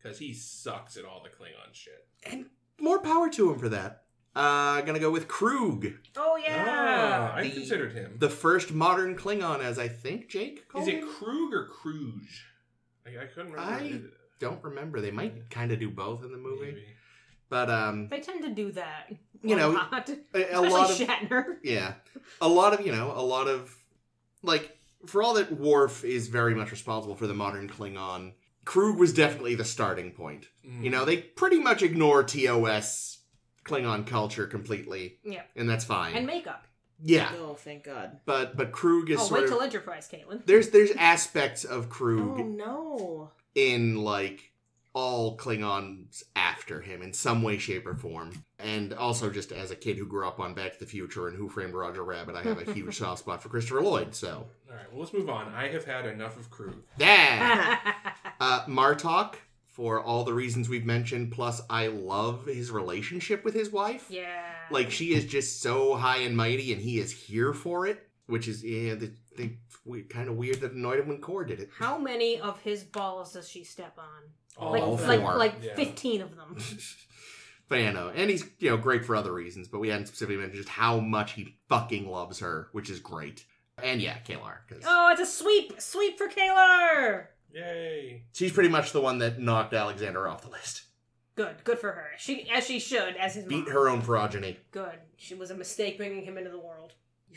[SPEAKER 4] because he sucks at all the Klingon shit.
[SPEAKER 2] and more power to him for that. Uh, gonna go with Krug,
[SPEAKER 1] Oh yeah.
[SPEAKER 4] ah, I
[SPEAKER 2] The-
[SPEAKER 4] considered him.
[SPEAKER 2] the first modern Klingon, as I think Jake
[SPEAKER 4] is
[SPEAKER 2] called
[SPEAKER 4] it
[SPEAKER 2] him?
[SPEAKER 4] Krug or Kruge? I, I couldn't remember.
[SPEAKER 2] I- Don't remember. They might kind of do both in the movie,
[SPEAKER 4] Maybe.
[SPEAKER 2] but um,
[SPEAKER 1] They tend to do that.
[SPEAKER 2] You
[SPEAKER 1] a
[SPEAKER 2] know,
[SPEAKER 1] lot.
[SPEAKER 2] a, a
[SPEAKER 1] especially
[SPEAKER 2] lot of
[SPEAKER 1] Shatner.
[SPEAKER 2] Yeah. A lot of, you know, a lot of like for all that Worf is very much responsible for the modern Klingon, Krug was definitely the starting point.
[SPEAKER 4] Mm.
[SPEAKER 2] You know, they pretty much ignore TOS Klingon culture completely.
[SPEAKER 1] Yeah.
[SPEAKER 2] And that's fine.
[SPEAKER 1] And makeup.
[SPEAKER 2] yeah.
[SPEAKER 3] Oh, thank God.
[SPEAKER 2] But but Krug is
[SPEAKER 1] Oh,
[SPEAKER 2] sort
[SPEAKER 1] wait
[SPEAKER 2] of
[SPEAKER 1] till Enterprise, Caitlin.
[SPEAKER 2] there's there's aspects of Krug
[SPEAKER 3] Oh no.
[SPEAKER 2] in like all Klingons after him in some way, shape, or form. And also, just as a kid who grew up on Back to the Future and Who Framed Roger Rabbit, I have a huge soft spot for Christopher Lloyd. So,
[SPEAKER 4] All right. Well, let's move on. I have had enough of Krug.
[SPEAKER 2] yeah,
[SPEAKER 1] Ah.
[SPEAKER 2] uh, Martok for all the reasons we've mentioned. Plus, I love his relationship with his wife.
[SPEAKER 1] yeah.
[SPEAKER 2] Like she is just so high and mighty, and he is here for it, which is yeah, the, the, we, kind of weird that annoyed him when Core did it.
[SPEAKER 1] How many of his balls does she step on?
[SPEAKER 4] All
[SPEAKER 1] Like
[SPEAKER 4] of
[SPEAKER 1] like
[SPEAKER 4] them.
[SPEAKER 2] four.
[SPEAKER 1] like
[SPEAKER 4] Yeah.
[SPEAKER 1] fifteen of them.
[SPEAKER 2] but yeah, no, and he's you know great for other reasons, but we hadn't specifically mentioned just how much he fucking loves her, which is great. And yeah, Kalar, because
[SPEAKER 1] Oh, it's a sweep, sweep for Kalar.
[SPEAKER 4] Yay!
[SPEAKER 2] she's pretty much the one that knocked Alexander off the list,
[SPEAKER 1] Good, good for her. She as she should as his
[SPEAKER 2] beat
[SPEAKER 1] mom.
[SPEAKER 2] her own progeny.
[SPEAKER 1] Good. She was a mistake bringing him into the world.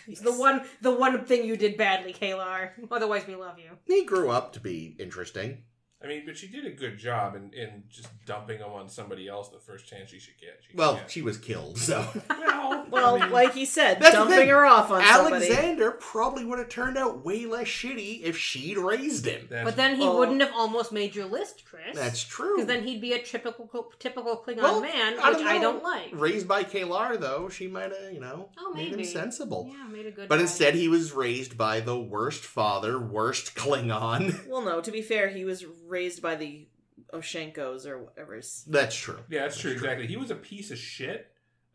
[SPEAKER 1] It's the one, the one thing you did badly, Kalar. Otherwise, we love you.
[SPEAKER 2] He grew up to be interesting.
[SPEAKER 4] I mean, but she did a good job in, in just dumping them on somebody else the first chance she should get. She
[SPEAKER 2] Well,
[SPEAKER 4] yeah.
[SPEAKER 2] she was killed, so
[SPEAKER 4] well, I
[SPEAKER 3] Well,
[SPEAKER 4] mean,
[SPEAKER 3] like he said,
[SPEAKER 2] That's the
[SPEAKER 3] dumping
[SPEAKER 2] thing.
[SPEAKER 3] her off on somebody.
[SPEAKER 2] Alexander probably would have turned out way less shitty if she'd raised him.
[SPEAKER 4] that's-
[SPEAKER 1] But then he
[SPEAKER 3] Oh.
[SPEAKER 1] wouldn't have almost made your list, Chris.
[SPEAKER 2] That's true.
[SPEAKER 1] because then he'd be a typical typical Klingon
[SPEAKER 2] Well,
[SPEAKER 1] man,
[SPEAKER 2] I
[SPEAKER 1] which
[SPEAKER 2] don't
[SPEAKER 1] I
[SPEAKER 2] know.
[SPEAKER 1] don't like.
[SPEAKER 2] raised by Kalar, though, she might have, you know,
[SPEAKER 1] Oh,
[SPEAKER 2] made him
[SPEAKER 1] maybe.
[SPEAKER 2] sensible.
[SPEAKER 1] Yeah, made a good.
[SPEAKER 2] But
[SPEAKER 1] guy.
[SPEAKER 2] instead, he was raised by the worst father, worst Klingon.
[SPEAKER 3] Well, no. To be fair, he was raised by the Oshenkos or whatever's.
[SPEAKER 2] That's true.
[SPEAKER 4] yeah, that's true. Exactly. He was a piece of shit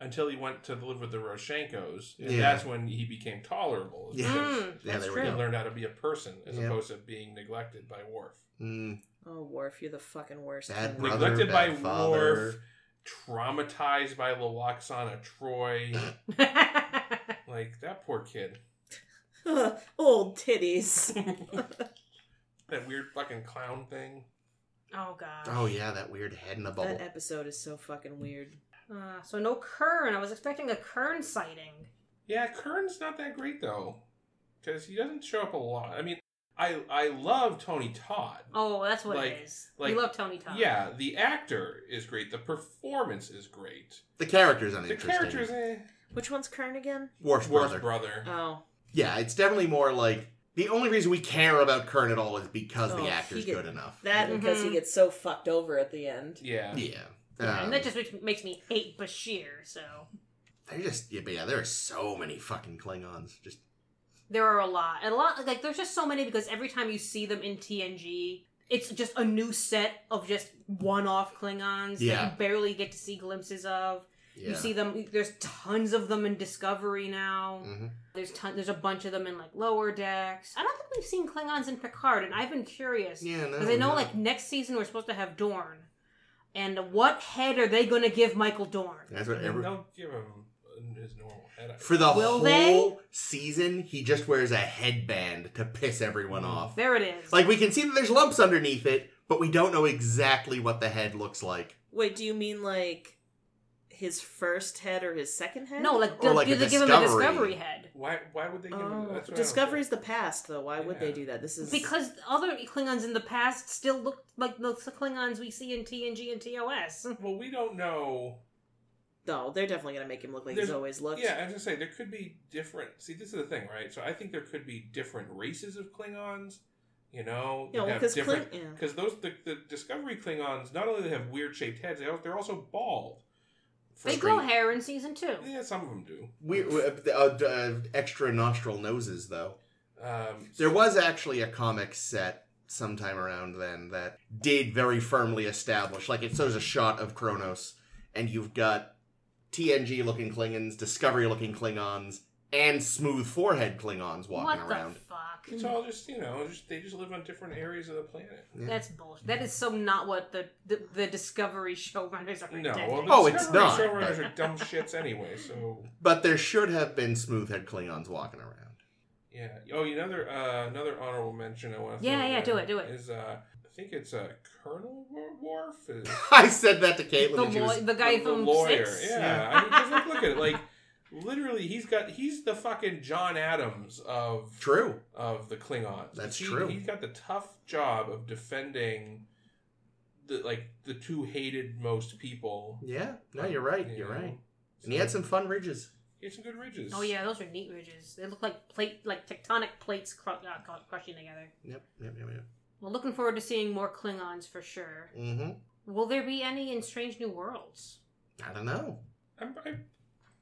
[SPEAKER 4] until he went to live with the Roshenkos, and
[SPEAKER 2] Yeah.
[SPEAKER 4] that's when he became tolerable. is
[SPEAKER 2] Yeah.
[SPEAKER 4] because
[SPEAKER 1] Mm,
[SPEAKER 2] Yeah,
[SPEAKER 1] that's
[SPEAKER 2] there we
[SPEAKER 4] He
[SPEAKER 1] true.
[SPEAKER 2] go.
[SPEAKER 4] learned how to be a person as
[SPEAKER 2] Yeah.
[SPEAKER 4] opposed to being neglected by Worf.
[SPEAKER 2] Mm,
[SPEAKER 3] Oh, Worf, you're the fucking worst.
[SPEAKER 2] bad
[SPEAKER 3] man.
[SPEAKER 2] brother,
[SPEAKER 4] Neglected by
[SPEAKER 2] bad father.
[SPEAKER 4] Traumatized by Lawaksana Troy, like that poor kid.
[SPEAKER 3] Old titties.
[SPEAKER 4] That weird fucking clown thing.
[SPEAKER 1] oh god.
[SPEAKER 2] Oh yeah, that weird head in a bubble.
[SPEAKER 3] that episode is so fucking weird.
[SPEAKER 1] Uh, so no Kern. I was expecting a Kern sighting.
[SPEAKER 4] Yeah, Kern's not that great though, because he doesn't show up a lot. I mean, I I love Tony Todd.
[SPEAKER 1] Oh, that's what
[SPEAKER 4] Like-
[SPEAKER 1] it is.
[SPEAKER 4] like-
[SPEAKER 1] we love Tony Todd.
[SPEAKER 4] Yeah, the actor is great. The performance is great.
[SPEAKER 2] The character's
[SPEAKER 4] The
[SPEAKER 2] uninteresting.
[SPEAKER 4] characters, eh?
[SPEAKER 3] Which one's Kern again?
[SPEAKER 2] Worst
[SPEAKER 4] Worst
[SPEAKER 2] brother.
[SPEAKER 4] brother.
[SPEAKER 3] Oh,
[SPEAKER 2] Yeah, it's definitely more like the only reason we care about Kern at all is because
[SPEAKER 3] Oh,
[SPEAKER 2] the actor's
[SPEAKER 3] he get-
[SPEAKER 2] good enough.
[SPEAKER 3] that
[SPEAKER 1] Mhm.
[SPEAKER 3] because he gets so fucked over at the end.
[SPEAKER 4] Yeah.
[SPEAKER 2] yeah.
[SPEAKER 1] Yeah,
[SPEAKER 2] Um,
[SPEAKER 1] and that just makes, makes me hate Bashir. So
[SPEAKER 2] they're just yeah, but yeah, there are so many fucking Klingons. Just
[SPEAKER 1] there are a lot, and a lot like there's just so many because every time you see them in TNG, it's just a new set of just one-off Klingons
[SPEAKER 2] Yeah.
[SPEAKER 1] that you barely get to see glimpses of.
[SPEAKER 2] yeah.
[SPEAKER 1] You see them. There's tons of them in Discovery now.
[SPEAKER 2] Mhm.
[SPEAKER 1] There's ton, there's a bunch of them in like Lower Decks. I don't think we've seen Klingons in Picard, and I've been curious.
[SPEAKER 2] Yeah, no.
[SPEAKER 1] Because I know,
[SPEAKER 2] no.
[SPEAKER 1] like, next season we're supposed to have Dorn. And what head are they going to give Michael Dorn?
[SPEAKER 2] that's
[SPEAKER 4] I
[SPEAKER 2] what
[SPEAKER 4] mean,
[SPEAKER 2] every
[SPEAKER 4] They'll give him his normal head. I-
[SPEAKER 2] for the
[SPEAKER 1] Will
[SPEAKER 2] whole
[SPEAKER 1] they?
[SPEAKER 2] season, he just wears a headband to piss
[SPEAKER 1] Mm.
[SPEAKER 2] everyone off.
[SPEAKER 1] There it is.
[SPEAKER 2] Like we can see that there's lumps underneath it, but we don't know exactly what the head looks like.
[SPEAKER 3] Wait, do you mean like his first head or his second head?
[SPEAKER 1] no, like, do,
[SPEAKER 2] Or like
[SPEAKER 1] do
[SPEAKER 2] a
[SPEAKER 1] they give him a
[SPEAKER 2] Discovery.
[SPEAKER 1] Discovery head?
[SPEAKER 4] Why? Why would they give him? That's
[SPEAKER 3] Oh,
[SPEAKER 4] what I don't
[SPEAKER 3] Discovery's
[SPEAKER 4] get.
[SPEAKER 3] the past, though. Why would they
[SPEAKER 4] Yeah.
[SPEAKER 3] do that? This is
[SPEAKER 1] Because other Klingons in the past still looked like the Klingons we see in TNG and TOS.
[SPEAKER 4] Well, we don't know.
[SPEAKER 3] no, they're definitely gonna make him look like he's
[SPEAKER 4] There's-
[SPEAKER 3] always looked.
[SPEAKER 4] Yeah, I was gonna say there could be different. See, this is the thing, right? So I think there could be different races of Klingons. You know,
[SPEAKER 3] you know,
[SPEAKER 4] have
[SPEAKER 3] because
[SPEAKER 4] different-
[SPEAKER 3] Clint. Yeah.
[SPEAKER 4] Because those the, the Discovery Klingons not only they have weird shaped heads, they al- they're also bald. For
[SPEAKER 1] They
[SPEAKER 4] great-
[SPEAKER 1] grow hair in season two.
[SPEAKER 4] Yeah, some of them do.
[SPEAKER 2] We, we- uh, uh, uh, extra nostril noses though.
[SPEAKER 4] Um,
[SPEAKER 2] There was actually a comic set sometime around then that did very firmly establish, like it shows a shot of Kronos, and you've got TNG looking Klingons, Discovery looking Klingons, and smooth forehead Klingons walking
[SPEAKER 1] what
[SPEAKER 2] around.
[SPEAKER 1] the fuck?
[SPEAKER 4] It's all just you know, just they just live on different areas of the planet.
[SPEAKER 2] Yeah.
[SPEAKER 1] That's bullshit. That is so not what the the, the Discovery showrunners are
[SPEAKER 4] No,
[SPEAKER 1] intending.
[SPEAKER 4] well,
[SPEAKER 2] Oh,
[SPEAKER 4] the
[SPEAKER 2] it's
[SPEAKER 4] Discovery
[SPEAKER 2] not,
[SPEAKER 4] Showrunners
[SPEAKER 1] but-
[SPEAKER 4] are dumb shits anyway. So
[SPEAKER 2] but there should have been smooth head Klingons walking around.
[SPEAKER 4] yeah. Oh, another uh, another honorable mention I want to.
[SPEAKER 1] Yeah, yeah, do it, do it.
[SPEAKER 4] Is uh, I think it's uh, Colonel Wor- Worf. Is,
[SPEAKER 2] I said that to
[SPEAKER 1] the,
[SPEAKER 2] Caitlin. and she
[SPEAKER 1] law-
[SPEAKER 2] was-
[SPEAKER 1] the guy
[SPEAKER 4] the,
[SPEAKER 1] from
[SPEAKER 4] the lawyer.
[SPEAKER 1] Six.
[SPEAKER 4] Yeah,
[SPEAKER 2] Yeah.
[SPEAKER 4] I mean, 'cause, like, look at it. Like literally, he's got he's the fucking John Adams of
[SPEAKER 2] True.
[SPEAKER 4] of the Klingons.
[SPEAKER 2] That's
[SPEAKER 4] He-
[SPEAKER 2] true.
[SPEAKER 4] He's got the tough job of defending the like the two hated most people.
[SPEAKER 2] Yeah.
[SPEAKER 4] Oh,
[SPEAKER 2] No, you're right.
[SPEAKER 4] You
[SPEAKER 2] You're
[SPEAKER 4] know?
[SPEAKER 2] right.
[SPEAKER 4] So
[SPEAKER 2] And he had some fun ridges.
[SPEAKER 4] he had some good ridges.
[SPEAKER 1] Oh yeah, those are neat ridges. They look like plate, like tectonic plates cru- uh, cru- crushing together.
[SPEAKER 2] Yep. Yep. Yep. Yep.
[SPEAKER 1] Well, looking forward to seeing more Klingons for sure.
[SPEAKER 2] Mm-hmm.
[SPEAKER 1] Will there be any in Strange New Worlds?
[SPEAKER 2] I don't know.
[SPEAKER 4] I'm, I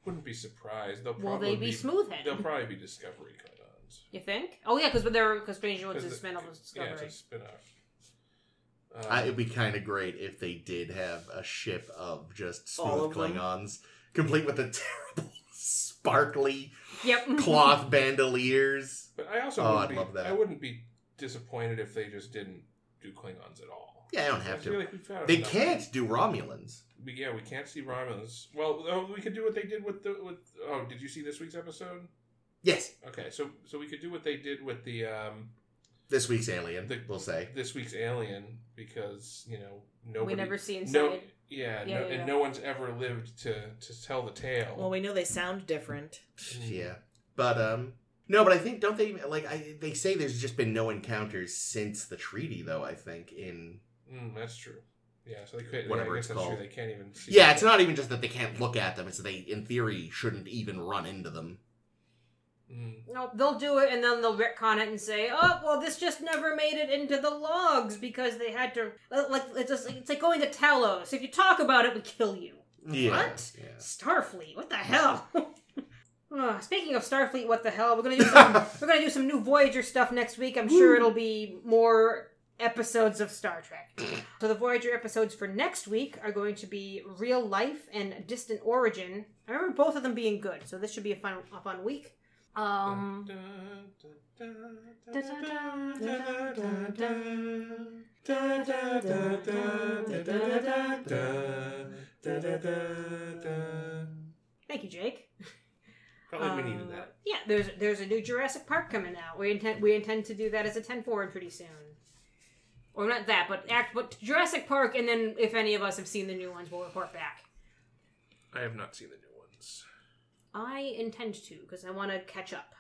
[SPEAKER 4] wouldn't be surprised. They'll
[SPEAKER 1] Will
[SPEAKER 4] probably
[SPEAKER 1] they be smoothhead?
[SPEAKER 4] They'll probably be Discovery Klingons.
[SPEAKER 1] You think? Oh yeah, because there because Strange New Worlds is
[SPEAKER 4] 'Cause
[SPEAKER 1] a
[SPEAKER 4] the-
[SPEAKER 1] spin-off of
[SPEAKER 4] Yeah,
[SPEAKER 1] Discovery.
[SPEAKER 4] it's a spin-off. Um,
[SPEAKER 2] I, it'd be kind of great if they did have a ship of just
[SPEAKER 3] All
[SPEAKER 2] smooth
[SPEAKER 3] of them.
[SPEAKER 2] Klingons, complete with the terrible sparkly
[SPEAKER 1] Yep.
[SPEAKER 2] cloth bandoliers.
[SPEAKER 4] but I also
[SPEAKER 2] Oh,
[SPEAKER 4] wouldn't
[SPEAKER 2] I'd
[SPEAKER 4] be,
[SPEAKER 2] love that.
[SPEAKER 4] I wouldn't be disappointed if they just didn't do Klingons at all.
[SPEAKER 2] Yeah, I don't
[SPEAKER 4] I
[SPEAKER 2] have
[SPEAKER 4] feel
[SPEAKER 2] to.
[SPEAKER 4] like we've had
[SPEAKER 2] They
[SPEAKER 4] enough.
[SPEAKER 2] can't do Romulans.
[SPEAKER 4] We, yeah, we can't see Romulans. Well, oh, we could do what they did with the with. Oh, did you see this week's episode?
[SPEAKER 2] Yes,
[SPEAKER 4] Okay, so so we could do what they did with the um
[SPEAKER 2] this week's alien,
[SPEAKER 4] The-
[SPEAKER 2] we'll say.
[SPEAKER 4] this week's alien because you know
[SPEAKER 1] we
[SPEAKER 4] nobody
[SPEAKER 1] never see
[SPEAKER 4] no
[SPEAKER 1] inside.
[SPEAKER 4] yeah,
[SPEAKER 1] Yeah,
[SPEAKER 4] no,
[SPEAKER 1] yeah, yeah.
[SPEAKER 4] and no one's ever lived to to tell the tale.
[SPEAKER 2] Mm-hmm.
[SPEAKER 3] Well, we know they sound different.
[SPEAKER 2] Yeah, but um, No, but I think don't they like I they say there's just been no encounters since the treaty though, I think in
[SPEAKER 4] Mm, that's true. Yeah, so they could.
[SPEAKER 2] Whatever
[SPEAKER 4] I guess
[SPEAKER 2] it's
[SPEAKER 4] that's
[SPEAKER 2] called.
[SPEAKER 4] true. They can't even see.
[SPEAKER 2] Yeah, it's not even just that they can't look at them, it's that they in theory shouldn't even run into them.
[SPEAKER 4] Mm.
[SPEAKER 1] Nope, they'll do it and then they'll retcon it and say, "Oh, well, this just never made it into the logs because they had to." uh, Like it's just, it's like going to Talos. If you talk about it, we kill you.
[SPEAKER 2] Yeah.
[SPEAKER 1] What?
[SPEAKER 2] yeah.
[SPEAKER 1] Starfleet, what the hell? Ugh, speaking of Starfleet, what the hell? We're gonna do some, we're gonna do some new Voyager stuff next week. I'm sure it'll be more episodes of Star Trek. so the Voyager episodes for next week are going to be Real Life and Distant Origin. I remember both of them being good, so this should be a fun a fun week. Um, thank you, Jake.
[SPEAKER 4] Probably
[SPEAKER 1] Uh,
[SPEAKER 4] we needed that.
[SPEAKER 1] Yeah, there's there's a new Jurassic Park coming out. We intend we intend to do that as a ten forward pretty soon. Or not that, but act but Jurassic Park, and then if any of us have seen the new ones, we'll report back.
[SPEAKER 4] I have not seen the new ones.
[SPEAKER 1] I intend to because I want to catch up.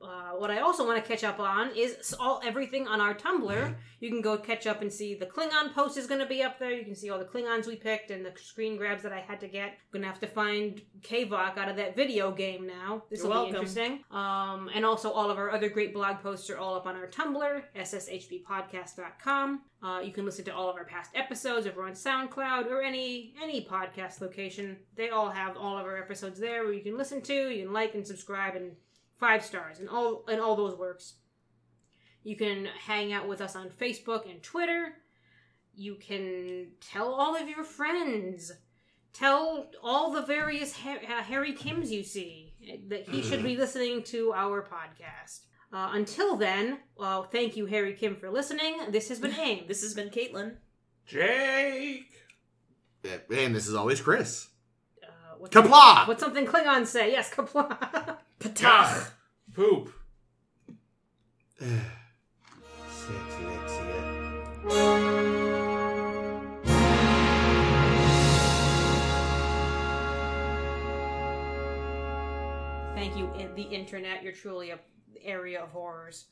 [SPEAKER 1] Uh, what I also want to catch up on is s- all everything on our
[SPEAKER 3] Mm-hmm.
[SPEAKER 1] Tumblr. You can go catch up and see the Klingon post is going to be up there. You can see all the Klingons we picked and the screen grabs that I had to get. going to have to find Kvok out of that video game now. This
[SPEAKER 3] You're
[SPEAKER 1] will be
[SPEAKER 3] welcome.
[SPEAKER 1] interesting. Um, and also all of our other great blog posts are all up on our Tumblr, sshbpodcast.com. Uh, you can listen to all of our past episodes if we're on SoundCloud or any any podcast location. They all have all of our episodes there where you can listen to, you can like and subscribe and five stars and all and all those works. You can hang out with us on Facebook and Twitter. You can tell all of your friends. Tell all the various Har- uh, Harry Kims you see uh, that he should be listening to our podcast. Uh, until then, well, thank you, Harry Kim, for listening. This has been AIM.
[SPEAKER 3] This has been Caitlin.
[SPEAKER 4] Jake.
[SPEAKER 2] Yeah, And this is always Chris.
[SPEAKER 1] uh, what's,
[SPEAKER 2] Kapla!
[SPEAKER 1] what's something Klingon say? Yes, kapla.
[SPEAKER 4] Patach. Poop.
[SPEAKER 2] Sexy Lexia.
[SPEAKER 1] thank you, in the internet. You're truly a area of horrors.